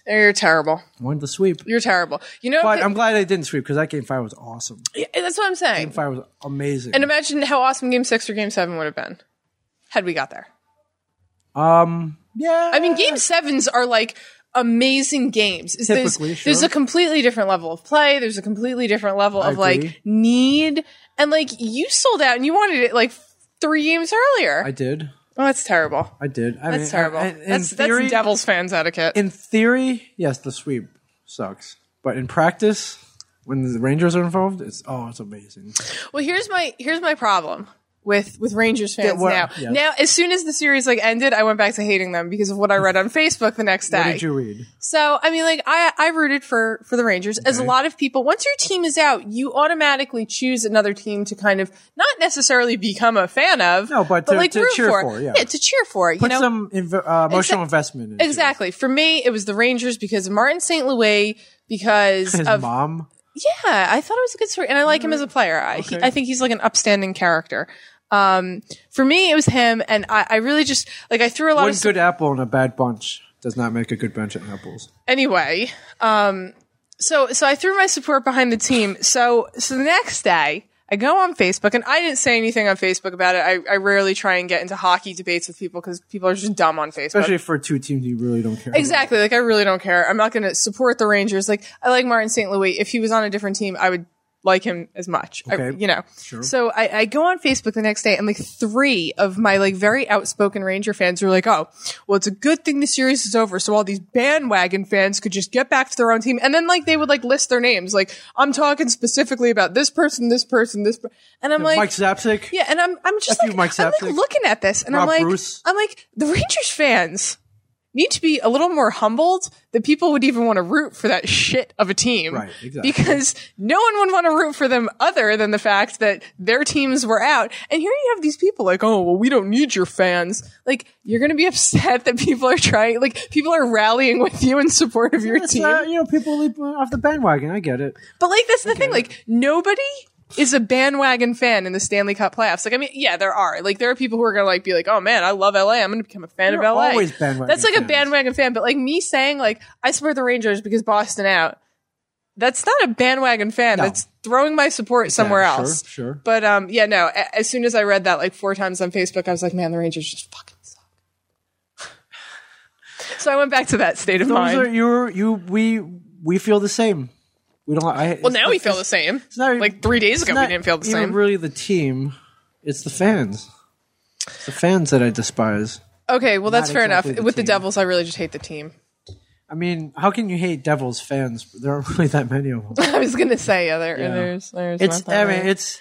F: you're terrible.
E: I wanted the sweep.
F: You're terrible. You know,
E: But
F: if
E: I'm glad I didn't sweep because that game five was awesome.
F: it- that's what I'm saying.
E: Game five was amazing.
F: And imagine how awesome Game Six or Game Seven would have been had we got there.
E: um, yeah,
F: I mean, Game Sevens are like amazing games. It's- There's,
E: Typically, sure.
F: there's a completely different level of play. There's a completely different level of
E: agree.
F: like need, and like you sold out and you wanted it like three games earlier.
E: I did.
F: oh, that's terrible.
E: I did. I
F: That's
E: mean,
F: terrible.
E: I- I- in
F: that's
E: theory-
F: that's Devils fans etiquette.
E: in theory, yes, the sweep sucks, but in practice, when the Rangers are involved, it's oh, it's amazing.
F: well, here's my here's my problem. With, with Rangers fans
E: well,
F: now.
E: yeah.
F: Now, as soon as the series like ended, I went back to hating them because of what I read on Facebook the next day.
E: What did you read?
F: So I mean, like I, I rooted for for the Rangers, as a lot of people. Once your team is out, you automatically choose another team to kind of not necessarily become a fan of,
E: No, but to-
F: like
E: to
F: root
E: cheer
F: for,
E: for, yeah.
F: to cheer for. You
E: Put
F: know,
E: some inv- uh, emotional
F: Exa-
E: investment. Into
F: exactly. For me, it was the Rangers because of Martin St. Louis. Because
E: His
F: of
E: mom.
F: yeah, I thought it was a good story, and I like him as a player. I he, I think he's like an upstanding character. Um, for me, it was him, and I, I really just like I threw a lot
E: One
F: of
E: good apple and a bad bunch does not make a good bunch of apples.
F: anyway, um, so so I threw my support behind the team. So so the next day, I go on Facebook, and I didn't say anything on Facebook about it. I, I rarely try and get into hockey debates with people because people are just dumb on Facebook.
E: Especially for two teams you really don't care. about.
F: Exactly. Like I really don't care. I'm not going to support the Rangers. Like I like Martin St. Louis. If he was on a different team, I would like him as much. I-
E: Okay.
F: you know. So I, I go on Facebook the next day, and like three of my like very outspoken Ranger fans were like, "Oh, well, it's a good thing the series is over, so all these bandwagon fans could just get back to their own team." And then like they would like list their names. Like I'm talking specifically about this person, this person, this. Per-. And I'm like,
E: Mike Zapsik.
F: yeah, and I'm I'm just
E: F you,
F: like,
E: Mike
F: I'm
E: Zapsik.
F: like looking at this, and I'm
E: Rob
F: like,
E: Bruce.
F: I'm like the Rangers fans need to be a little more humbled that people would even want to root for that shit of a team,
E: Right, exactly.
F: Because no one would want to root for them other than the fact that their teams were out, and here you have these people like, oh well, we don't need your fans. Like you're gonna be upset that people are trying, like people are rallying with you in support of your
E: It's,
F: team.
E: uh, you know, people leap off the bandwagon. I get it.
F: But like that's the thing, like nobody is a bandwagon fan in the Stanley Cup playoffs. Like I mean, yeah, there are. Like there are people who are gonna like be like, "Oh man, I love LA. I'm gonna become a fan
E: There
F: of
E: are
F: LA."
E: always bandwagon
F: that's like
E: fans.
F: a bandwagon fan, but like me saying like I support the Rangers because Boston out. That's not a bandwagon fan.
E: No.
F: That's throwing my support somewhere
E: sure,
F: else.
E: sure.
F: But um, yeah, no. a- As soon as I read that like four times on Facebook, I was like, "Man, the Rangers just fucking suck." so I went back to that state of
E: Those
F: mind.
E: are you. You. We. We feel the same. We don't. I,
F: well, now we feel the same.
E: It's not,
F: like three days ago,
E: it's
F: we
E: not
F: didn't feel the
E: even
F: same.
E: Really, the team, it's the fans. It's the fans that I despise.
F: Okay, well that's
E: Not
F: fair
E: exactly
F: enough.
E: the
F: With
E: team.
F: the Devils, I really just hate the team.
E: I mean, how can you hate Devils fans? There aren't really that many of them.
F: I was gonna say yeah, there, there's, there's
E: It's.
F: not that
E: I mean,
F: many.
E: it's.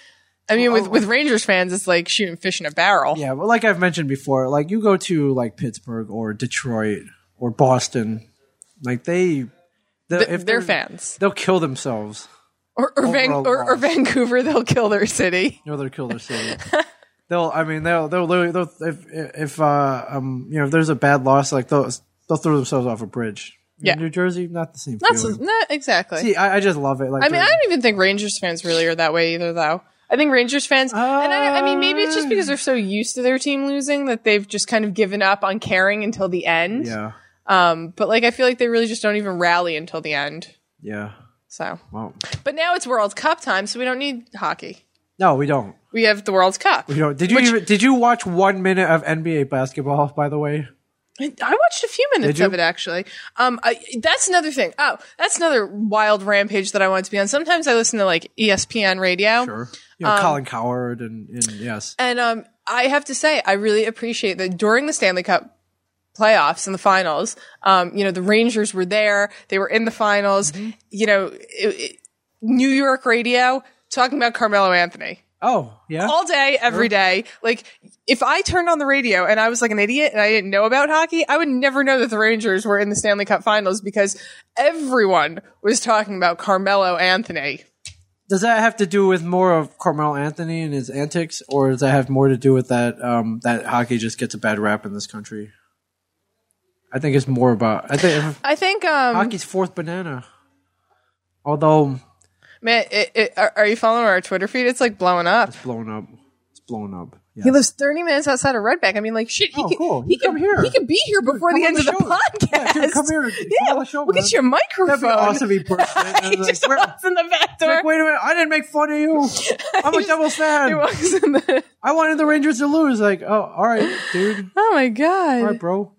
F: I mean, with with Rangers fans, it's like shooting fish in a barrel.
E: Yeah, well, like I've mentioned before, like you go to like Pittsburgh or Detroit or Boston, like they, they
F: Th- they're fans,
E: they'll kill themselves.
F: or or, Van-
E: overall
F: or, or
E: loss.
F: Vancouver, they'll kill their city.
E: No, they'll kill their city. they'll. I mean, they'll. They'll. literally- they'll if if uh, um you know if there's a bad loss, like they'll they'll throw themselves off a bridge.
F: Yeah.
E: New Jersey, not the same.
F: That's
E: feeling.
F: not exactly.
E: See, I, I just love it. Like
F: I mean, I
E: they're-
F: don't even think Rangers fans really are that way either, though. I think Rangers fans, and I, I mean, maybe it's just because they're so used to their team losing that they've just kind of given up on caring until the end.
E: yeah,
F: Um, but like, I feel like they really just don't even rally until the end.
E: yeah.
F: So,
E: Well,
F: but now it's World Cup time, so we don't need hockey.
E: no, we don't.
F: We have the World Cup.
E: We don't. Did you even, did you watch one minute of NBA basketball? By the way,
F: I watched a few
E: Did
F: minutes
E: you?
F: of it actually. Um, I, that's another thing. Oh, that's another wild rampage that I want to be on. Sometimes I listen to like E ESPN radio,
E: sure. You know, Colin Coward and, and yes,
F: Um, and um, I have to say I really appreciate that during the Stanley Cup playoffs and the finals. Um, you know, the Rangers were there; they were in the finals.
E: Mm-hmm.
F: You know, it, it, New York radio talking about Carmelo Anthony.
E: oh yeah.
F: all day, every day. Like, if I turned on the radio and I was like an idiot and I didn't know about hockey, I would never know that the Rangers were in the Stanley Cup finals because everyone was talking about Carmelo Anthony.
E: does that have to do with more of Carmelo Anthony and his antics, or does that have more to do with that um, that hockey just gets a bad rap in this country? I think it's more about I think
F: I think um,
E: hockey's fourth banana. Although
F: man, it, it, are, are you following our Twitter feed? It's like blowing up.
E: it's blown up, it's blown up. Yeah.
F: He lives 30 minutes outside of Redback. I mean, like shit. He
E: Oh,
F: could,
E: cool.
F: He
E: You come
F: could
E: here.
F: He could be here before
E: come on
F: the end
E: the
F: of the
E: show. Yeah,
F: podcast.
E: dude, come here.
F: Yeah,
E: Come on the show,
F: look
E: man.
F: at your microphone.
E: That'd be awesome. He burst in. and
F: he
E: was
F: just
E: like, "Where-
F: walks in the back door.
E: Like, wait a minute! I didn't make fun of you. I'm a double
F: he
E: fan.
F: walks in the.
E: I wanted the Rangers to lose. Like, oh, all right, dude.
F: Oh my
E: All
F: god.
E: right, bro.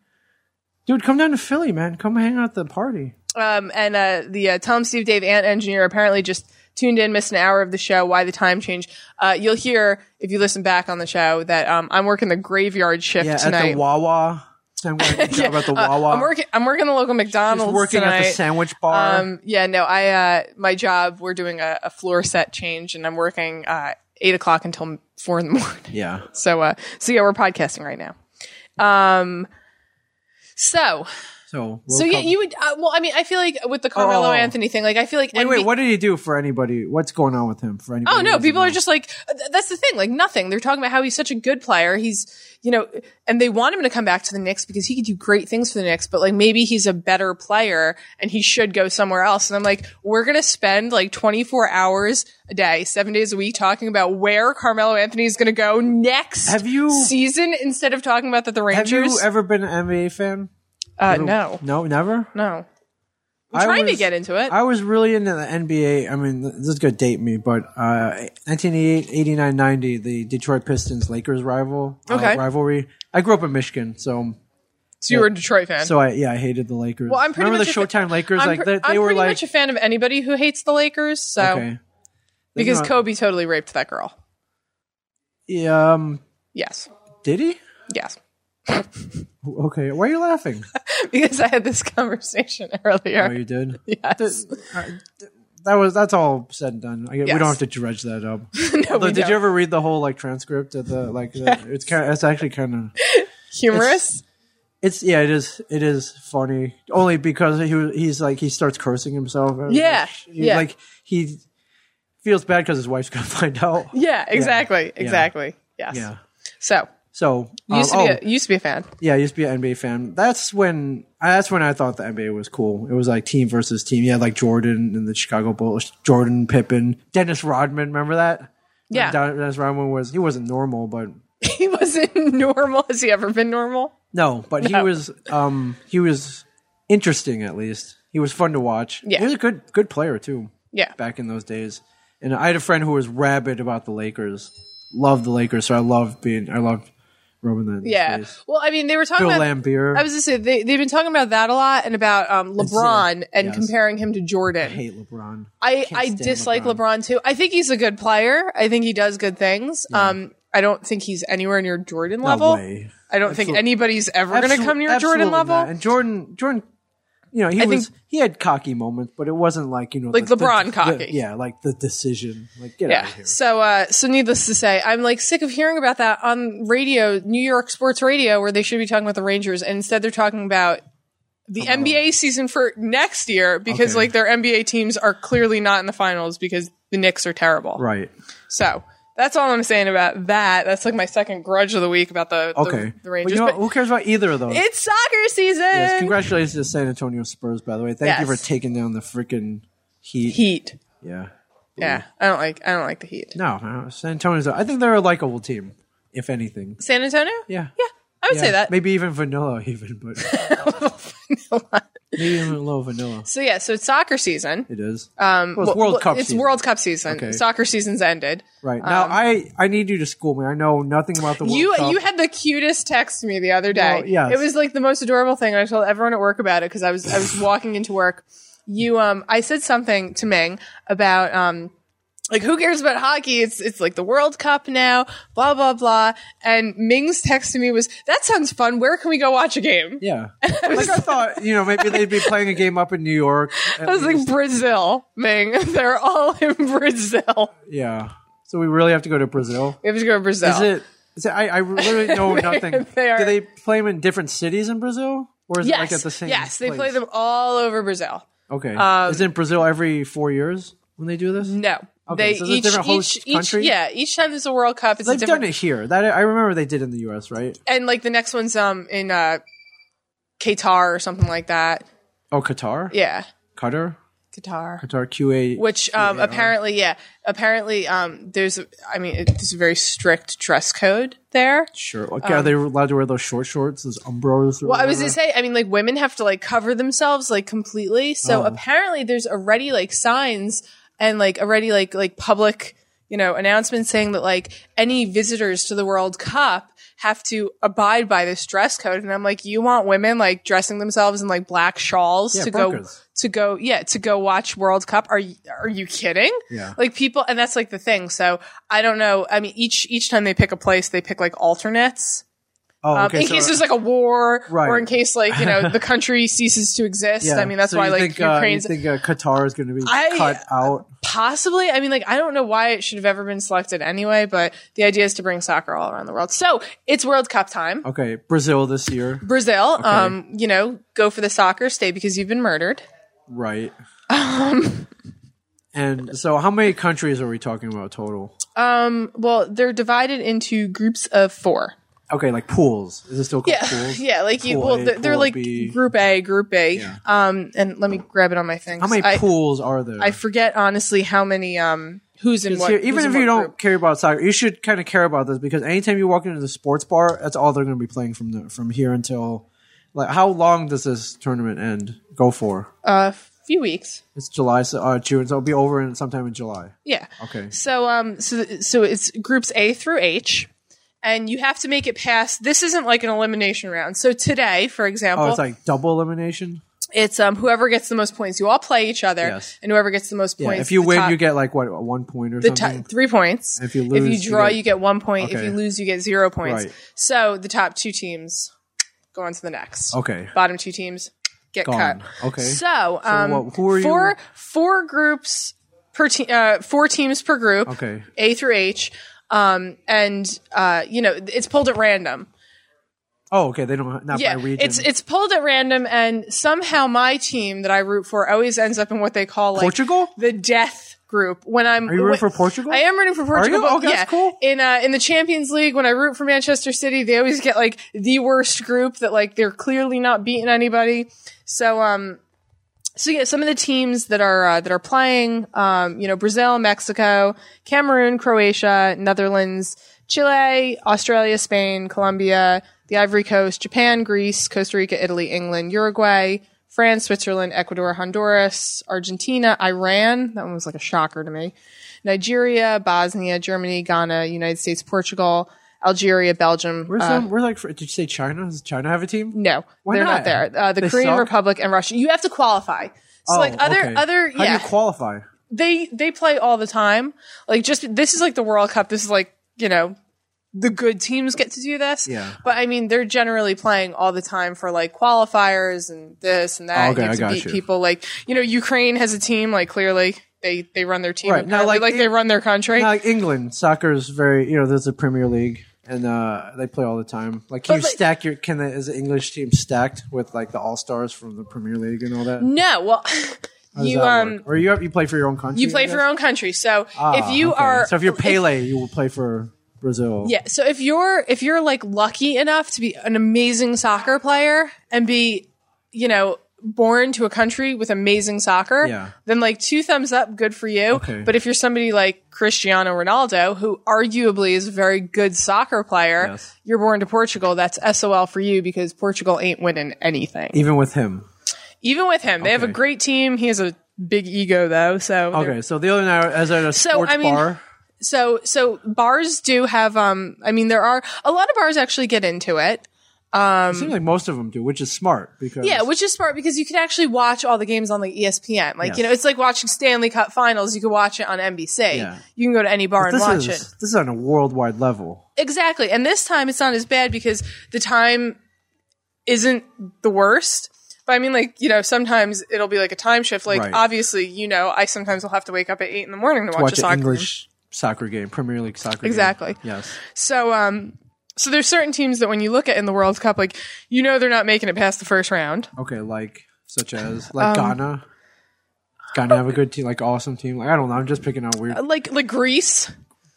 E: Dude, come down to Philly, man. Come hang out at the party.
F: Um, and uh, the uh, Tom, Steve, Dave, Ant engineer apparently just tuned in, missed an hour of the show. Why the time change? Uh, you'll hear if you listen back on the show that um, I'm working the graveyard shift
E: Yeah,
F: tonight. uh,
E: at the Wawa. Sam Wagner job at the Wawa.
F: I'm working. I'm working the local
E: She's
F: McDonald's
E: working
F: tonight.
E: at the sandwich bar.
F: Um, yeah, no, I, uh, my job, we're doing a, a floor set change and I'm working, uh, eight o'clock until four in the morning.
E: yeah.
F: So, uh, so yeah, we're podcasting right now. Um, so,
E: So,
F: so yeah, you would, uh, well, I mean, I feel like with the Carmelo
E: Oh.
F: Anthony thing, like, I feel like,
E: wait, wait.
F: NBA
E: What did he do for anybody? What's going on with him for anybody?
F: Oh
E: who
F: no,
E: doesn't
F: people
E: know?
F: are just like uh, th- that's the thing, like nothing. They're talking about how he's such a good player. He's you know, and they want him to come back to the Knicks because he could do great things for the Knicks. But like maybe he's a better player and he should go somewhere else. And I'm like, we're gonna spend like 24 hours a day, seven days a week, talking about where Carmelo Anthony is gonna go next
E: Have you-
F: season instead of talking about that the
E: Have
F: Rangers.
E: you ever been an NBA fan?
F: uh, no,
E: No, never.
F: no. I'm
E: I
F: trying to
E: was-
F: get into it.
E: I was really into the NBA. I mean, th- this is going to date me, but uh, 1988, 89, 90, the Detroit Pistons Lakers rival uh,
F: Okay.
E: rivalry. I grew up in Michigan, so
F: so you were a Detroit fan.
E: so I yeah, I hated the Lakers.
F: well, I'm pretty
E: Remember
F: much
E: the
F: a fa-
E: Showtime Lakers?
F: I'm
E: like
F: pre-
E: they, they
F: I'm
E: were
F: pretty
E: like
F: much a fan of anybody who hates the Lakers. So
E: okay, They
F: Because
E: know-
F: Kobe totally raped that girl.
E: Yeah, um,
F: Yes.
E: did he?
F: Yes.
E: Okay, why are you laughing?
F: Because I had this conversation earlier.
E: Oh, you did. uh,
F: yes.
E: That was that's all said and done. I guess,
F: Yes.
E: We don't have to dredge that up.
F: no,
E: Although,
F: we
E: did
F: don't.
E: you ever read the whole like transcript of the like? The, it's kind. It's actually kind of.
F: humorous?
E: It's yeah, it is. It is funny only because he was- he's like he starts cursing himself.
F: Yeah,
E: He-
F: yeah.
E: Like he feels bad because his wife's gonna find out.
F: Yeah, exactly. Exactly. Yes.
E: Yeah.
F: So
E: So
F: you used
E: um,
F: to
E: oh,
F: be a, you used to be a fan.
E: yeah, I used to be an NBA fan. That's when that's when I thought the NBA was cool. It was like team versus team. You had like Jordan and the Chicago Bulls, Jordan Pippen, Dennis Rodman. Remember that?
F: Yeah.
E: Don- Dennis Rodman was he wasn't normal, but
F: He wasn't normal. Has he ever been normal?
E: No, but he
F: No.
E: was um he was interesting at least. He was fun to watch.
F: Yeah.
E: He was a good good player too.
F: Yeah.
E: Back in those days. And I had a friend who was rabid about the Lakers. Loved the Lakers, so I loved being I loved rubbing that in his
F: Yeah.
E: face.
F: Well, I mean, they were talking
E: Bill
F: about
E: Lambier.
F: I was just say they they've been talking about that a lot and about um, LeBron and
E: uh, yes.
F: comparing him to Jordan.
E: I hate LeBron.
F: I,
E: Can't
F: I
E: stand
F: dislike
E: LeBron.
F: LeBron. too. I think he's a good player. I think he does good things. Um, I don't think he's anywhere near Jordan level.
E: way.
F: I don't think anybody's ever going to
E: Absol-
F: come near
E: absolutely
F: Jordan level.
E: not. And Jordan Jordan you know, he
F: I
E: was
F: think-
E: he had cocky moments, but it wasn't like, you know,
F: Like
E: the-
F: LeBron
E: the-
F: cocky.
E: the- yeah, like the decision. Like get out
F: Yeah.
E: of here.
F: So, uh, so needless to say, I'm like sick of hearing about that on radio, New York sports radio, where they should be talking about the Rangers, and instead they're talking about the NBA season for next year because
E: Okay.
F: like their NBA teams are clearly not in the finals because the Knicks are terrible.
E: Right.
F: So that's all I'm saying about that. That's like my second grudge of the week about the the-
E: Okay.
F: the, Rangers.
E: Well, you know,
F: but
E: what? who cares about either of those?
F: it's soccer season.
E: Yes, congratulations to San Antonio Spurs, by the way. Thank you
F: Yes.
E: for taking down the freaking Heat.
F: Heat.
E: Yeah.
F: Yeah, I don't like I don't like the Heat.
E: No, no, San Antonio's. I think they're a likable team, if anything.
F: San Antonio.
E: Yeah.
F: Yeah, I would say
E: Yeah,
F: that.
E: Maybe even vanilla, even, but maybe even a little vanilla.
F: So yeah, so it's soccer season.
E: It is. Um, well, it's World
F: Well,
E: Cup.
F: It's
E: season.
F: World Cup season.
E: Okay.
F: Soccer season's ended.
E: Right now, I I need you to school me. I know nothing about the World
F: you
E: Cup.
F: you had the cutest text to me the other day.
E: Well, yes.
F: It was like the most adorable thing. and I told everyone at work about it because I was I was walking into work. You um I said something to Ming about um like who cares about hockey? It's it's like the World Cup now, blah blah blah. And Ming's text to me was that sounds fun. Where can we go watch a game?
E: yeah. like I thought, you know, maybe they'd be playing a game up in New York. Uh,
F: I was like Brazil, Ming. They're all in Brazil.
E: yeah. So we really have to go to Brazil.
F: We have to go to Brazil.
E: Is it? Is it I, I literally know nothing.
F: They are-
E: Do they play them in different cities in Brazil, or is
F: Yes.
E: it like at the same?
F: yes, they um,
E: place?
F: play them all over Brazil.
E: Okay, is it in Brazil every four years when they do this?
F: No.
E: Okay,
F: they
E: so it's a
F: each,
E: different host
F: each, each,
E: country?
F: yeah, each time there's a World Cup, it's a
E: They've
F: different
E: done it here. That I remember they did in the U.S. Right?
F: and like the next one's um in uh Qatar or something like that.
E: Oh, Qatar.
F: Yeah,
E: Qatar.
F: Qatar.
E: Qatar. QA.
F: Which um apparently yeah apparently um there's a- I mean it, there's a very strict dress code there.
E: Sure. Okay, are they allowed to wear those short shorts? Those umbros? or
F: Um, Well, I
E: whatever?
F: was gonna say I mean like women have to like cover themselves like completely.
E: Oh.
F: So apparently there's already like signs and like already like like public you know announcements saying that like any visitors to the World Cup have to abide by this dress code and i'm like you want women like dressing themselves in like black shawls
E: Yeah,
F: to go
E: burkas.
F: to go yeah to go watch world cup are you are you kidding
E: Yeah.
F: like people and that's like the thing so i don't know i mean each each time they pick a place they pick like alternates
E: Oh,
F: um,
E: okay,
F: in
E: so-
F: case there's like a war
E: Right.
F: or in case like you know the country ceases to exist i mean that's
E: so
F: why
E: you
F: like
E: think, uh,
F: ukraine's
E: you think uh, Qatar is going to be
F: I-
E: cut out.
F: possibly i mean like i don't know why it should have ever been selected anyway but the idea is to bring soccer all around the world so it's world cup time
E: Okay, Brazil this year,
F: brazil um you know go for the soccer stay because you've been murdered
E: right?
F: Um.
E: and so, how many countries are we talking about total?
F: well they're divided into groups of four
E: Okay, like pools. Is it still called
F: Yeah,
E: pools?
F: yeah, like you.
E: Pool
F: Well,
E: A,
F: they're, they're
E: pool
F: like
E: B.
F: group A, group A. Um, and let me grab it on my thing.
E: How many
F: I,
E: pools are there?
F: I forget honestly how many. Um, who's in what?
E: Here,
F: who's
E: even
F: in
E: if you
F: what
E: don't
F: group.
E: care about soccer, you should kind of care about this because anytime you walk into the sports bar, that's all they're going to be playing from the from here until. Like, how long does this tournament end? Go for
F: uh, few weeks.
E: it's July, so, uh, June, so it'll be over in sometime in July.
F: Yeah.
E: Okay. Oh,
F: So um, so so it's groups A through H, and you have to make it past. This isn't like an elimination round. So today, for example,
E: Oh, it's like double elimination.
F: it's, um whoever gets the most points. You all play each other,
E: Yes.
F: and whoever gets the most
E: Yeah,
F: points.
E: if you
F: the
E: win,
F: top-
E: you get like what a one point or
F: the
E: something.
F: top three points.
E: If you lose, you
F: draw,
E: get-
F: you get one point. If
E: Okay.
F: you lose, you get zero points.
E: Right.
F: So the top two teams go on to the next.
E: Okay.
F: Bottom two teams get
E: Gone.
F: cut.
E: Okay.
F: So, um,
E: what- who are
F: four
E: you-
F: four groups per te- uh, four teams per group.
E: Okay.
F: A through H, um, and uh, you know it's pulled at random.
E: Oh, okay. They don't not by region.
F: it's it's pulled at random, and somehow my team that I root for always ends up in what they call like
E: Portugal?
F: the death group. When I'm
E: Are you rooting for
F: when-
E: Portugal?
F: I am rooting for Portugal.
E: you?
F: but
E: Okay, that's
F: yeah,
E: cool.
F: In uh, in the Champions League, when I root for Manchester City, they always get like the worst group that like they're clearly not beating anybody. So um. So yeah, some of the teams that are uh, that are playing, um, you know, Brazil, Mexico, Cameroon, Croatia, Netherlands, Chile, Australia, Spain, Colombia, the Ivory Coast, Japan, Greece, Costa Rica, Italy, England, Uruguay, France, Switzerland, Ecuador, Honduras, Argentina, Iran. That one was like a shocker to me. Nigeria, Bosnia, Germany, Ghana, United States, Portugal, Algeria, Belgium.
E: we're,
F: uh,
E: some, we're like. for- Did you say China? Does China have a team?
F: no,
E: Why
F: they're not,
E: not?
F: there. Uh, the
E: They
F: Korean
E: suck?
F: Republic and Russia. You have to qualify. So
E: Oh,
F: like other
E: okay.
F: other
E: How do
F: yeah
E: you qualify?
F: they they play all the time. Like just this is like the World Cup. This is like you know the good teams get to do this.
E: Yeah.
F: But I mean they're generally playing all the time for like qualifiers and this and that.
E: Oh, Okay,
F: you
E: I
F: have to
E: got
F: beat
E: you.
F: people like you know Ukraine has a team like clearly they they run their team
E: Right. Now,
F: apparently,
E: like,
F: like, they
E: it-
F: run their country.
E: Now, like England, soccer is very. You know, there's a Premier League, and uh, they play all the time. Like, can
F: But,
E: you
F: like-
E: stack your? Can the, is the English team stacked with like the all stars from the Premier League and all that?
F: no, well
E: How does
F: you
E: that
F: um
E: work? or you have, you play for your own country.
F: you play
E: I
F: for
E: guess?
F: your own country. So
E: Ah,
F: if you
E: okay.
F: are
E: so if you're Pele, you will play for Brazil.
F: Yeah, so if you're if you're like lucky enough to be an amazing soccer player and be, you know, born to a country with amazing soccer,
E: Yeah.
F: then like two thumbs up, good for you.
E: Okay.
F: But if you're somebody like Cristiano Ronaldo, who arguably is a very good soccer player,
E: Yes.
F: you're born to Portugal, that's SOL for you because Portugal ain't winning anything.
E: Even with him.
F: Even with him. They have a
E: Okay.
F: great team. He has a big ego though, so they're-
E: Okay, so the other night as at a
F: So,
E: sports
F: I mean-
E: bar.
F: so so bars do have um I mean there are a lot of bars actually get into it.
E: It seems like most of them do, which is smart because
F: um, Yeah, which is smart because you can actually watch all the games on like E ESPN. Like you
E: Yes.
F: know, it's like watching Stanley Cup Finals. You can watch it on NBC.
E: Yeah.
F: You can go to any bar and
E: this
F: watch
E: is
F: it.
E: this is on a worldwide level.
F: Exactly. And this time it's not as bad because the time isn't the worst. But I mean, like you know, sometimes it'll be like a time shift. Like
E: Right.
F: obviously, you know, I sometimes will have to wake up at eight in the morning to, watch
E: watch
F: a
E: an
F: soccer game.
E: English soccer game, Premier League soccer. game.
F: Exactly.
E: Yes.
F: So um so there's certain teams that when you look at in the World Cup, like you know they're not making it past the first round. Um,
E: Okay. Like such as like Ghana. Ghana have a good team, like awesome team. Like I don't know, I'm just picking on weird.
F: Like like Greece.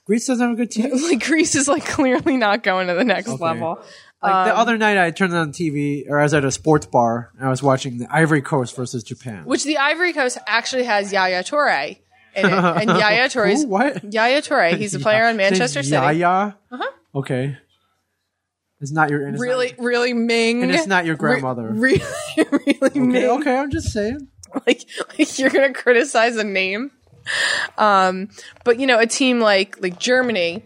E: Greece doesn't have a good team.
F: Like Greece is like clearly not going to the next level.
E: Like
F: Um,
E: the other night, I turned on TV, or I was at a sports bar, and I was watching the Ivory Coast versus Japan.
F: Which the Ivory Coast actually has Yaya Toure. In it. And Yaya Toure's
E: Who? What?
F: Yaya Toure, he's a player on
E: His name's
F: Manchester City.
E: Yaya. Uh-huh. Okay. It's not your and it's not-
F: Really, really Ming.
E: and it's not your
F: Re-
E: grandmother.
F: Really, really Ming.
E: okay, okay, I'm just saying.
F: like, like you're gonna criticize a name um but you know a team like like germany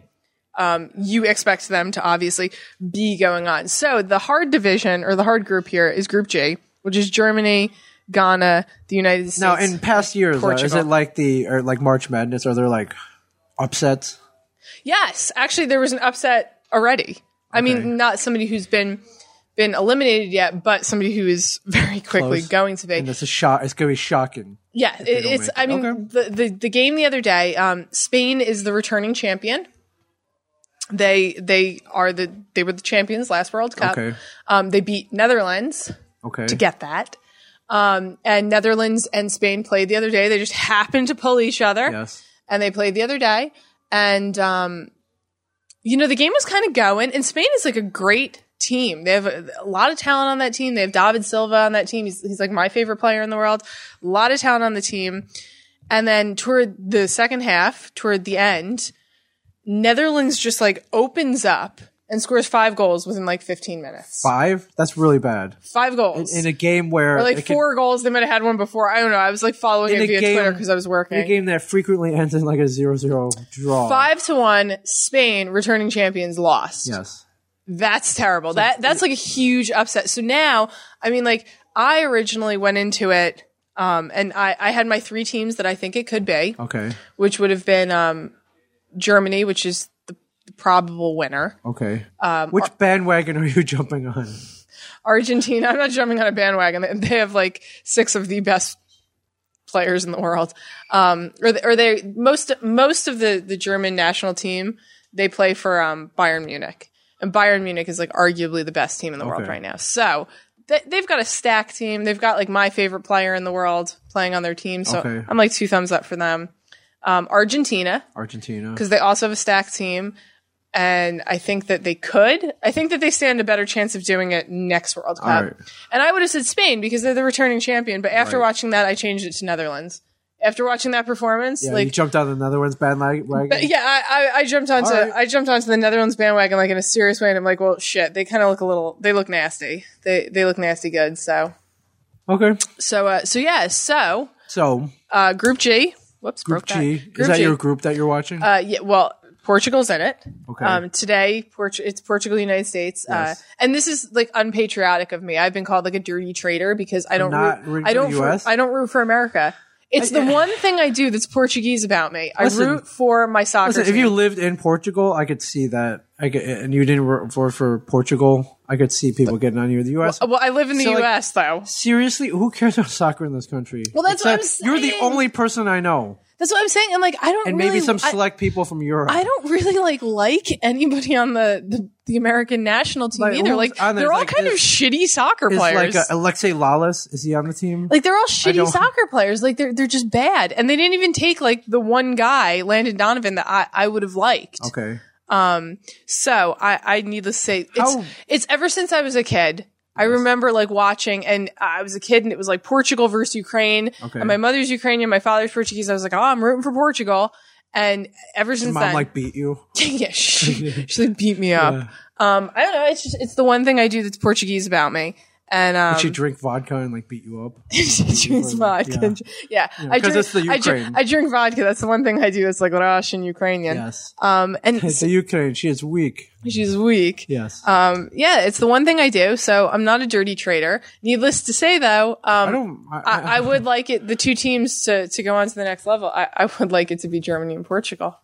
F: um you expect them to obviously be going on so the hard division or the hard group here is group g which is germany ghana the united states
E: Now, in past years, though, is
F: Portugal.
E: it like the or like March Madness? Are there like upsets?
F: yes actually there was an upset already i
E: Okay.
F: mean not somebody who's been been eliminated yet but somebody who is very quickly
E: Close.
F: going to be
E: And it's a shot. It's gonna be shocking.
F: Yeah, it,
E: don't
F: it's.
E: make it.
F: I mean,
E: Okay.
F: the, the the game the other day, um, Spain is the returning champion. They they are the they were the champions last World Cup.
E: Okay.
F: Um, they beat Netherlands.
E: Okay.
F: Get that. Um, and Netherlands and Spain played the other day. They just happened to pull each other,
E: Yes.
F: and they played the other day. And um, you know, the game was kind of going. And Spain is like a great team. They have a, a lot of talent on that team. They have David Silva on that team. He's, he's like my favorite player in the world. A lot of talent on the team. And then toward the second half, toward the end, Netherlands just like opens up and scores five goals within like 15 minutes.
E: Five. That's really bad.
F: Five goals.
E: In a game where
F: or like
E: it can-
F: four goals. They might have had one before. I don't know. I was like following
E: In
F: it
E: a
F: via
E: game-
F: Twitter because I was
E: in
F: working.
E: a game that frequently ends in like a zero-zero draw.
F: Five to one, Spain, returning champions, lost.
E: Yes.
F: That's terrible. that that's like a huge upset. So now, I mean, like I originally went into it, um, and I I had my three teams that I think it could be,
E: Okay.
F: which would have been um, Germany, which is the, the probable winner,
E: Okay. Um,
F: uh,
E: Which bandwagon are you jumping on?
F: Argentina. I'm not jumping on a bandwagon. They- They have like six of the best players in the world, um, or they, or they most most of the the German national team they play for um, Bayern Munich, and Bayern Munich is like arguably the best team in the world
E: Okay.
F: right now. So they, they've got a stack team. They've got like my favorite player in the world playing on their team. So
E: Okay.
F: I'm like two thumbs up for them. Um, Argentina
E: Argentina.
F: because they also have a stack team. And I think that they could. I think that they stand a better chance of doing it next World Cup.
E: All right.
F: And I would have said Spain because they're the returning champion. But after watching that, I changed it to Netherlands. After watching that performance,
E: Yeah, you
F: like
E: jumped on the Netherlands bandwagon.
F: but yeah, I, I, I jumped onto
E: All right.
F: I jumped onto the Netherlands bandwagon like in a serious way, and I'm like, well, shit, they kind of look a little, they look nasty. They they look nasty good. So
E: okay.
F: so uh, so yeah. So
E: So
F: uh, Group G, whoops,
E: Group
F: broke
E: G.
F: That.
E: Is that your group that you're watching?
F: Uh, yeah, well, Portugal's in it.
E: Okay.
F: Um, today, Port- it's Portugal, United States. Uh,
E: Yes.
F: and this is like unpatriotic of me. I've been called like a dirty traitor because I don't
E: not
F: root,
E: rooting
F: I
E: for
F: don't
E: the
F: root-
E: US?
F: I don't root for America. It's the one thing I do that's Portuguese about me. I
E: Listen.
F: root for my soccer
E: Listen,
F: team.
E: if you lived in Portugal, I could see that. I could, and you didn't work for, for Portugal, I could see people getting on you in the U.S.
F: Uh, well, oh. I live in the
E: So, like-
F: U.S. though.
E: Seriously, who cares about soccer in this country?
F: Well, that's what I'm
E: You're the
F: saying.
E: only person I know,
F: That's what I'm saying. And like, I don't
E: and
F: really.
E: maybe some
F: I-
E: select people from Europe.
F: I don't really like like anybody on the, the, the American national team
E: Like,
F: either.
E: who's
F: Like
E: on there?
F: they're all
E: Like,
F: kind of
E: is-
F: shitty soccer
E: Is
F: players.
E: like uh, Alexei Lalas? Is he on the team?
F: Like they're all shitty
E: don't-
F: soccer players. Like they're they're just bad, and they didn't even take like the one guy, Landon Donovan, that I, I would have liked.
E: okay.
F: So I I needless to say it's
E: How-
F: it's ever since I was a kid. I remember like watching, and I was a kid, and it was like Portugal versus Ukraine.
E: Okay.
F: And my mother's Ukrainian, my father's Portuguese. I was like, oh, I'm rooting for Portugal. And ever since
E: Mom
F: then,
E: like beat you.
F: yeah, she, she like beat me up. Um, I don't know. It's just it's the one thing I do that's Portuguese about me. And um,
E: she drink vodka and like beat you up.
F: drinks vodka. Yeah, I
E: 'cause
F: drink,
E: it's the
F: I drink-
E: Ukraine.
F: I drink vodka. That's the one thing I do. That's like Russian Ukrainian.
E: Yes.
F: Um, and
E: It's the Ukraine. She is weak.
F: she's weak.
E: Yes.
F: Um, yeah, it's the one thing I do. So I'm not a dirty traitor. Needless to say, though, um, I,
E: I don't. I,
F: I,
E: I-
F: would like it the two teams to to go on to the next level. I, I would like it to be Germany and Portugal.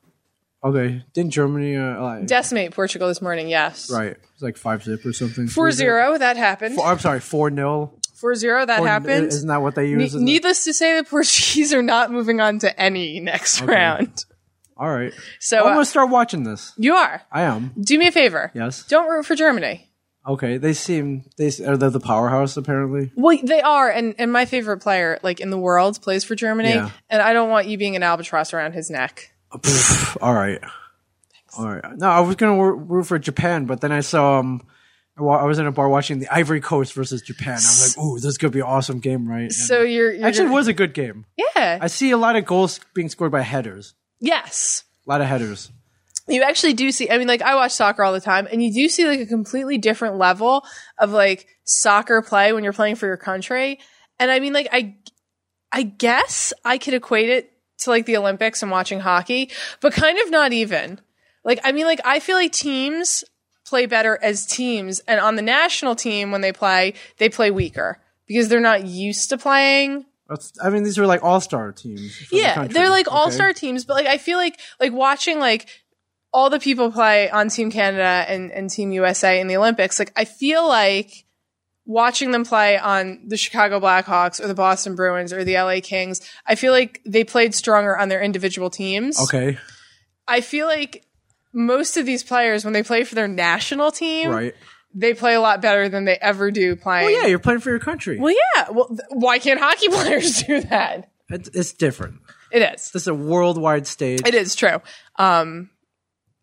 E: okay. Didn't Germany? Uh, like,
F: Decimate Portugal this morning. Yes,
E: right. It's like five zip or something.
F: 4
E: Four
F: 0, that happened.
E: Four, Oh, I'm sorry. Four nil.
F: 4 0, that
E: Or
F: happened.
E: Isn't that what they
F: Ne-
E: use? in the-
F: needless to say, the Portuguese are not moving on to any next round.
E: All right.
F: So,
E: I'm
F: uh,
E: gonna start watching this.
F: You are.
E: I am.
F: Do me a favor.
E: Yes.
F: Don't root for Germany.
E: Okay, they seem they s- are they the powerhouse apparently.
F: Well, they are, and and my favorite player, like in the world, plays for Germany,
E: Yeah.
F: and I don't want you being an albatross around his neck.
E: Pff, all right. All right. No, I was gonna wor- root for Japan, but then I saw um, I wa- I was in a bar watching the Ivory Coast versus Japan. I was like, ooh, this could be an awesome game, right? And
F: So you're, you're
E: actually it was a good game.
F: yeah,
E: I see a lot of goals being scored by headers.
F: yes.
E: A lot of headers.
F: You actually do see. I mean, like I watch soccer all the time, and you do see like a completely different level of like soccer play when you're playing for your country. And I mean, like I, I guess I could equate it to like the Olympics and watching hockey, but kind of not even. Like I mean, like I feel like teams play better as teams, and on the national team when they play, they play weaker because they're not used to playing
E: That's, I mean, these were like all star teams. for the
F: yeah,
E: country,
F: they're like
E: okay?
F: all star teams, but like I feel like like watching like all the people play on Team Canada and, and Team USA in the Olympics, like I feel like watching them play on the Chicago Blackhawks or the Boston Bruins or the LA Kings, I feel like they played stronger on their individual teams.
E: Okay,
F: I feel like most of these players when they play for their national team,
E: right.
F: they play a lot better than they ever do playing.
E: Well, yeah, you're playing for your country.
F: Well, yeah. Well, th- why can't hockey players do that?
E: It's, it's different.
F: It is.
E: This is a worldwide stage.
F: It is true. Um,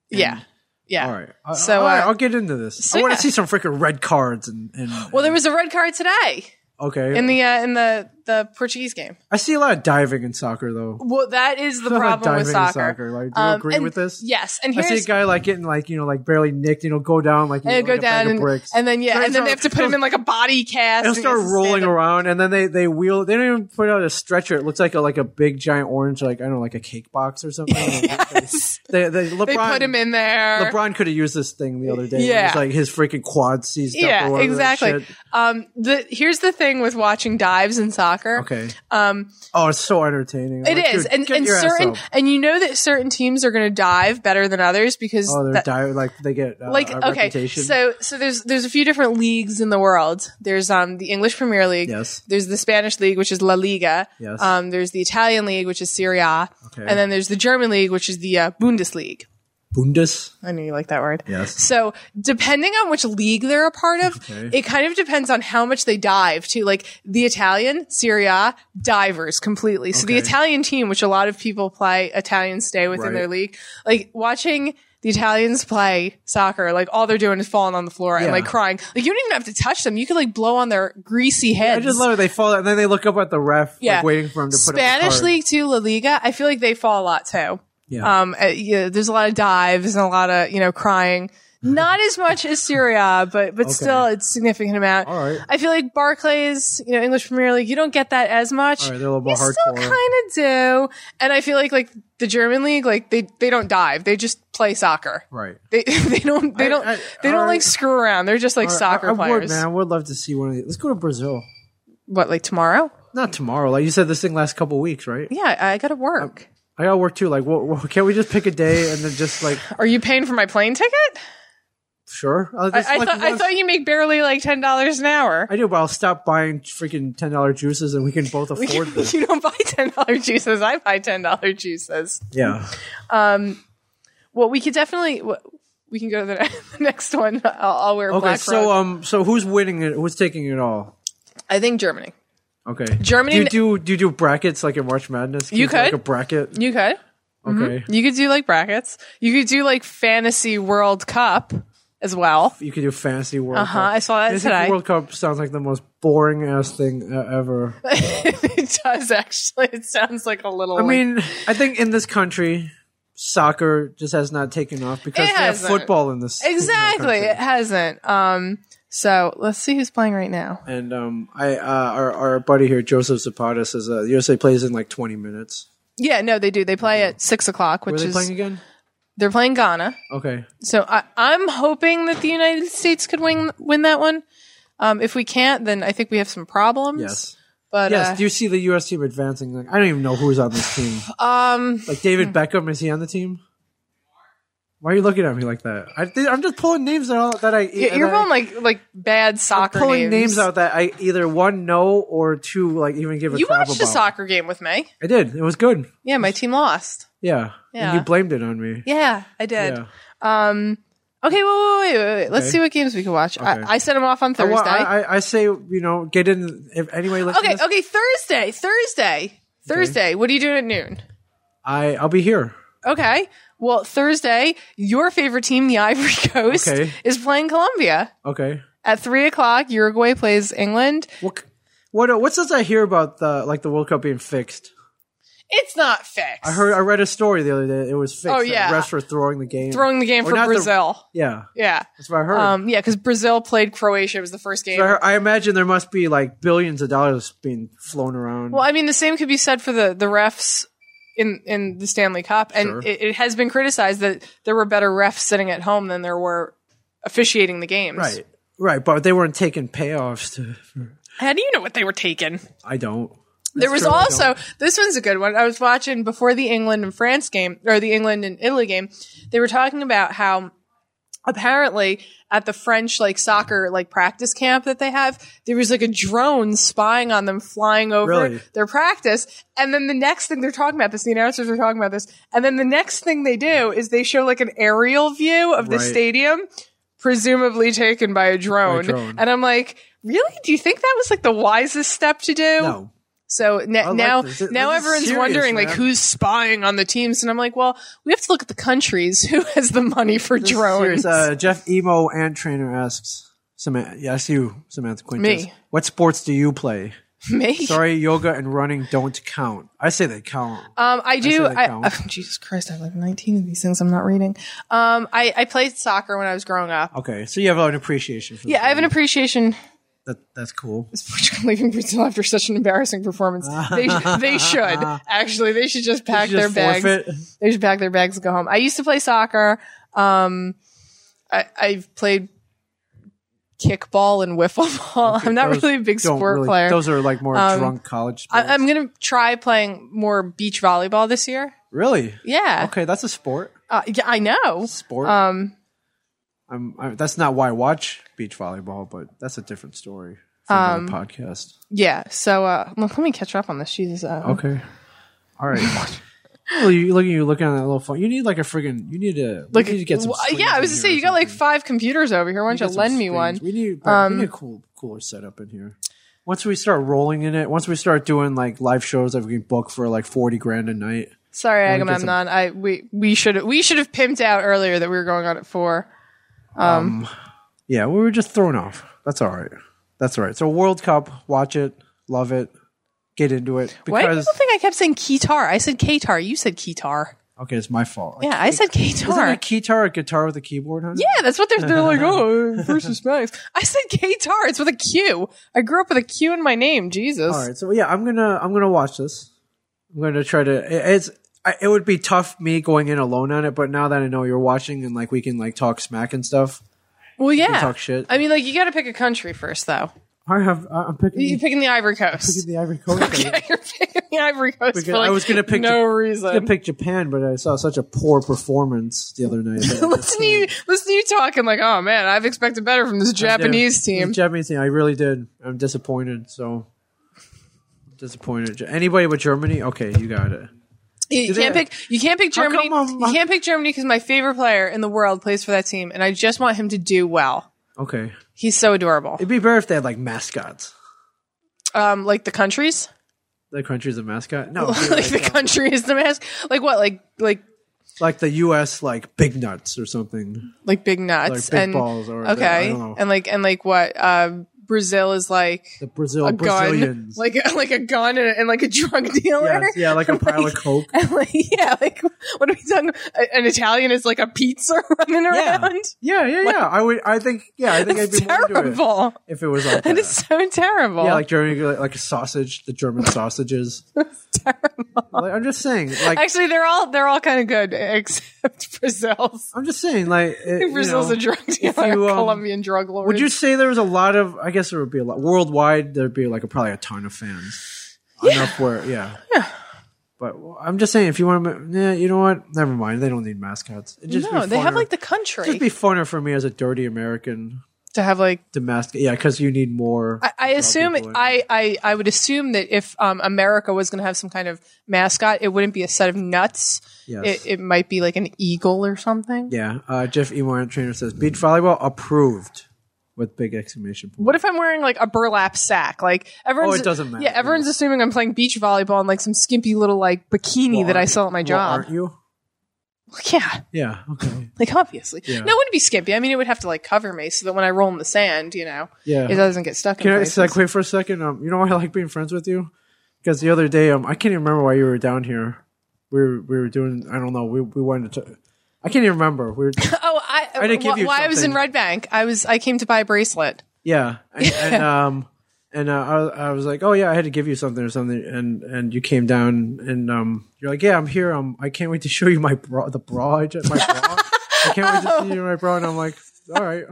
F: yeah, yeah.
E: All right. I-
F: So,
E: all right,
F: uh,
E: I'll get into this. I want
F: yeah.
E: to see some freaking red cards and, and
F: Well, there was a red card today
E: okay.
F: in the uh, in the the Portuguese game.
E: I see a lot of diving in soccer though.
F: Well, that is the
E: Stuff like
F: problem with
E: diving
F: soccer. Um,
E: in soccer, like, do you agree
F: and-
E: with this?
F: Yes, and
E: I see a
F: here's
E: guy like getting like you know like barely nicked, you know, go down like you
F: and
E: know, like a bag
F: it'll go down
E: of
F: and,
E: bricks.
F: and then yeah,
E: Right,
F: and then
E: so
F: they have to put him in like a body cast.
E: They'll
F: and he
E: start
F: has to
E: rolling
F: stand up.
E: around, and then they they wheel. They don't even put out a stretcher. It looks like a like a big giant orange, like I don't know, like a cake box or something.
F: Yes.
E: They, they, LeBron,
F: They put him in there.
E: LeBron could have used this thing the other day. Yeah,
F: Yeah.
E: it's like his freaking quad seized up. or
F: yeah,
E: whatever that
F: exactly.
E: shit.
F: Um, the here's the thing with watching dives in soccer.
E: Okay.
F: Um,
E: Oh, it's so entertaining. I'm
F: It
E: like,
F: is,
E: dude,
F: and
E: get
F: and
E: your ass
F: certain,
E: up.
F: and you know that certain teams are going to dive better than others because
E: Oh, they're
F: that-
E: di- like they get uh,
F: like
E: a
F: okay,
E: reputation.
F: so so there's there's a few different leagues in the world. There's um the English Premier League.
E: Yes.
F: There's the Spanish league, which is La Liga.
E: Yes.
F: Um, there's the Italian league, which is Serie A.
E: Okay.
F: And then there's the German league, which is the uh, Bundesliga.
E: Bundes.
F: I know you like that word.
E: Yes.
F: So depending on which league they're a part of,
E: Okay.
F: it kind of depends on how much they dive to. Like the Italian Serie A divers completely. So the
E: Okay.
F: Italian team, which a lot of people play, Italians stay within
E: Right.
F: their league. Like watching the Italians play soccer, like all they're doing is falling on the floor
E: Yeah.
F: and like crying. Like you don't even have to touch them. You could like blow on their greasy heads.
E: I just love it. They fall and then they look up at the ref, like waiting for him to put up the
F: Spanish
E: card.
F: league too, La Liga. I feel like they fall a lot too.
E: Yeah.
F: Um, uh, yeah, there's a lot of dives and a lot of you know crying. Not as much as Syria, but but still it's significant amount.
E: All right.
F: I feel like Barclays, you know, English Premier League, you don't get that as much.
E: All right, they're a little
F: you
E: more
F: still
E: hardcore.
F: kind of do. And I feel like like the German league, like they they don't dive, they just play soccer.
E: right.
F: They they don't they
E: I-
F: don't
E: I-
F: they
E: all
F: don't
E: right.
F: like screw around. They're just like
E: All right,
F: soccer
E: I, I
F: players.
E: Would, man, I would love to see one of these. Let's go to Brazil.
F: What like tomorrow?
E: Not tomorrow. Like you said, this thing last couple weeks, right?
F: Yeah, I got to work.
E: I gotta work too. Like, what, what, can't we just pick a day and then just like,
F: Are you paying for my plane ticket?
E: sure? Uh, I'll
F: I,
E: just,
F: I,
E: like,
F: thought, I
E: once-
F: thought you make barely like ten dollars an hour.
E: I do, but I'll stop buying freaking ten dollar juices, and we can both afford them.
F: you don't buy ten dollar juices. I buy ten dollar juices.
E: Yeah,
F: Well, we could definitely w- we can go to the ne- next one. I'll, I'll wear
E: Okay,
F: black.
E: so
F: robe.
E: um, so who's winning it? Who's taking it all?
F: I think Germany.
E: Okay,
F: Germany-
E: Do you do, do you do brackets like in March Madness? Can
F: You
E: do, like
F: could. Mm-hmm.
E: a bracket.
F: You could
E: Okay,
F: you could do like brackets. You could do like fantasy World Cup as well.
E: you could do fantasy World.
F: Uh huh.
E: Cup.
F: I saw that
E: Fantasy
F: today.
E: World Cup sounds like the most boring ass thing uh, ever.
F: it does actually. It sounds like a little.
E: I mean, I think in this country, soccer just has not taken off because
F: It
E: we have
F: hasn't.
E: football in this in our
F: exactly.
E: country.
F: It hasn't. Um. So let's see who's playing right now.
E: And um, I uh, our our buddy here, Joseph Zapata, says uh, USA plays in like twenty minutes.
F: Yeah, no, they do. They play at six o'clock,
E: Where
F: which
E: are they
F: is
E: playing again?
F: they're playing Ghana.
E: Okay,
F: So I, I'm hoping that the United States could win win that one. Um, if we can't, then I think we have some problems.
E: yes.
F: But
E: Yes.
F: uh,
E: do you see the U.S. team advancing? Like, I don't even know who's on this team.
F: um,
E: Like David Beckham, is he on the team? Why are you looking at me like that? I, th- I'm just pulling names that, all, that I.
F: y- you're
E: that I-
F: pulling like like bad
E: I'm
F: soccer
E: pulling
F: names.
E: names out that I either one know or two like even give a
F: You
E: crap
F: watched a
E: about.
F: soccer game with me.
E: I did. It was good.
F: Yeah, my team lost.
E: Yeah. And
F: Yeah.
E: you blamed it on me.
F: Yeah, I did.
E: Yeah.
F: Um, Okay, wait, wait, wait, wait, wait. Let's
E: Okay.
F: see what games we can watch.
E: Okay.
F: I, I set them off on
E: I
F: Thursday.
E: wa- I, I, I say, you know, get in if anyway.
F: okay, okay, Thursday, Thursday, Thursday. What are you doing at noon?
E: I I'll be here.
F: Okay. Well, Thursday, your favorite team, the Ivory Coast,
E: Okay.
F: is playing Colombia
E: Okay.
F: at three o'clock. Uruguay plays England.
E: What what what does I hear about the like the World Cup being fixed?
F: It's not fixed.
E: I heard I read a story the other day. It was fixed.
F: Oh,
E: that
F: yeah.
E: refs were throwing the game.
F: throwing the game
E: Or
F: for
E: not the-
F: Brazil.
E: yeah,
F: yeah.
E: that's what I heard.
F: Um, yeah, because Brazil played Croatia. It was the first game.
E: So I, heard- I imagine there must be like billions of dollars being flown around.
F: Well, I mean, the same could be said for the the refs in in the Stanley Cup, and
E: Sure.
F: it, it has been criticized that there were better refs sitting at home than there were officiating the games.
E: right, right, but they weren't taking payoffs. To,
F: How do you know what they were taking?
E: I don't.
F: There was
E: true, I
F: also this one's a good one. I was watching before the England and France game or the England and Italy game. They were talking about how apparently at the French like soccer like practice camp that they have, there was like a drone spying on them flying over
E: Really?
F: their practice. And then the next thing they're talking about this, the announcers are talking about this, and then the next thing they do is they show like an aerial view of the
E: Right.
F: stadium, presumably taken by a drone.
E: drone.
F: And I'm like, really? Do you think that was like the wisest step to do?
E: No,
F: So na-
E: like
F: now,
E: this. This-
F: now
E: this is
F: everyone's
E: serious,
F: wondering like
E: man.
F: who's spying on the teams, and I'm like, well, we have to look at the countries who has the money for drones.
E: Here's, uh, Jeff Emo and Trainer asks Samantha. Yes, you, Samantha Quintus.
F: Me.
E: What sports do you play?
F: Me,
E: Sorry, yoga and running don't count. I say they count.
F: um, I do.
E: that
F: I,
E: count.
F: oh, Jesus Christ, I have like 19 of these things I'm not reading. Um, I, I played soccer when I was growing up.
E: okay, so you have an appreciation for
F: Yeah, I have an appreciation
E: that. That's cool.
F: for leaving Brazil after such an embarrassing performance. They, they should actually. They should just pack
E: You
F: their
E: just
F: bags.
E: forfeit.
F: They should pack their bags and go home. I used to play soccer. Um, I, I've played kickball and wiffle ball. I'm not
E: Those
F: really a big
E: don't
F: sport
E: really-
F: player.
E: Those are like more
F: Um,
E: drunk college. Sports.
F: I, I'm going to try playing more beach volleyball this year.
E: really
F: Yeah.
E: okay. That's a sport.
F: Uh, yeah, I know.
E: Sport.
F: Um,
E: I'm, I, that's not why I watch beach volleyball, but that's a different story for another
F: Um,
E: podcast.
F: yeah. So uh, let me catch up on this. Jesus. Uh,
E: Okay. All right. Well, you look at you looking on that little phone. You need like a friggin' you need to
F: Look,
E: we need to get some.
F: Wh-
E: screens
F: yeah, I
E: in
F: was
E: here
F: just
E: or
F: saying, you got like
E: something.
F: five computers over here. Why
E: We
F: don't
E: need
F: you
E: some
F: lend me
E: screens.
F: one?
E: We need
F: Um,
E: we need a cool cooler setup in here. Once we start rolling in it, once we start doing like live shows that we can book for like forty grand a night.
F: Sorry,
E: we get
F: Agamemnon. I we we should we should have pimped out earlier that we were going on at four.
E: Yeah, we were just thrown off. That's all right. That's all right. So World Cup, watch it, love it, get into it
F: Why do
E: because
F: people think I kept saying Kitar? I said Katar. You said Kitar.
E: okay, it's my fault. Like,
F: Yeah, I said
E: Isn't
F: Katar.
E: a guitar a guitar with a keyboard on it?
F: Yeah, that's what they're they're like. Oh, versus Max. I said Katar. It's with a Q. I grew up with a Q in my name. Jesus.
E: All right, so yeah, I'm gonna I'm gonna watch this. I'm gonna try to. it- It's I, it would be tough me going in alone on it, but now that I know you're watching and like we can like talk smack and stuff.
F: Well, yeah.
E: talk shit.
F: I mean, like you got to pick a country first, though.
E: I have I'm picking,
F: You're picking the Ivory Coast.
E: the Ivory Coast.
F: Yeah, you're picking the Ivory Coast.
E: Because
F: for, like,
E: I was gonna pick
F: no
E: Ja- I was
F: reason.
E: gonna pick Japan, but I saw such a poor performance the other night.
F: listen to you. Listen to you talking like, oh man, I've expected better from this Japanese
E: Yeah,
F: team.
E: the Japanese team. I really did. I'm disappointed. So disappointed. Anybody but Germany? Okay, you got it.
F: You, you can't
E: they-
F: pick. You can't pick
E: How
F: Germany.
E: come I'm-
F: you can't pick Germany because my favorite player in the world plays for that team, and I just want him to do well.
E: Okay,
F: He's so adorable.
E: it'd be better if they had like mascots.
F: Um, like the countries,
E: The country's a mascot. No, it'd be
F: like the country is the mask. Like what? Like like
E: like the U.S. like big nuts or something.
F: like big nuts
E: Like big
F: and
E: balls or the- I
F: okay,
E: don't know.
F: and like and like what? Uh, Brazil is like
E: The Brazil
F: a gun,
E: Brazilians.
F: like like a gun and, and like a drug dealer.
E: Yes, yeah, like a pile of coke.
F: And like, yeah, like what are we talking? a- An Italian is like a pizza running around.
E: Yeah, yeah, yeah. I would. I think. Yeah, I think I'd
F: It's
E: be more into it
F: terrible.
E: if it was like
F: That
E: that.
F: is so terrible.
E: yeah, like Germany, like, like a sausage. The German sausages. Like, I'm just saying. Like
F: Actually, they're all they're all kind of good except Brazil's.
E: I'm just saying. Like it, you
F: Brazil's
E: know.
F: a drug dealer,
E: you, um,
F: Colombian drug lord.
E: Would you say there was a lot of? I guess there would be a lot worldwide. There'd be like a, probably a ton of fans. Enough where, yeah, yeah. But well, I'm just saying, if you want to, yeah, you know what? Never mind. They don't need mascots. It'd just
F: no?
E: be
F: They have
E: funner.
F: like the
E: It'd
F: country.
E: just be funner for me as a dirty American.
F: to have like
E: domestic. Yeah, because you need more.
F: I, I assume
E: people in.
F: I, I I would assume that if um, America was going to have some kind of mascot, it wouldn't be a set of nuts.
E: Yes.
F: It, it might be like an eagle or something.
E: yeah, uh, Jeff Emore trainer says beach volleyball approved with big exclamation point.
F: What if I'm wearing like a burlap sack? Like everyone's
E: Oh, it doesn't matter.
F: Yeah, everyone's assuming I'm playing beach volleyball in like some skimpy little like bikini that I sell at my
E: Well,
F: job.
E: aren't you?
F: yeah,
E: Yeah. Okay.
F: like obviously.
E: Yeah.
F: No, it wouldn't be skimpy. I mean, it would have to like cover me so that when I roll in the sand, you know,
E: Yeah.
F: it doesn't get stuck.
E: Can
F: in
E: I
F: places.
E: segue for a second? Um, you know why I like being friends with you? Because the other day, um, I can't even remember why you were down here. We were, we were doing. I don't know. We we wanted to. I can't even remember. We were.
F: Oh, I,
E: I didn't give
F: wh-
E: you
F: Why I was in
E: something.
F: Red Bank, I was I came to buy a bracelet.
E: Yeah, and, and um, and uh, I, was- I was like, oh yeah, I had to give you something or something, and and you came down and um, you're like, yeah, I'm here. Um, I can't wait to show you my bra, the bra, I just, my bra. I can't wait to see you in my bra, and I'm like, all right,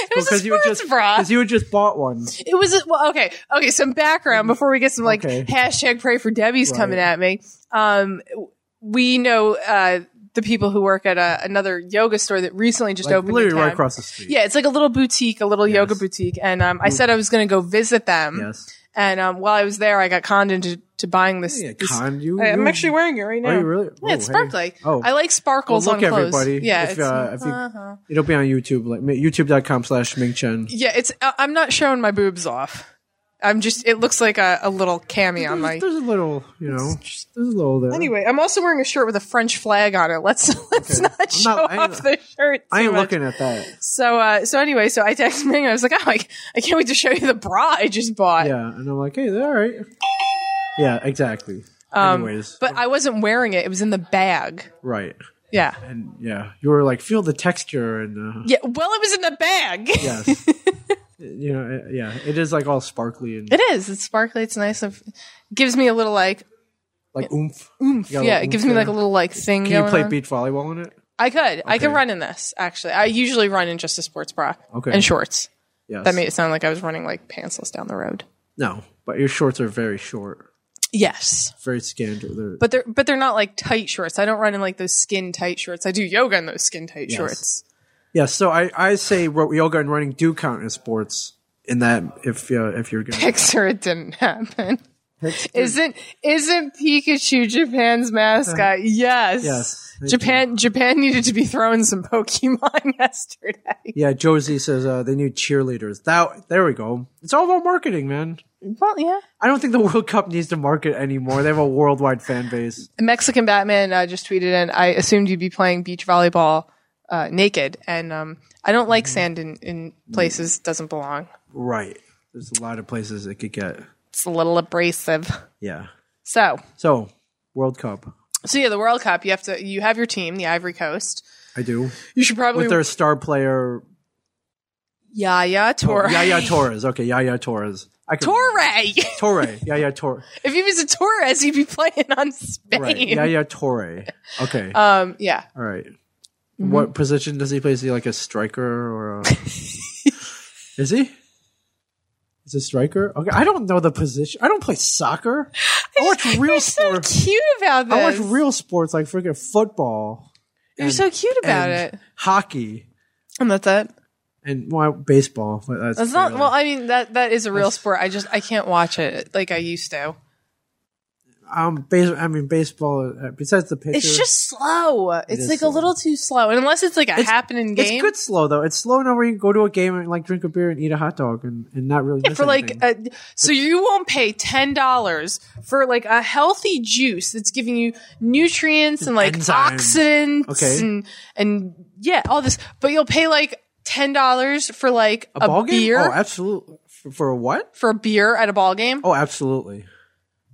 F: It was a
E: you had
F: sports
E: just
F: bra.
E: because you had just bought one.
F: It was well, okay. Okay, some background before we get some like
E: Okay.
F: hashtag pray for Debbie's
E: Right.
F: coming at me. Um, we know uh, the people who work at a, another yoga store that recently just
E: Like,
F: opened. in
E: literally right
F: town.
E: across the street.
F: Yeah, it's like a little boutique, a little yoga
E: Yes.
F: boutique, and um, I said I was going to go visit them.
E: Yes.
F: And um, while I was there, I got conned into to buying this.
E: Yeah,
F: this-
E: con you.
F: I- I'm
E: you-
F: actually wearing it right now.
E: you really?
F: Yeah, it's
E: Oh, hey.
F: sparkly.
E: Oh.
F: I like
E: Well,
F: sparkles
E: look,
F: on clothes.
E: everybody.
F: Yeah,
E: if,
F: it's,
E: uh, if you,
F: uh-huh.
E: it'll be on YouTube, like ma- youtube.com slash Ming Chen.
F: yeah, it's. I- I'm not showing my boobs off. I'm just. It looks like a, a little cami on my.
E: There's a little, you know, there's a little there.
F: Anyway, I'm also wearing a shirt with a French flag on it. Let's let's not show
E: not- I ain't-
F: off the shirt.
E: I
F: too
E: ain't
F: much.
E: looking at that.
F: So uh, so anyway, so I texted Ming and I was like, oh, I, I can't wait to show you the bra I just bought.
E: Yeah, and I'm like, hey, they're all right. Yeah, exactly. Anyways,
F: Um, But I wasn't wearing it. It was in the bag.
E: right,
F: Yeah.
E: and yeah, you were like, feel the texture, and uh,
F: Yeah. Well, it was in the bag.
E: yes, you know, uh, yeah, it is like all sparkly and
F: It is. It's sparkly. It's nice. It gives me a little like
E: like oomph. You got a
F: yeah.
E: little
F: It
E: oomph
F: gives me
E: there.
F: like a little like thing.
E: Can you
F: going
E: play
F: on.
E: beach volleyball in it?
F: I could. I could
E: Okay.
F: run in this actually. I usually run in just a sports bra.
E: Okay.
F: And shorts.
E: Yes.
F: That made it sound like I was running like pantsless down the road.
E: no, but your shorts are very short,
F: Yes.
E: very scandal. They're,
F: But they're but they're not like tight shorts. I don't run in like those skin tight shorts. I do yoga in those skin tight shorts.
E: yeah, so I I say ro- yoga and running do count as sports in that if uh, if you're gonna
F: Pixar, it didn't happen. Isn't isn't Pikachu Japan's mascot?
E: Uh,
F: Yes.
E: Yes, thank
F: Japan Japan needed to be throwing some Pokemon yesterday.
E: yeah, Josie says uh, they need cheerleaders. That there we go. It's all about marketing, man.
F: Well, yeah.
E: I don't think the World Cup needs to market anymore. They have a worldwide fan base.
F: Mexican Batman uh, just tweeted in. I assumed you'd be playing beach volleyball uh, naked, and um, I don't like sand in, in places. Doesn't belong.
E: Right. There's a lot of places it could get.
F: It's a little abrasive.
E: Yeah.
F: So,
E: So, World Cup.
F: so yeah, the World Cup. You have to. You have your team, the Ivory Coast.
E: I do.
F: You should probably
E: With their star player,
F: Yaya Torre.
E: Yaya Torres. Okay, Yaya Torres. I could,
F: Torre.
E: Torre. Yaya Torre.
F: if he was a Torres, he'd be playing on Spain.
E: Right. Yaya Torre. Okay.
F: Um. Yeah.
E: All right. What position does he play? Is he like a striker or a. is he? Is a striker? Okay. I don't know the position. I don't play soccer. I watch real
F: You're so
E: sports.
F: cute about this.
E: I watch real sports like freaking football,
F: You're so cute about
E: and-
F: it.
E: hockey,
F: And that's it.
E: and well, baseball. But that's
F: That's not.
E: fairly-
F: Well, I mean that that is a real sport. I just I can't watch it like I used to.
E: um, base, I mean baseball. uh, Besides the pitcher,
F: It's just slow. it's
E: is
F: like
E: slow.
F: a little too slow. And unless it's like a happening
E: it's
F: game
E: good slow though. It's slow enough where you can go to a game and like drink a beer and eat a hot dog and, and not really miss
F: for like
E: anything.
F: a, so you won't pay ten dollars for like a healthy juice that's giving you nutrients and like
E: Enzyme.
F: oxidants
E: Okay.
F: and and yeah, all this. But you'll pay like ten dollars for like a,
E: ball game.
F: beer
E: Oh, absolutely. For, for a what?
F: for a beer at a ball game. Oh,
E: Oh, absolutely,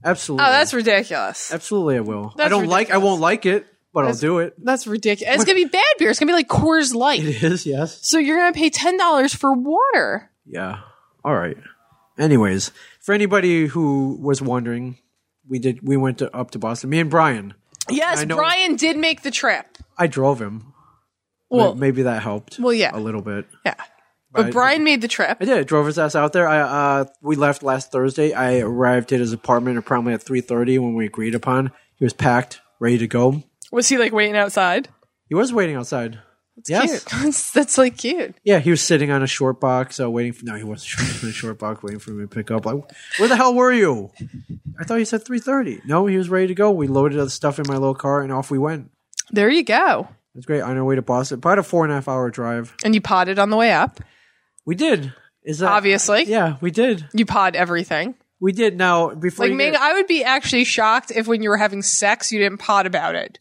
E: absolutely.
F: that's ridiculous.
E: absolutely. I will. I
F: That's
E: don't like. I
F: ridiculous.
E: won't like it, but I'll do it.
F: That's ridiculous. It's gonna be bad beer. It's gonna be like Coors Light.
E: It is yes.
F: So you're gonna pay ten dollars for water.
E: Yeah. All right. Anyways, for anybody who was wondering, we did we went to, up to Boston. Me and Brian.
F: Yes,
E: I know-
F: Brian did make the trip.
E: I drove him.
F: Well,
E: maybe that helped.
F: well,
E: a
F: yeah.
E: little bit.
F: Yeah. But
E: I-
F: Brian made the trip.
E: I did. I drove his ass out there. I uh, we left last Thursday. I arrived at his apartment apparently at three thirty when we agreed upon. He was packed, ready to go.
F: Was he like waiting outside?
E: He was waiting outside.
F: That's
E: Yes.
F: cute. That's, that's like cute.
E: Yeah, he was sitting on a short box, uh, waiting for. No, he wasn't sitting on a short box, waiting for me to pick up. Like, where the hell were you? I thought you said three thirty. No, he was ready to go. We loaded the stuff in my little car, and off we went.
F: There you go.
E: It was great. On our way to Boston, about a four and a half hour drive.
F: And you potted on the way up.
E: We did. Is that
F: Obviously,
E: Yeah, we did.
F: you pod everything.
E: We did. Now before
F: Like,
E: you
F: Ming,
E: get-
F: I would be actually shocked if when you were having sex, you didn't pod about it.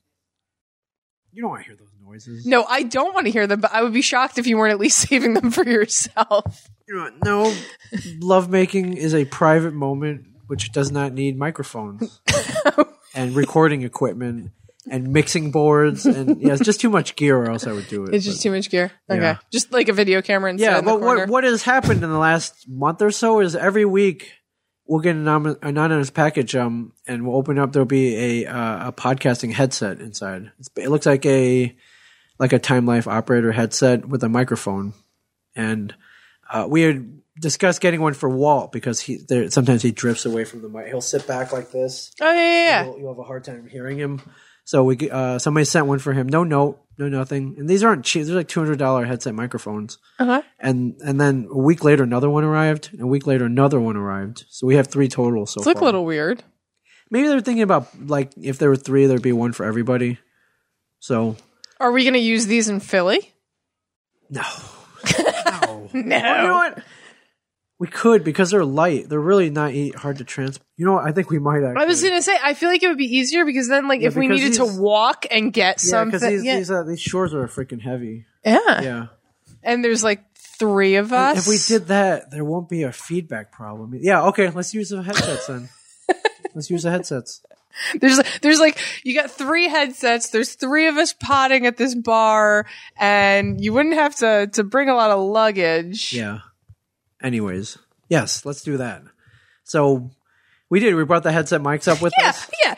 E: you don't want to hear those noises.
F: No, I don't want to hear them, but I would be shocked if you weren't at least saving them for yourself.
E: You know what? No, lovemaking is a private moment which does not need microphones and recording equipment and mixing boards and yeah, it's just too much gear or else I would do it.
F: It's just
E: but-
F: too much gear. Okay,
E: Yeah.
F: just like a video camera. Instead
E: yeah,
F: in the
E: but
F: corner.
E: what what has happened in the last month or so is every week we'll get an anon- anonymous package um and we'll open up there'll be a uh, a podcasting headset inside. It's, it looks like a like a time life operator headset with a microphone and uh, we had discussed getting one for Walt because he there, sometimes he drifts away from the mic. He'll sit back like this
F: Oh yeah, yeah, yeah.
E: you'll, you'll have a hard time hearing him. So we uh, somebody sent one for him. No note, no nothing. And these aren't cheap. They're like two hundred dollar headset microphones.
F: Uh-huh.
E: And and then a week later another one arrived. And a week later another one arrived. So we have three total so
F: It's like a
E: far.
F: little weird.
E: Maybe they're thinking about like if there were three, there'd be one for everybody. So
F: Are we going to use these in Philly?
E: no,
F: No.
E: you know what? We could because they're light. They're really not e- hard to transport. You know what? I think we might. Actually.
F: I was going to say, I feel like it would be easier because then, like, if we
E: because
F: needed to
E: these-
F: walk and get
E: yeah, because
F: something,
E: these
F: yeah.
E: these, uh, these shores are freaking heavy.
F: yeah,
E: Yeah.
F: and there's like three of us.
E: If we did that, there won't be a feedback problem. Yeah, okay, let's use the headsets then. let's use the headsets.
F: There's there's like you got three headsets. There's three of us potting at this bar, and you wouldn't have to to bring a lot of luggage.
E: Yeah. Anyways, yes, let's do that. So we did. We brought the headset mics up with
F: yeah,
E: us.
F: yeah.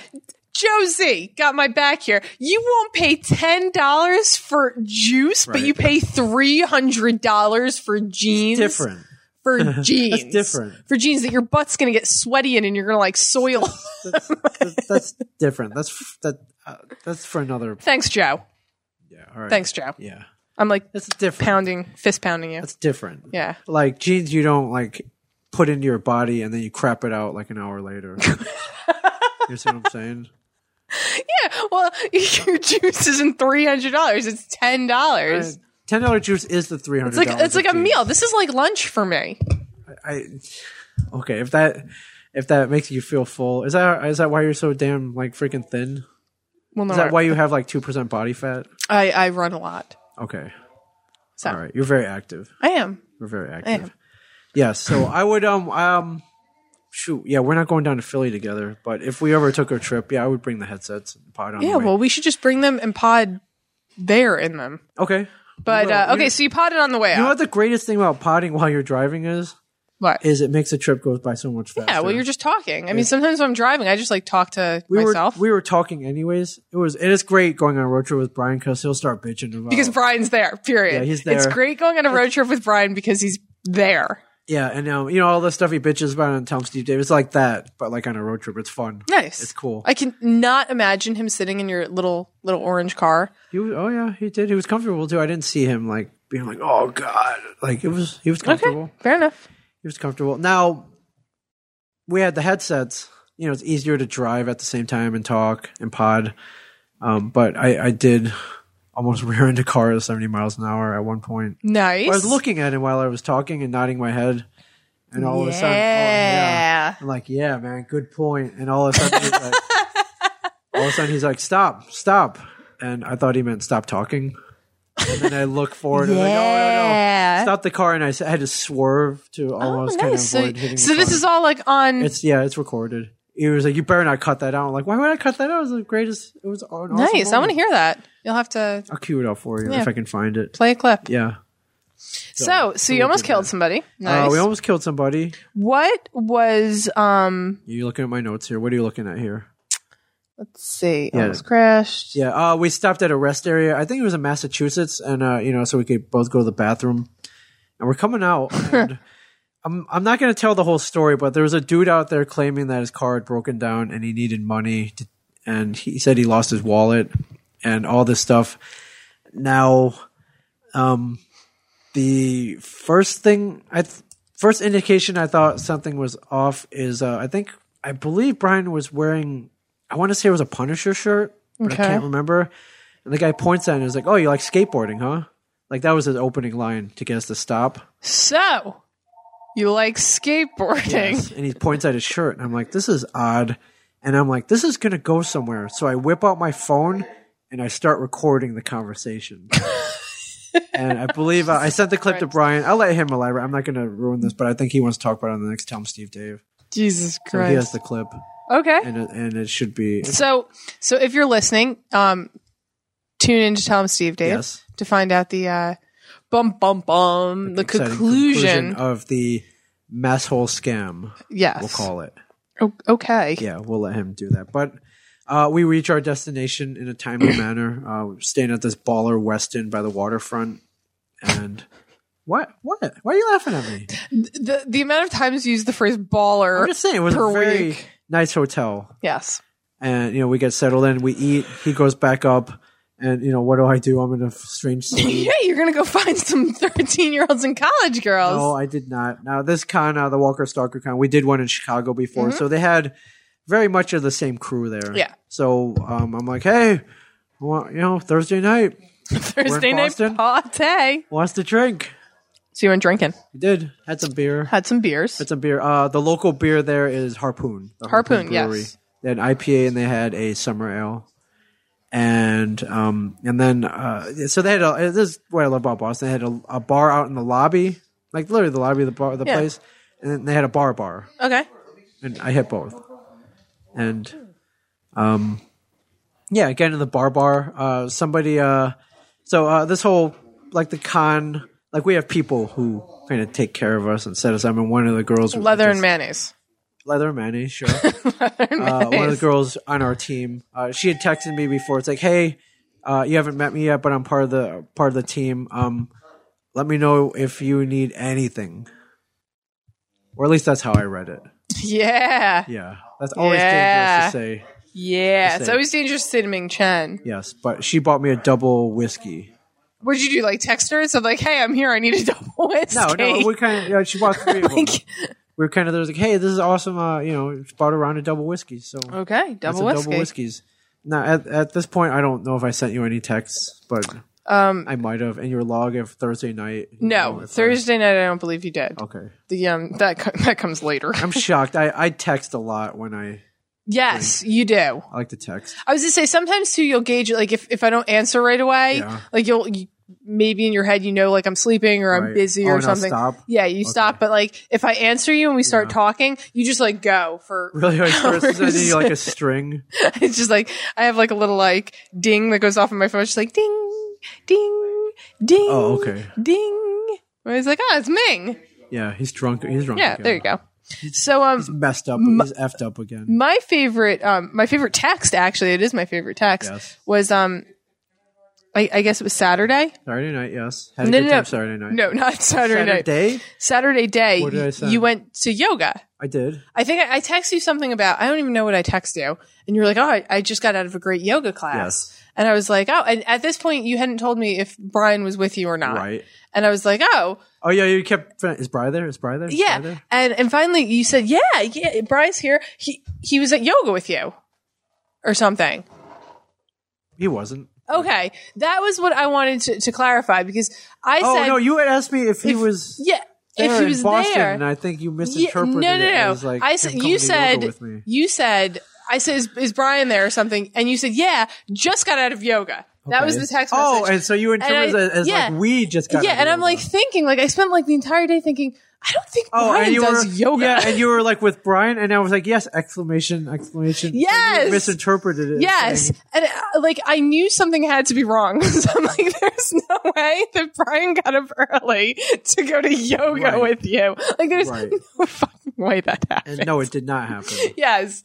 F: Josie got my back here. You won't pay ten dollars for juice, but
E: Right.
F: you pay three hundred dollars for jeans.
E: Different.
F: for jeans.
E: different.
F: for jeans that your butt's gonna get sweaty in, and you're gonna like soil.
E: That's, that's, that's different. That's f- that. Uh, that's for another.
F: Thanks, Joe.
E: Yeah. All right.
F: Thanks, Joe.
E: Yeah.
F: I'm like
E: That's different.
F: pounding, fist pounding you.
E: That's different.
F: Yeah.
E: Like jeans, you don't like put into your body and then you crap it out like an hour later. you see what I'm saying?
F: Well, your juice isn't three hundred dollars; it's ten dollars.
E: Ten dollar juice is the three hundred.
F: It's like it's like a meal. This is like lunch for me.
E: I okay. If that if that makes you feel full, is that is that why you're so damn like freaking thin?
F: Well, no,
E: Is that why you have like two percent body fat?
F: I I run a lot.
E: Okay,
F: So
E: all right. You're very active.
F: I am.
E: You're very
F: am.
E: active. Yes. So I would um um shoot yeah we're not going down to Philly together, but if we ever took a trip, yeah, I would bring the headsets and pod on. the
F: Yeah.
E: way.
F: Well, we should just bring them and pod there in them.
E: okay.
F: But
E: will.
F: uh,
E: You-
F: okay, so you potted on the way
E: You know
F: out.
E: what the greatest thing about potting while you're driving is
F: What?
E: is it makes the trip go by so much faster.
F: Yeah. Well, you're just talking. I mean, sometimes when I'm driving, I just like talk to
E: we
F: myself
E: were we were talking anyways. It was it is great going on a road trip with Brian because he'll start bitching about
F: because Brian's there. Period.
E: Yeah, he's
F: It's
E: there.
F: great going on a road trip with Brian because he's there.
E: yeah, and um, you know all the stuff he bitches about on Tom Steve Davis like that, but like on a road trip, it's fun.
F: Nice.
E: it's cool.
F: I can not imagine him sitting in your little little orange car.
E: he was, oh yeah, he did. He was comfortable too. I didn't see him like being like oh god, like it was he was comfortable.
F: Fair enough.
E: He was comfortable. Now we had the headsets. You know, it's easier to drive at the same time and talk and pod. Um, but I, I did almost rear end a car at 70 miles an hour at one point.
F: Nice.
E: I was looking at him while I was talking and nodding my head, and all of a sudden, oh, yeah,
F: Yeah.
E: I'm like, yeah, man, good point. And all of a sudden, he's like, all of a sudden, he's like, stop, stop. And I thought he meant stop talking. And then I look forward and I'm like, oh no,
F: Yeah. Oh,
E: no, stop the car. And I s- I had to swerve to almost kind of
F: Nice. So,
E: avoid hitting.
F: so
E: the
F: this
E: car.
F: is all like on.
E: it's yeah, it's recorded. He was like, you better not cut that out. I'm like, why would I cut that out? It was the greatest. It was an awesome
F: nice. I want
E: moment.
F: to hear that. You'll have to
E: I'll cue it up for you
F: Yeah.
E: if I can find it.
F: play a clip.
E: Yeah.
F: so, so you almost killed somebody. Nice.
E: Uh, we almost killed somebody.
F: what was um?
E: You looking at my notes here? What are you looking at here?
F: Let's see. Almost crashed.
E: Yeah, uh, we stopped at a rest area. I think it was in Massachusetts, and uh, you know, so we could both go to the bathroom. And we're coming out. And I'm I'm not going to tell the whole story, but there was a dude out there claiming that his car had broken down and he needed money, to, and he said he lost his wallet and all this stuff. Now, Um, the first thing I th- first indication I thought something was off is uh, I think I believe Brian was wearing I want to say it was a Punisher shirt, but
F: Okay.
E: I can't remember. And the guy points at it and is like, "Oh, you like skateboarding, huh?" Like that was his opening line to get us to stop.
F: So, you like skateboarding?
E: Yes. And he points at his shirt, and I'm like, this is odd. And I'm like, this is going to go somewhere. So I whip out my phone and I start recording the conversation. and I believe uh, I, I sent the clip to Brian. I'll let him elaborate. I'm not going to ruin this, but I think he wants to talk about it on the next Tell Him Steve Dave.
F: Jesus
E: So he
F: Christ.
E: has the clip,
F: okay.
E: and it, and it should be.
F: So, so if you're listening, um, tune in to tell him Steve Dave
E: Yes.
F: to find out the uh, bum bum bum the
E: exciting
F: conclusion.
E: of the mass hole scam,
F: yes.
E: we'll call it.
F: O- okay.
E: yeah, we'll let him do that. But uh, we reach our destination in a timely manner. Uh, we're staying at this baller Weston by the waterfront, and what? What? Why are you laughing at me?
F: The the amount of times you use the phrase baller.
E: I'm just saying it was
F: per
E: a very
F: week.
E: nice hotel,
F: Yes.
E: and you know we get settled in, we eat. He goes back up, and you know what do I do? I'm in a strange city.
F: Yeah, you're gonna go find some 13 year olds and college girls.
E: No, I did not. Now this con, uh, the Walker Stalker con, we did one in Chicago before, so they had very much of the same crew there.
F: Mm-hmm. Yeah.
E: So um, I'm like, hey, well, you know, Thursday night,
F: Thursday night
E: Boston.
F: party.
E: wants to drink.
F: So you went drinking,
E: We did. Had some beer.
F: had some beers.
E: Had some beer. Uh, the local beer there is Harpoon. the
F: Harpoon, yes.
E: They had IPA and they had a summer ale. And um, and then uh, so they had a this is what I love about Boston. They had a, a bar out in the lobby, like literally the lobby of the bar, the
F: Yeah.
E: place, and then they had a bar bar,
F: Okay.
E: and I hit both. And um, yeah, again in the bar bar, uh, somebody. Uh, so uh, this whole like the con, like we have people who kind of take care of us and set us up. And one of the girls, was
F: Leather
E: like
F: and
E: this-
F: mayonnaise.
E: leather and mayonnaise, sure. uh, one of the girls on our team, uh, she had texted me before. It's like, hey, uh, you haven't met me yet, but I'm part of the part of the team. Um, let me know if you need anything, or at least that's how I read it.
F: Yeah.
E: Yeah, that's always dangerous
F: Yeah.
E: to say.
F: Yeah. It's
E: same.
F: always dangerous to Ming Chen.
E: Yes, but she bought me a double whiskey.
F: What'd you do? Like text her? So like, hey, I'm here. I need a double whiskey.
E: No, no, we kind of. You know, she bought three of them. We were kind of there, like, hey, this is awesome. Uh, you know, she bought a round of double whiskey. So
F: okay,
E: that's
F: Oh, double
E: a
F: whiskey.
E: double whiskeys. Now, at, at this point, I don't know if I sent you any texts, but
F: Um,
E: I might have. And your log of Thursday night. you know,
F: no,
E: if I-
F: Thursday night. I don't believe you did.
E: Oh, okay,
F: The um, that co- that comes later.
E: I'm shocked. I, I text a lot when I
F: yes, you do.
E: I like to text.
F: I was gonna say sometimes too. You'll gauge it. Like if if I don't answer right away,
E: Yeah.
F: like you'll. You, Maybe in your head, you know, like I'm sleeping or I'm
E: Right.
F: busy
E: Oh,
F: or
E: and I'll
F: something.
E: stop?
F: Yeah, you stop. But like, if I answer you and we start talking, you just like go for
E: Really, like,
F: Oh,
E: first, I
F: hours.
E: need like a string.
F: it's just like I have like a little like ding that goes off on my phone. It's just like ding, ding, ding.
E: Oh, okay.
F: Ding. And it's like, oh, it's Ming.
E: Yeah, he's drunk. He's drunk.
F: Yeah,
E: again.
F: there you go. So um
E: Messed up. He's effed up again.
F: my favorite um my favorite text actually, it is my favorite text,
E: Yes.
F: was um I, I guess it was Saturday.
E: Saturday night, yes. Had a
F: No,
E: good
F: no,
E: time
F: no.
E: Saturday night.
F: No, not Saturday, night.
E: Saturday?
F: Saturday day.
E: What did I
F: y-
E: send?
F: You went to yoga.
E: I did.
F: I think I, I text you something about I don't even know what I text you, and you were like, "Oh, I, I just got out of a great yoga class,"
E: Yes.
F: and I was like, "Oh," and at this point you hadn't told me if Brian was with you or not,
E: Right.
F: And I was like, "Oh,
E: Oh yeah, you kept. Is Bry there? Is Bry there? Is Bri
F: yeah,"
E: there?
F: and and finally you said, "Yeah, yeah, Brian's here. He he was at yoga with you, or something."
E: He wasn't.
F: Okay, that was what I wanted to, to clarify because I
E: Oh
F: said,
E: no, you had asked me if he
F: if-
E: was.
F: yeah."
E: there
F: if he
E: in
F: was
E: Boston,
F: there,
E: and I think you
F: Yeah,
E: misinterpreted
F: no, no,
E: it
F: no.
E: as like
F: I
E: him
F: said,
E: coming
F: you
E: to yoga
F: said,
E: with me.
F: you said, I said, is, is Brian there or something? And you said, yeah, just got out of yoga. That was the text message.
E: Oh, and so you interpreted
F: I-
E: it as
F: yeah.
E: like we just got.
F: yeah,
E: out of
F: and I'm
E: yoga.
F: like thinking, like I spent like the entire day thinking, I don't think
E: oh,
F: Brian
E: and you
F: does
E: were
F: yoga.
E: Yeah, and you were like with Brian, and I was like, yes, exclamation, exclamation. And you
F: Yes!
E: misinterpreted it. as
F: Yes,
E: saying-
F: and uh, like I knew something had to be wrong. so I'm like, there's no way that Brian got up early to go to yoga
E: Right.
F: with you. Like, there's
E: Right.
F: no fucking way that happened.
E: and no, it did not happen.
F: Yes.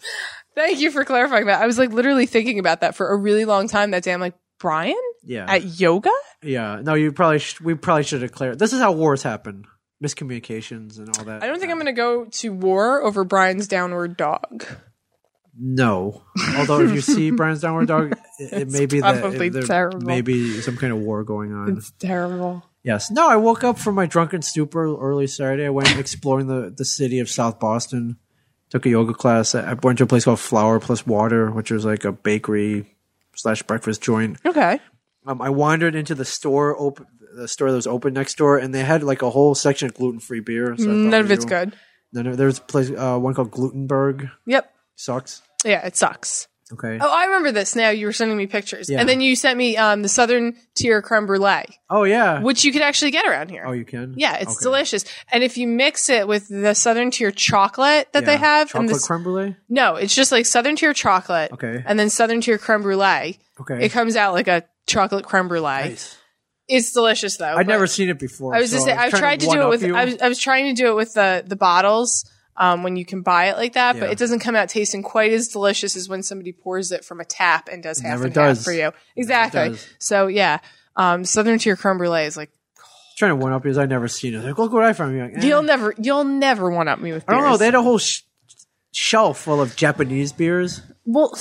F: Thank you for clarifying that. I was like literally thinking about that for a really long time that day. I'm like, Brian
E: Yeah,
F: at yoga?
E: yeah. No, you probably sh- we probably should have clarified. This is how wars happen, miscommunications and all that.
F: I don't think I'm going to go to war over Brian's downward dog.
E: No. Although if you see Brian's downward dog, it, it may be
F: probably
E: that there
F: terrible.
E: may be some kind of war going on.
F: It's terrible.
E: Yes. No, I woke up from my drunken stupor early Saturday. I went exploring the, the city of South Boston. Took a yoga class. I I went to a place called Flower Plus Water, which was like a bakery slash breakfast joint.
F: Okay.
E: Um, I wandered into the store open, the store that was open next door, and they had like a whole section of gluten free beer. So I thought,
F: None of
E: you
F: it's
E: know,
F: Mm, good.
E: None of, there was a place, uh, one called Glutenberg.
F: Yep.
E: Sucks.
F: Yeah, it sucks.
E: Okay.
F: Oh, I remember this now. You were sending me pictures,
E: Yeah.
F: and then you sent me um, the Southern Tier creme brulee,
E: Oh, yeah.
F: which you could actually get around here.
E: oh, you can.
F: yeah, it's
E: Okay.
F: delicious. And if you mix it with the Southern Tier chocolate that
E: Yeah.
F: they have,
E: chocolate
F: and this,
E: creme brulee.
F: no, it's just like Southern Tier chocolate,
E: Okay.
F: and then Southern Tier creme brulee.
E: Okay.
F: It comes out like a chocolate creme brulee.
E: Nice.
F: It's delicious though.
E: I'd
F: but-
E: never seen it before.
F: I was just
E: so
F: saying,
E: I'm
F: I've
E: trying
F: tried to do it
E: one-up
F: with.
E: you.
F: I was, I was trying to do it with the the bottles um, when you can buy it like that,
E: Yeah.
F: but it doesn't come out tasting quite as delicious as when somebody pours it from a tap and does half
E: never
F: and
E: does.
F: half for you. Exactly.
E: does.
F: So yeah, um, Southern Tier creme brulee is like
E: trying to one up because I've never seen it. Like, look what I found. You're Like, eh.
F: you'll never you'll never one up me with.
E: I
F: Beers.
E: don't know. They had a whole sh- shelf full of Japanese beers.
F: well,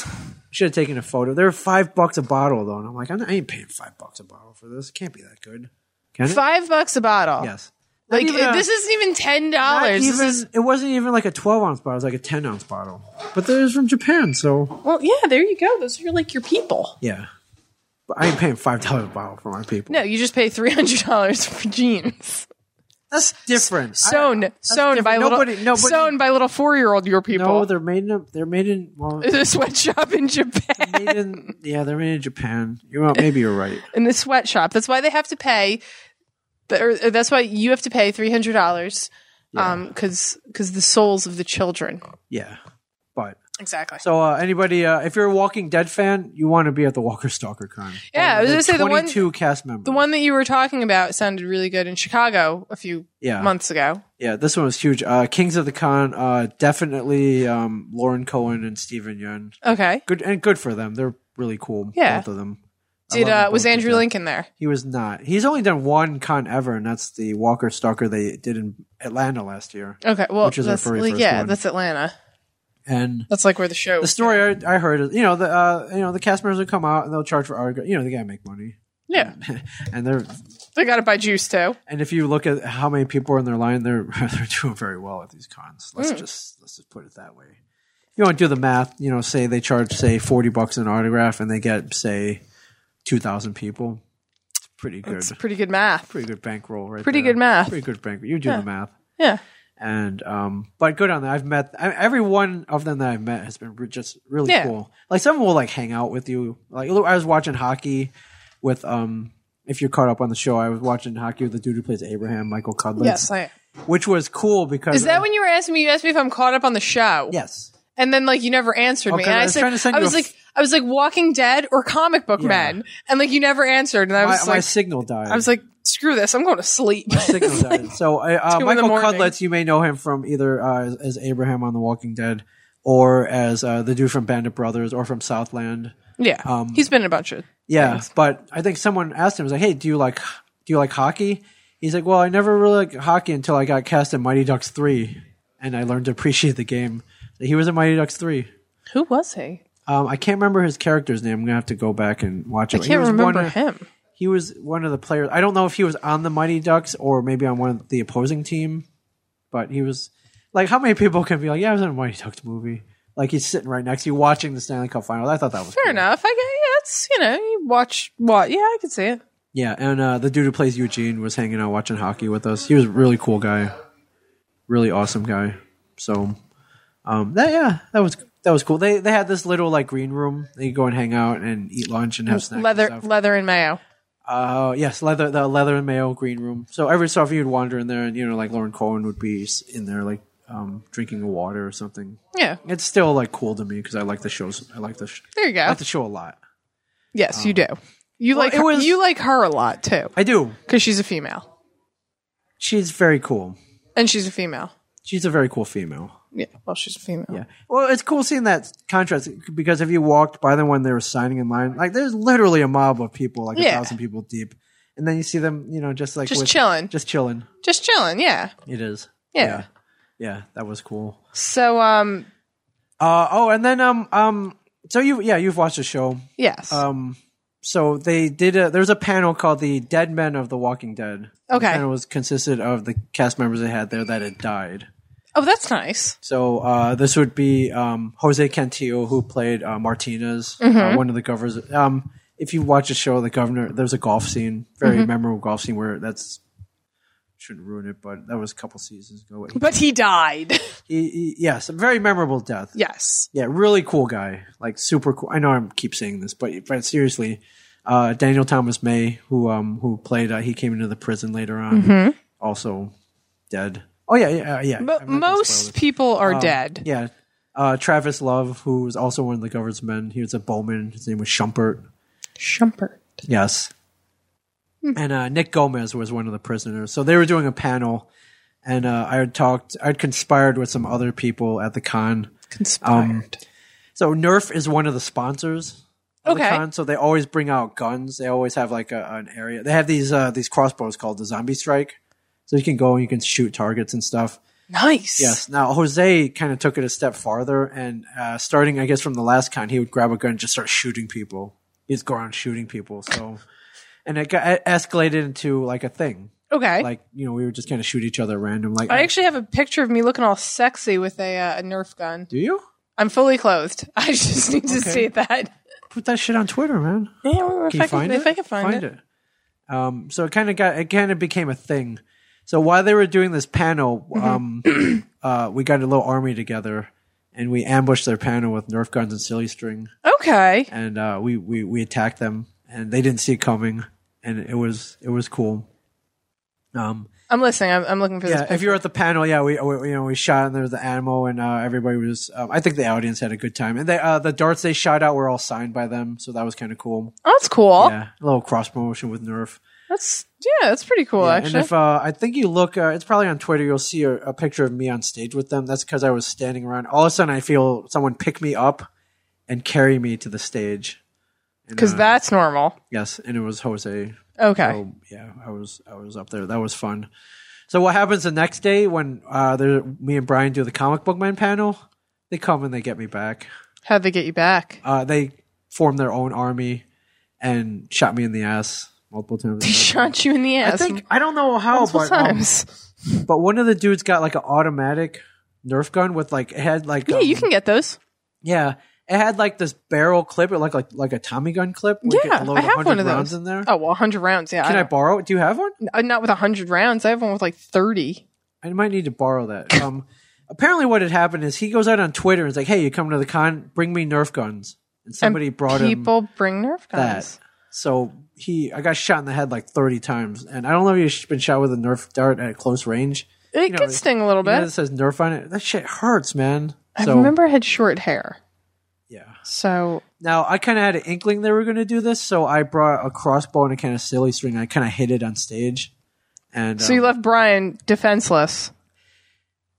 E: Should have taken a photo. They were five bucks a bottle though, and I'm like, I'm not, I ain't paying five bucks a bottle for this. It can't be that good. Can it?
F: five bucks a bottle.
E: Yes.
F: Like
E: Not even a-
F: this isn't even ten
E: not
F: dollars. This
E: even-
F: is
E: it wasn't even like a 12 ounce bottle. It was like a 10 ounce bottle. But there's from Japan, so
F: well, yeah. There you go. Those are like your people.
E: yeah. But I ain't paying five dollars a bottle for my people.
F: No, you just pay three hundred dollars for jeans.
E: that's different.
F: sewn, sewn by
E: different.
F: little,
E: Nobody- nobody-
F: sewn by little four-year-old your
E: I, no,
F: people.
E: they're made in. a- They're made in. Well,
F: in a sweatshop in Japan,
E: made in. Yeah, they're made in Japan. You're right- maybe you're right.
F: in the sweatshop. That's why they have to pay. But or, or that's why you have to pay three hundred dollars, um, because the souls of the children.
E: Yeah, but
F: Exactly.
E: So uh, anybody, uh, if you're a Walking Dead fan, you want to be at the Walker Stalker Con.
F: Yeah, I was gonna say the one-
E: two cast members.
F: the one that you were talking about sounded really good in Chicago a few
E: Yeah.
F: months ago.
E: Yeah, this one was huge. Uh, Kings of the Con, uh, definitely um, Lauren Cohen and Steven Yeun.
F: Okay.
E: Good and good for them. They're really cool.
F: Yeah.
E: both of them. I
F: Did
E: love
F: uh,
E: them
F: was
E: both to
F: Andrew
E: death.
F: Lincoln there?
E: He was not. He's only done one con ever, and that's the Walker Stalker they did in Atlanta last year.
F: Okay. Well,
E: Which is our
F: that's,
E: very
F: like,
E: first
F: yeah,
E: one.
F: that's Atlana.
E: And
F: That's like where the show.
E: the story I, I heard is, you know, the uh, you know the cast members would come out and they'll charge for autograph. You know, they gotta make money,
F: yeah,
E: and they're
F: they got to buy juice too.
E: And if you look at how many people are in their line, they're they're doing very well at these cons. Let's
F: Hmm.
E: just let's just put it that way. If you want to do the math, you know, say they charge say forty bucks an autograph, and they get say two thousand people. It's pretty good,
F: It's pretty good math.
E: pretty good bankroll, right?
F: pretty
E: there.
F: good math.
E: Pretty good bankroll. You do the math,
F: Yeah.
E: and um, but good on that. I've met I, every one of them that I've met has been re- just really
F: Yeah.
E: cool. Like some will like hang out with you. Like I was watching hockey with um. If you're caught up on the show, I was watching hockey with the dude who plays Abraham, Michael Cudlitz
F: Yes, I am.
E: which was cool because
F: Is that when you were asking me? You asked me if I'm caught up on the show.
E: yes,
F: And then like you never answered me.
E: Okay,
F: And I,
E: I was
F: said,
E: trying to send
F: I
E: you
F: was
E: a
F: like
E: f-
F: I was like Walking Dead or comic book
E: Yeah.
F: men. And like you never answered. And I
E: my,
F: was
E: my
F: like
E: signal died.
F: I was like, screw this, I'm going to sleep.
E: signal died. So I- uh,
F: in the
E: Michael
F: morning.
E: Cudlitz, you may know him from either uh, as, as Abraham on The Walking Dead or as uh, the dude from Bandit Brothers or from Southland.
F: yeah.
E: um,
F: He's been in a bunch of
E: Yeah, but I think someone asked him was like, "Hey, do you like do you like hockey?" He's like, "Well, I never really liked hockey until I got cast in Mighty Ducks three, and I learned to appreciate the game." He was in Mighty Ducks three.
F: Who was he?
E: Um, I can't remember his character's name. I'm gonna have to go back and watch it.
F: I
E: He
F: can't
E: was one
F: remember
E: of-
F: him.
E: he was one of the players. I don't know if he was on the Mighty Ducks or maybe on one of the opposing team, but he was like, how many people can be like, yeah, I was in a Mighty Ducks movie? Like he's sitting right next to you watching the Stanley Cup final. I thought that was
F: Fair
E: cool.
F: enough. I yeah, that's you know, you watch what yeah, I can see it.
E: Yeah, and uh, the dude who plays Eugene was hanging out watching hockey with us. He was a really cool guy, really awesome guy. So, um, that yeah, that was that was cool. They they had this little like green room. They could go and hang out and eat lunch and have snacks. and
F: leather
E: stuff.
F: leather and mayo.
E: Uh, yes, leather, the leather and mayo green room. So every so often you'd wander in there, and you know, like Lauren Cohen would be s- in there, like um, drinking water or something.
F: Yeah.
E: It's still like cool to me because I like the shows. I like the sh-
F: There you
E: I
F: go.
E: like the show a lot.
F: yes, you do. You like
E: it
F: her,
E: was-
F: you like her a lot too.
E: I do.
F: Because she's a female.
E: She's very cool.
F: And she's a female.
E: She's a very cool female.
F: Yeah. Well, she's a female.
E: Yeah. Well, it's cool seeing that contrast because if you walked by them when they were signing in line, like there's literally a mob of people, like a
F: Yeah.
E: thousand people deep, and then you see them, you know, just like
F: Just
E: with-
F: chilling.
E: just chilling.
F: Just chilling, yeah.
E: It is.
F: Yeah.
E: Yeah. Yeah, that was cool.
F: So um
E: Uh, oh, and then um um So you, yeah, you've watched the show.
F: Yes.
E: Um, so they did. A, there's a panel called the Dead Men of the Walking Dead.
F: Okay.
E: and it was consisted of the cast members they had there that had died.
F: oh, that's nice.
E: So uh, this would be um, Jose Cantillo, who played uh, Martinez,
F: Mm-hmm.
E: uh, one of the governors. Um, if you watch the show, the governor, there's a golf scene, very
F: Mm-hmm.
E: memorable golf scene where that's shouldn't ruin it, but that was a couple seasons ago. He-
F: But he died.
E: he- he- yes, a very memorable death.
F: yes.
E: Yeah, really cool guy. Like super cool. I know I keep saying this, but but seriously, uh, Daniel Thomas May, who um who played, uh, he came into the prison later on, also dead. Oh yeah, yeah, uh, yeah.
F: Mm-hmm. But
E: I'm not gonna
F: most
E: spoil
F: people are dead.
E: this. Um, yeah. Uh, Travis Love, who was also one of the governor's men, he was a bowman. His name was Shumpert.
F: Shumpert.
E: Yes.
F: Hmm.
E: And uh, Nick Gomez was one of the prisoners. So they were doing a panel, and uh, I had talked, I'd conspired with some other people at the con. Um,
F: Conspired.
E: So Nerf is one of the sponsors. of the
F: Okay.
E: con, so they always bring out guns. They always have like a, an area. They have these uh, these crossbows called the Zombie Strike. So you can go and you can shoot targets and stuff.
F: nice.
E: Yes. Now Jose kind of took it a step farther, and uh, starting I guess from the last con, he would grab a gun and just start shooting people. He'd go around shooting people. So, and it got it escalated into like a thing.
F: Okay.
E: Like you know, we would just kind of shoot each other at random. Like,
F: I actually have a picture of me looking all sexy with a, uh, a Nerf gun.
E: do you
F: I'm fully clothed. I just need to
E: Okay.
F: state that.
E: put that shit on Twitter, man?
F: Yeah, well, if,
E: Can you
F: I can,
E: find
F: if
E: it?
F: I can find, it.
E: Um, so it kind of got it kind of became a thing. So while they were doing this panel,
F: Mm-hmm.
E: um, uh, we got a little army together and we ambushed their panel with Nerf guns and silly string,
F: Okay.
E: and uh, we, we we attacked them, and they didn't see it coming, and it was it was cool. Um,
F: I'm listening. I'm, I'm looking for this
E: yeah,
F: picture.
E: if you were at the panel, yeah, we, we you know we shot and there was the animal, and uh, everybody was. Um, I think the audience had a good time, and they, uh, the darts they shot out were all signed by them, so that was kind of cool.
F: oh, that's cool.
E: Yeah, a little cross promotion with Nerf.
F: That's yeah, that's pretty cool
E: Yeah,
F: Oh, actually.
E: And if uh, I think you look, uh, it's probably on Twitter. You'll see a, a picture of me on stage with them. That's because I was standing around. All of a sudden, I feel someone pick me up and carry me to the stage. And,
F: Because
E: uh,
F: that's normal.
E: yes, and it was Jose.
F: Okay.
E: So yeah, I was I was up there. That was fun. So what happens the next day when uh, there- me and Brian do the comic book man panel? They come and they get me back.
F: How'd they get you back?
E: Uh, they formed their own army and shot me in the ass multiple times.
F: They shot you in the
E: I
F: ass.
E: think I don't know how,
F: multiple
E: but um,
F: times.
E: But one of the dudes got like an automatic Nerf gun with like it had like
F: yeah,
E: um,
F: you can get those.
E: yeah it had like this barrel clip it like like like a Tommy gun clip. We could
F: Yeah,
E: load
F: I have
E: 100
F: one of
E: rounds
F: those.
E: in there.
F: Oh well, hundred rounds. Yeah,
E: Can I
F: I,
E: borrow it? Do you have one?
F: I not with hundred rounds. I have one with like thirty.
E: I might need to borrow that. Um, apparently, what had happened is he goes out on Twitter and is like, "Hey, you come to the con? Bring me Nerf guns." And
F: And
E: somebody brought him
F: people bring Nerf guns.
E: that. So he, I got shot in the head like thirty times, and I don't know if you've been shot with a Nerf dart at close range.
F: It
E: know,
F: could sting a little
E: You know,
F: bit.
E: it says Nerf on it. That shit hurts, man. So,
F: I remember I had short hair,
E: Yeah.
F: so
E: Now I kind of had an inkling they were going to do this, so I brought a crossbow and a kind of silly string. And I kind of hit it on stage, and
F: so you
E: um,
F: left Brian defenseless.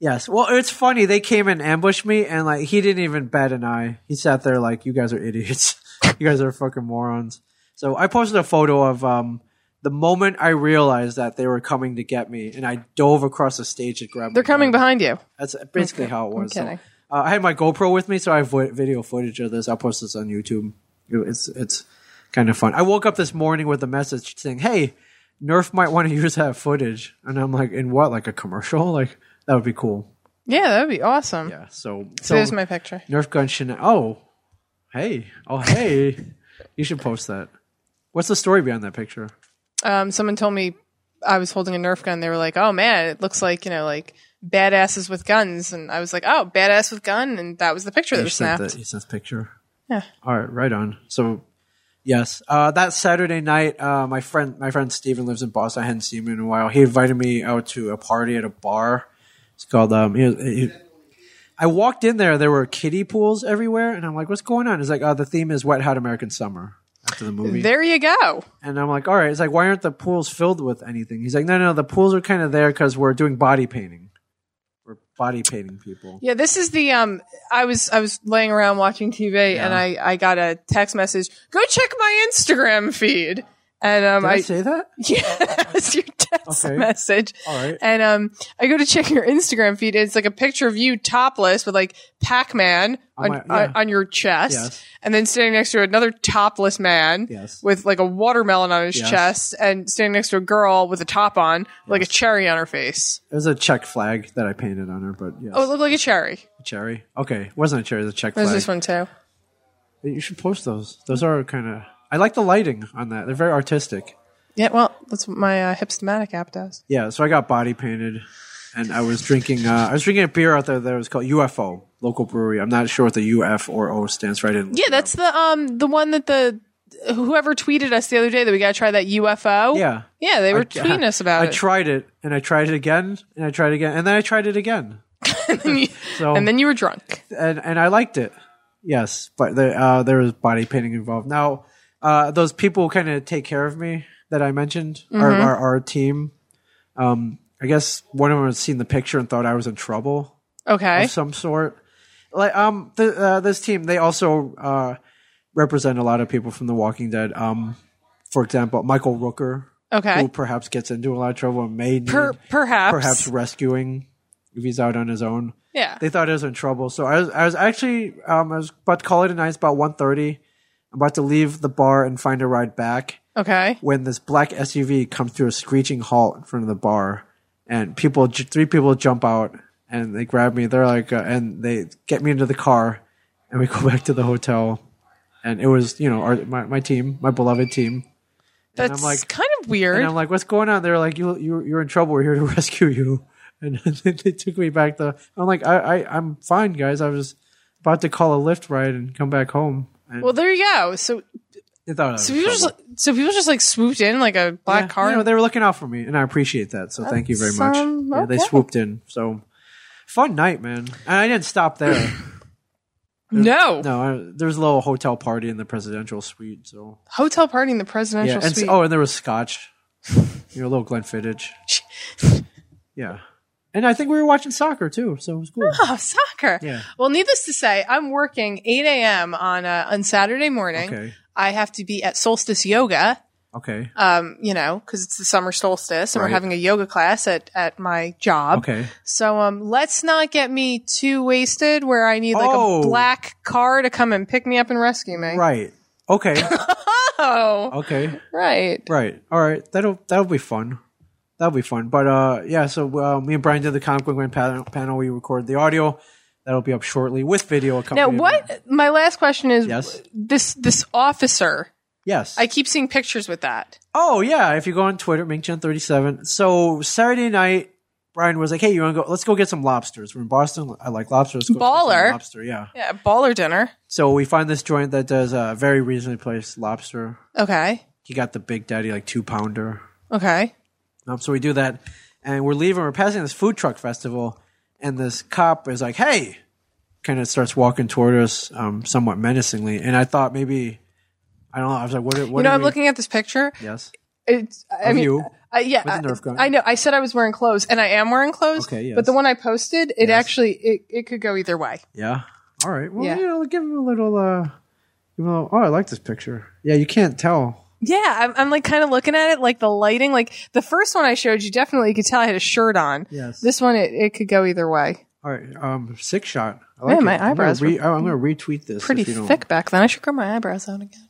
E: Yes, well, it's funny they came and ambushed me, and like he didn't even bat an eye. He sat there like, "You guys are idiots. you guys are fucking morons." So I posted a photo of um, the moment I realized that they were coming to get me, and I dove across the stage to grab.
F: They're coming behind you.
E: That's basically how it was. So,
F: kidding.
E: uh, I had my GoPro with me, so I have vo- video footage of this. I'll post this on YouTube. It's it's kind of fun. I woke up this morning with a message saying, "Hey, Nerf might want to use that footage," and I'm like, "In what? Like a commercial? Like that would be cool."
F: Yeah, that would be awesome.
E: Yeah. So
F: So
E: so
F: there's my picture.
E: Nerf gun should. Oh, hey, oh hey, you should post that. What's the story behind that picture?
F: um, someone told me I was holding a Nerf gun. They were like, "Oh man, it looks like you know, like badasses with guns." And I was like, "Oh, badass with gun," and that was the picture that
E: You
F: was
E: sent
F: snapped.
E: that- you sent the picture.
F: Yeah.
E: All right, right on. So, yes, uh, that Saturday night, uh, my friend, my friend Steven lives in Boston. I hadn't seen him in a while. He invited me out to a party at a bar. It's called. Um, he- he- I walked in there. There were kiddie pools everywhere, and I'm like, "What's going on?" It's like, "Oh, the theme is Wet Hot American Summer." After the movie,
F: There you go.
E: and I'm like, "All right." It's like, "Why aren't the pools filled with anything?" He's like, "No, no, the pools are kind of there because we're doing body painting. We're body painting people."
F: Yeah, this is the um. I was I was laying around watching TV, and I I got a text message. Go check my Instagram feed. And um,
E: Did I,
F: I,
E: say that?
F: yeah, that was your text
E: Okay.
F: message.
E: All right.
F: And um, I go to check your Instagram feed. And it's like a picture of you topless with like Pac Man on,
E: my- yeah.
F: on, on your chest,
E: Yes.
F: and then standing next to another topless man
E: Yes.
F: with like a watermelon on his
E: Yes.
F: chest, and standing next to a girl with a top on, like a cherry on her face.
E: It was a check flag that I painted on her, but yes.
F: Oh, it looked like a cherry.
E: cherry. Okay, it wasn't a cherry. It was a check
F: There's
E: flag.
F: this one too.
E: You should post those. Those are kind of. I like the lighting on that. They're very artistic.
F: Yeah, well, that's what my uh, Hipstomatic app does.
E: Yeah. So I got body painted, and I was drinking. Uh, I was drinking a beer out there that was called UFO local brewery. I'm not sure what the UF or O stands for. I didn't. look
F: Yeah,
E: it
F: that's the um the one that the whoever tweeted us the other day that we got to try that UFO.
E: Yeah.
F: yeah, they were
E: up.
F: tweeting us about
E: I
F: it.
E: tried it, and I tried it again, and I tried it again, and then I tried it again, So-
F: and then you were drunk.
E: and and I liked it. Yes, but there uh, there was body painting involved. Now, uh, those people who kind of take care of me that I mentioned, our,
F: Mm-hmm.
E: our our team. Um, I guess one of them had seen the picture and thought I was in trouble.
F: Okay.
E: of some sort. Like um, th- uh, this team, they also uh, represent a lot of people from The Walking Dead. Um, for example, Michael Rooker,
F: Okay.
E: who perhaps gets into a lot of trouble and may need
F: Per- perhaps.
E: perhaps rescuing if he's out on his own.
F: Yeah.
E: They thought I was in trouble, so I was I was actually um, I was about to call it a night. It's about one thirty. I'm about to leave the bar and find a ride back
F: okay.
E: when this black SUV comes to a screeching halt in front of the bar, and people, j- three people jump out and they grab me. They're like, uh, and they get me into the car, and we go back to the hotel. And it was, you know, our, my my team, my beloved team.
F: That's
E: I'm like-
F: kind of weird.
E: And I'm like, what's going on? They're like, you you you're in trouble. We're here to rescue you. And then they took me back to. I'm like, I, I I'm fine, guys. I was about to call a lift ride and come back home. And
F: well, there you go. So,
E: they thought I was
F: so
E: in
F: people
E: trouble.
F: just so people just like swooped in like a black
E: Yeah,
F: car.
E: You know, they were looking out for me, and I appreciate that. So thank you very much.
F: um,
E: Yeah, they
F: okay.
E: swooped in. So fun night, man. And I didn't stop there.
F: no.
E: no, I, there was a little hotel party in the presidential suite. So
F: hotel party in the
E: yeah,
F: presidential
E: and s-
F: suite.
E: oh, and there was scotch. You know, a little Glenfiddich. Yeah, and I think we were watching soccer too, so it was cool.
F: Oh, soccer.
E: Yeah.
F: Well, needless to say, I'm working 8 a.m. on uh, on Saturday morning.
E: Okay.
F: I have to be at Solstice Yoga.
E: Okay,
F: Um, you know, because it's the summer solstice, and
E: Right.
F: we're having a yoga class at at my job.
E: okay.
F: So um, let's not get me too wasted where I need like
E: Oh.
F: a black car to come and pick me up and rescue me.
E: Right. Okay.
F: Oh,
E: Okay.
F: right.
E: Right. All right. That'll that'll be fun. That'll be fun. But uh, yeah. So uh, me and Brian did the comic book man panel, panel. We recorded the audio. That'll be up shortly with video.
F: Now,
E: accompaniment.
F: what? My last question is
E: Yes.
F: this: this officer.
E: Yes.
F: I keep seeing pictures with that.
E: oh yeah. If you go on Twitter, Mingchen37. So Saturday night, Brian was like, "Hey, you want to go? Let's go get some lobsters. We're in Boston. I like lobsters. Let's go get some
F: Baller.
E: lobster. Yeah.
F: Yeah, baller dinner.
E: So we find this joint that does a very reasonably priced lobster.
F: Okay.
E: He got the big daddy, like two pounder.
F: Okay.
E: Um, so we do that, and we're leaving. We're passing this food truck festival, and this cop is like, "Hey," kind of starts walking toward us, um, somewhat menacingly. And I thought maybe, I don't know. I was like, "What? What?"
F: You know,
E: are
F: I'm
E: we-
F: looking at this picture.
E: Yes.
F: It's, I
E: Of
F: mean,
E: you.
F: Uh, yeah,
E: With a Nerf gun.
F: I, I know. I said I was wearing clothes, and I am wearing clothes.
E: Okay, yes.
F: But the one I posted, it actually it, it could go either way.
E: Yeah. All right. Well,
F: Yeah.
E: you know, give him a little. Uh, give him a little, oh, I like this picture. Yeah, you can't tell.
F: Yeah, I'm, I'm like kind of looking at it, like the lighting. Like the first one I showed you, definitely you could tell I had a shirt on.
E: Yes.
F: This one, it, it could go either way.
E: All right. Um, six shot. I
F: Yeah,
E: like
F: my
E: it. I'm
F: eyebrows
E: Gonna re- I'm going to retweet this.
F: Pretty
E: if you don't-
F: thick back then. I should grow my eyebrows out again.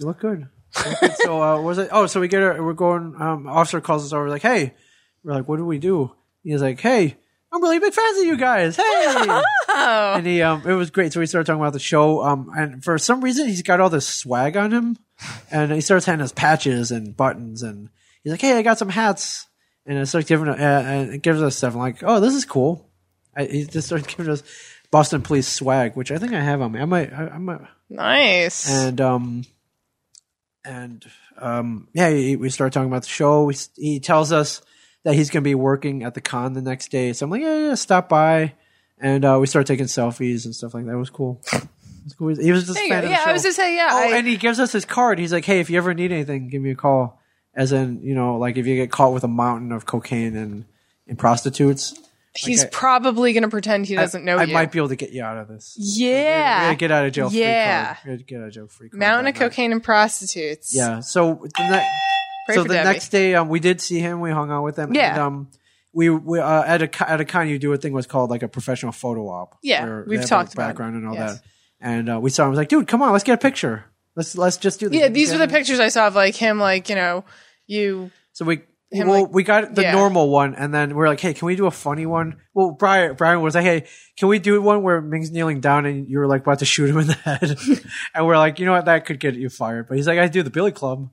E: You look good. You look good. so uh, what was it? Oh, so we get our, we're going. Um, officer calls us over. Like, hey, we're like, what do we do? He's like, hey, I'm really big fans of you guys. Hey, and he um, it was great. So we started talking about the show. Um, and for some reason, he's got all this swag on him, and he starts handing us patches and buttons, and he's like, hey, I got some hats, and I start giving uh, and it gives us stuff. I'm like, oh, this is cool. I, he just started giving us Boston Police swag, which I think I have on me. I might, I, I might
F: Nice.
E: and um and um yeah he, we start talking about the show we, s- he tells us that he's going to be working at the con the next day so i'm like yeah, yeah stop by and uh, we start taking selfies and stuff like that it was cool It was cool. he was just a
F: There you
E: fan of
F: go.
E: the
F: yeah,
E: show.
F: I was just saying. Yeah.
E: oh
F: I-
E: and he gives us his card he's like hey if you ever need anything give me a call as in you know like if you get caught with a mountain of cocaine and, and prostitutes
F: He's
E: Okay.
F: probably going to pretend he doesn't know
E: I
F: you.
E: might be able to get you out of this. We
F: yeah.
E: gotta get out of jail.
F: Yeah.
E: free card. We gotta get out of jail free. Card
F: Mountain
E: that
F: of
E: night.
F: cocaine and prostitutes.
E: Yeah. So the ne-
F: Pray
E: so
F: for
E: the
F: Debbie.
E: next day, um, we did see him. We hung out with him.
F: Yeah.
E: And, um, we we uh, at a co- at a con you do a thing was called like a professional photo op.
F: Yeah,
E: where they
F: we've
E: have,
F: talked
E: like,
F: about it.
E: background and all
F: Yes.
E: that. And uh, we saw him. I was like, dude, come on, let's get a picture. Let's let's just do this.
F: Yeah, these
E: Get
F: were the
E: him.
F: pictures I saw of like him, like you know, you.
E: So we
F: Him,
E: well,
F: like-
E: we got the
F: yeah.
E: normal one, and then we are like, hey, can we do a funny one? Well, Brian Brian was like, hey, can we do one where Ming's kneeling down and you were like about to shoot him in the head? and we're like, you know what, that could get you fired. But he's like, I do the Billy Club.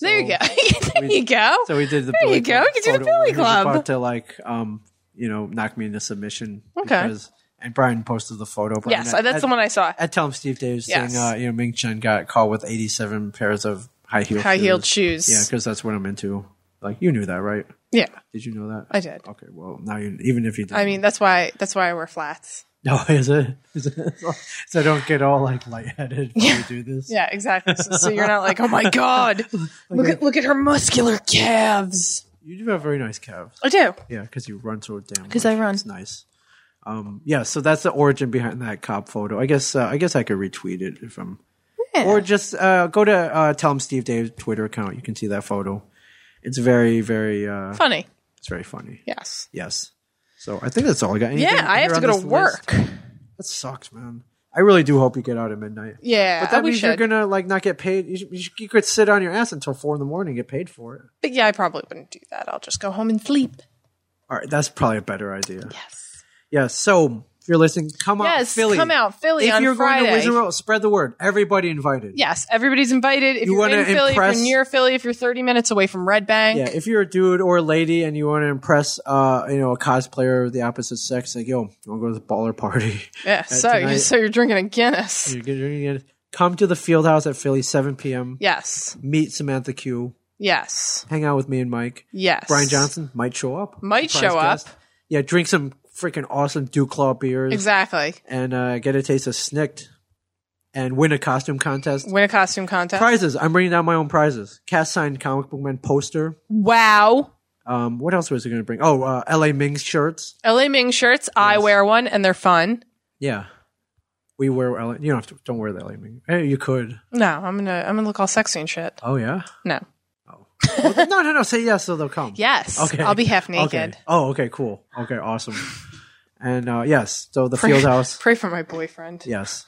F: there you go. there
E: we-
F: you go.
E: So we did the
F: There
E: Billy
F: you go.
E: Club
F: You do the
E: photo
F: Billy
E: where he was
F: Club.
E: about to like um you know knock me into submission.
F: Okay.
E: and Brian posted the photo. Brian,
F: yes,
E: at-
F: that's
E: at-
F: the one I saw.
E: At Tell him Steve Davis
F: Yes.
E: saying uh, you know Ming Chen got caught with eighty seven pairs of high heel
F: High heeled shoes.
E: Yeah, because that's what I'm into. Like you knew that, right?
F: Yeah,
E: Did you know that?
F: I did.
E: Okay, well now you even if you did,
F: I mean, that's why that's why I wear flats.
E: no, is it? Is it so I don't get all like lightheaded when we do this.
F: Yeah, exactly. So, so you're not like, oh my god, look at look at her muscular calves.
E: You do have very nice calves.
F: I do.
E: Yeah, because you run so damn.
F: 'Cause
E: much.
F: I run.
E: It's nice. Um, yeah, so that's the origin behind that cop photo. I guess uh, I guess I could retweet it if I'm, or just uh, go to uh, tell him Steve Dave's Twitter account. You can see that photo. It's very very uh,
F: Funny.
E: it's very funny.
F: Yes.
E: Yes. So I think that's all I got. Anything
F: Yeah, I
E: here
F: have to
E: on
F: go
E: this
F: to
E: list?
F: work.
E: That sucks, man. I really do hope you get out at midnight.
F: Yeah,
E: but that
F: we
E: means
F: should.
E: you're gonna like not get paid. You, should- you, should- you could sit on your ass until four in the morning and get paid for it.
F: But yeah, I probably wouldn't do that. I'll just go home and sleep.
E: All right, that's probably a better idea.
F: Yes.
E: Yeah, so if you're listening, come out,
F: Yes.
E: Oh, Philly.
F: Come out, Philly
E: If
F: on
E: you're
F: Friday.
E: going to Wizard World, spread the word. Everybody invited.
F: Yes, everybody's invited. If
E: You
F: you are
E: wanna
F: in Philly,
E: impress-
F: if you're near Philly, if you're 30 minutes away from Red Bank,
E: Yeah, if you're a dude or a lady and you want to impress, uh, you know, a cosplayer of the opposite sex, like, yo, you want to go to the baller party?
F: yeah. So,
E: tonight-
F: you so you're drinking a Guinness.
E: You're gonna- you're gonna come to the field house at Philly, 7 p.m.
F: Yes,
E: Meet Samantha Q.
F: yes,
E: Hang out with me and Mike.
F: yes.
E: Brian Johnson might show up.
F: Might
E: Surprise
F: show up.
E: guest. Yeah, drink some freaking awesome Dew Claw beers
F: exactly.
E: and uh, get a taste of Snicked and win a costume contest.
F: Win a costume contest.
E: prizes. I'm bringing down my own prizes. Cast signed comic book man poster.
F: wow.
E: Um, what else was it going to bring? Oh, uh, L.A. Ming's shirts.
F: LA Ming shirts. I wear one, and they're fun.
E: Yeah, we wear L.A. You don't have to. Don't wear the L.A. Ming. Eh, you could.
F: No, I'm gonna I'm gonna look all sexy and shit.
E: Oh yeah.
F: No.
E: Well, no, no, no. Say yes, so they'll come.
F: Yes.
E: Okay.
F: I'll be half
E: Okay.
F: naked.
E: Oh, okay. Cool. Okay. Awesome. And uh, yes, so the field house.
F: Pray for my boyfriend.
E: Yes.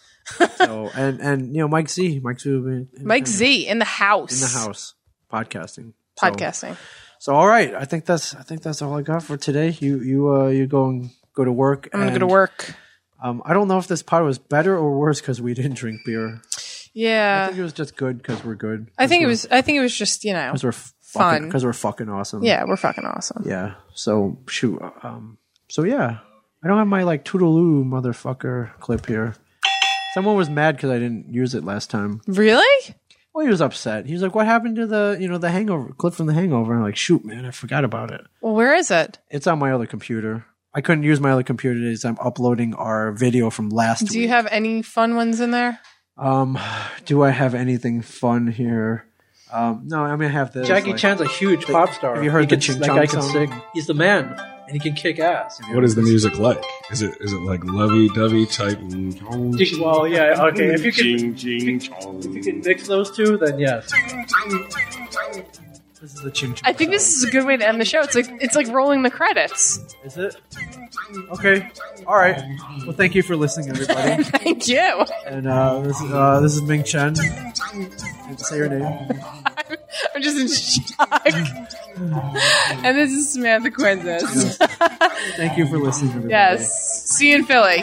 E: So and and you know Mike Z, Mike Z, in
F: Mike Z in the house.
E: the house podcasting. So-
F: Podcasting.
E: So all right, I think that's I think that's all I got for today. You you uh you go and go to work.
F: I'm gonna go to
E: and,
F: work.
E: Um, I don't know if this pod was better or worse because we didn't drink beer. I
F: Yeah.
E: think it was just good because we're good.
F: Uh, I think it was. I think it was just you know.
E: because we're
F: Fun.
E: because we're fucking awesome.
F: Yeah, we're fucking awesome.
E: yeah. So shoot. Um. So yeah, I don't have my like toodaloo motherfucker clip here. Someone was mad because I didn't use it last time.
F: Really?
E: Well, he was upset. He was like, "What happened to the you know the Hangover clip from the Hangover?" I'm like, "Shoot, man, I forgot about it."
F: Well, where is it?
E: It's on my other computer. I couldn't use my other computer today, so I'm uploading our video from last
F: Do
E: week.
F: you have any fun ones in there?
E: um, do I have anything fun here? Um, no, I mean I have this.
G: Jackie
E: like-
G: Chan's a huge pop star.
E: Have you heard
G: he
E: the
G: can,
E: Ching
G: that
E: Chong
G: guy can
E: song?
G: sing. He's the man, and he can kick ass.
H: What is the music like? Is it is it like lovey dovey type?
G: Well, yeah, okay. If you can,
H: Jing jing chong.
G: if you can mix those two, then yes.
E: This is the Ching Chong.
F: I think this is a good way to end the show. It's like it's like rolling the credits.
E: Is it? Okay. All right. Well, thank you for listening, everybody.
F: Thank you.
E: and uh, this, is- uh, this is Ming Chen. And Say your name.
F: I'm just in shock. and this is Samantha Quintas.
E: Thank you for listening, everybody.
F: Yes. See you in Philly.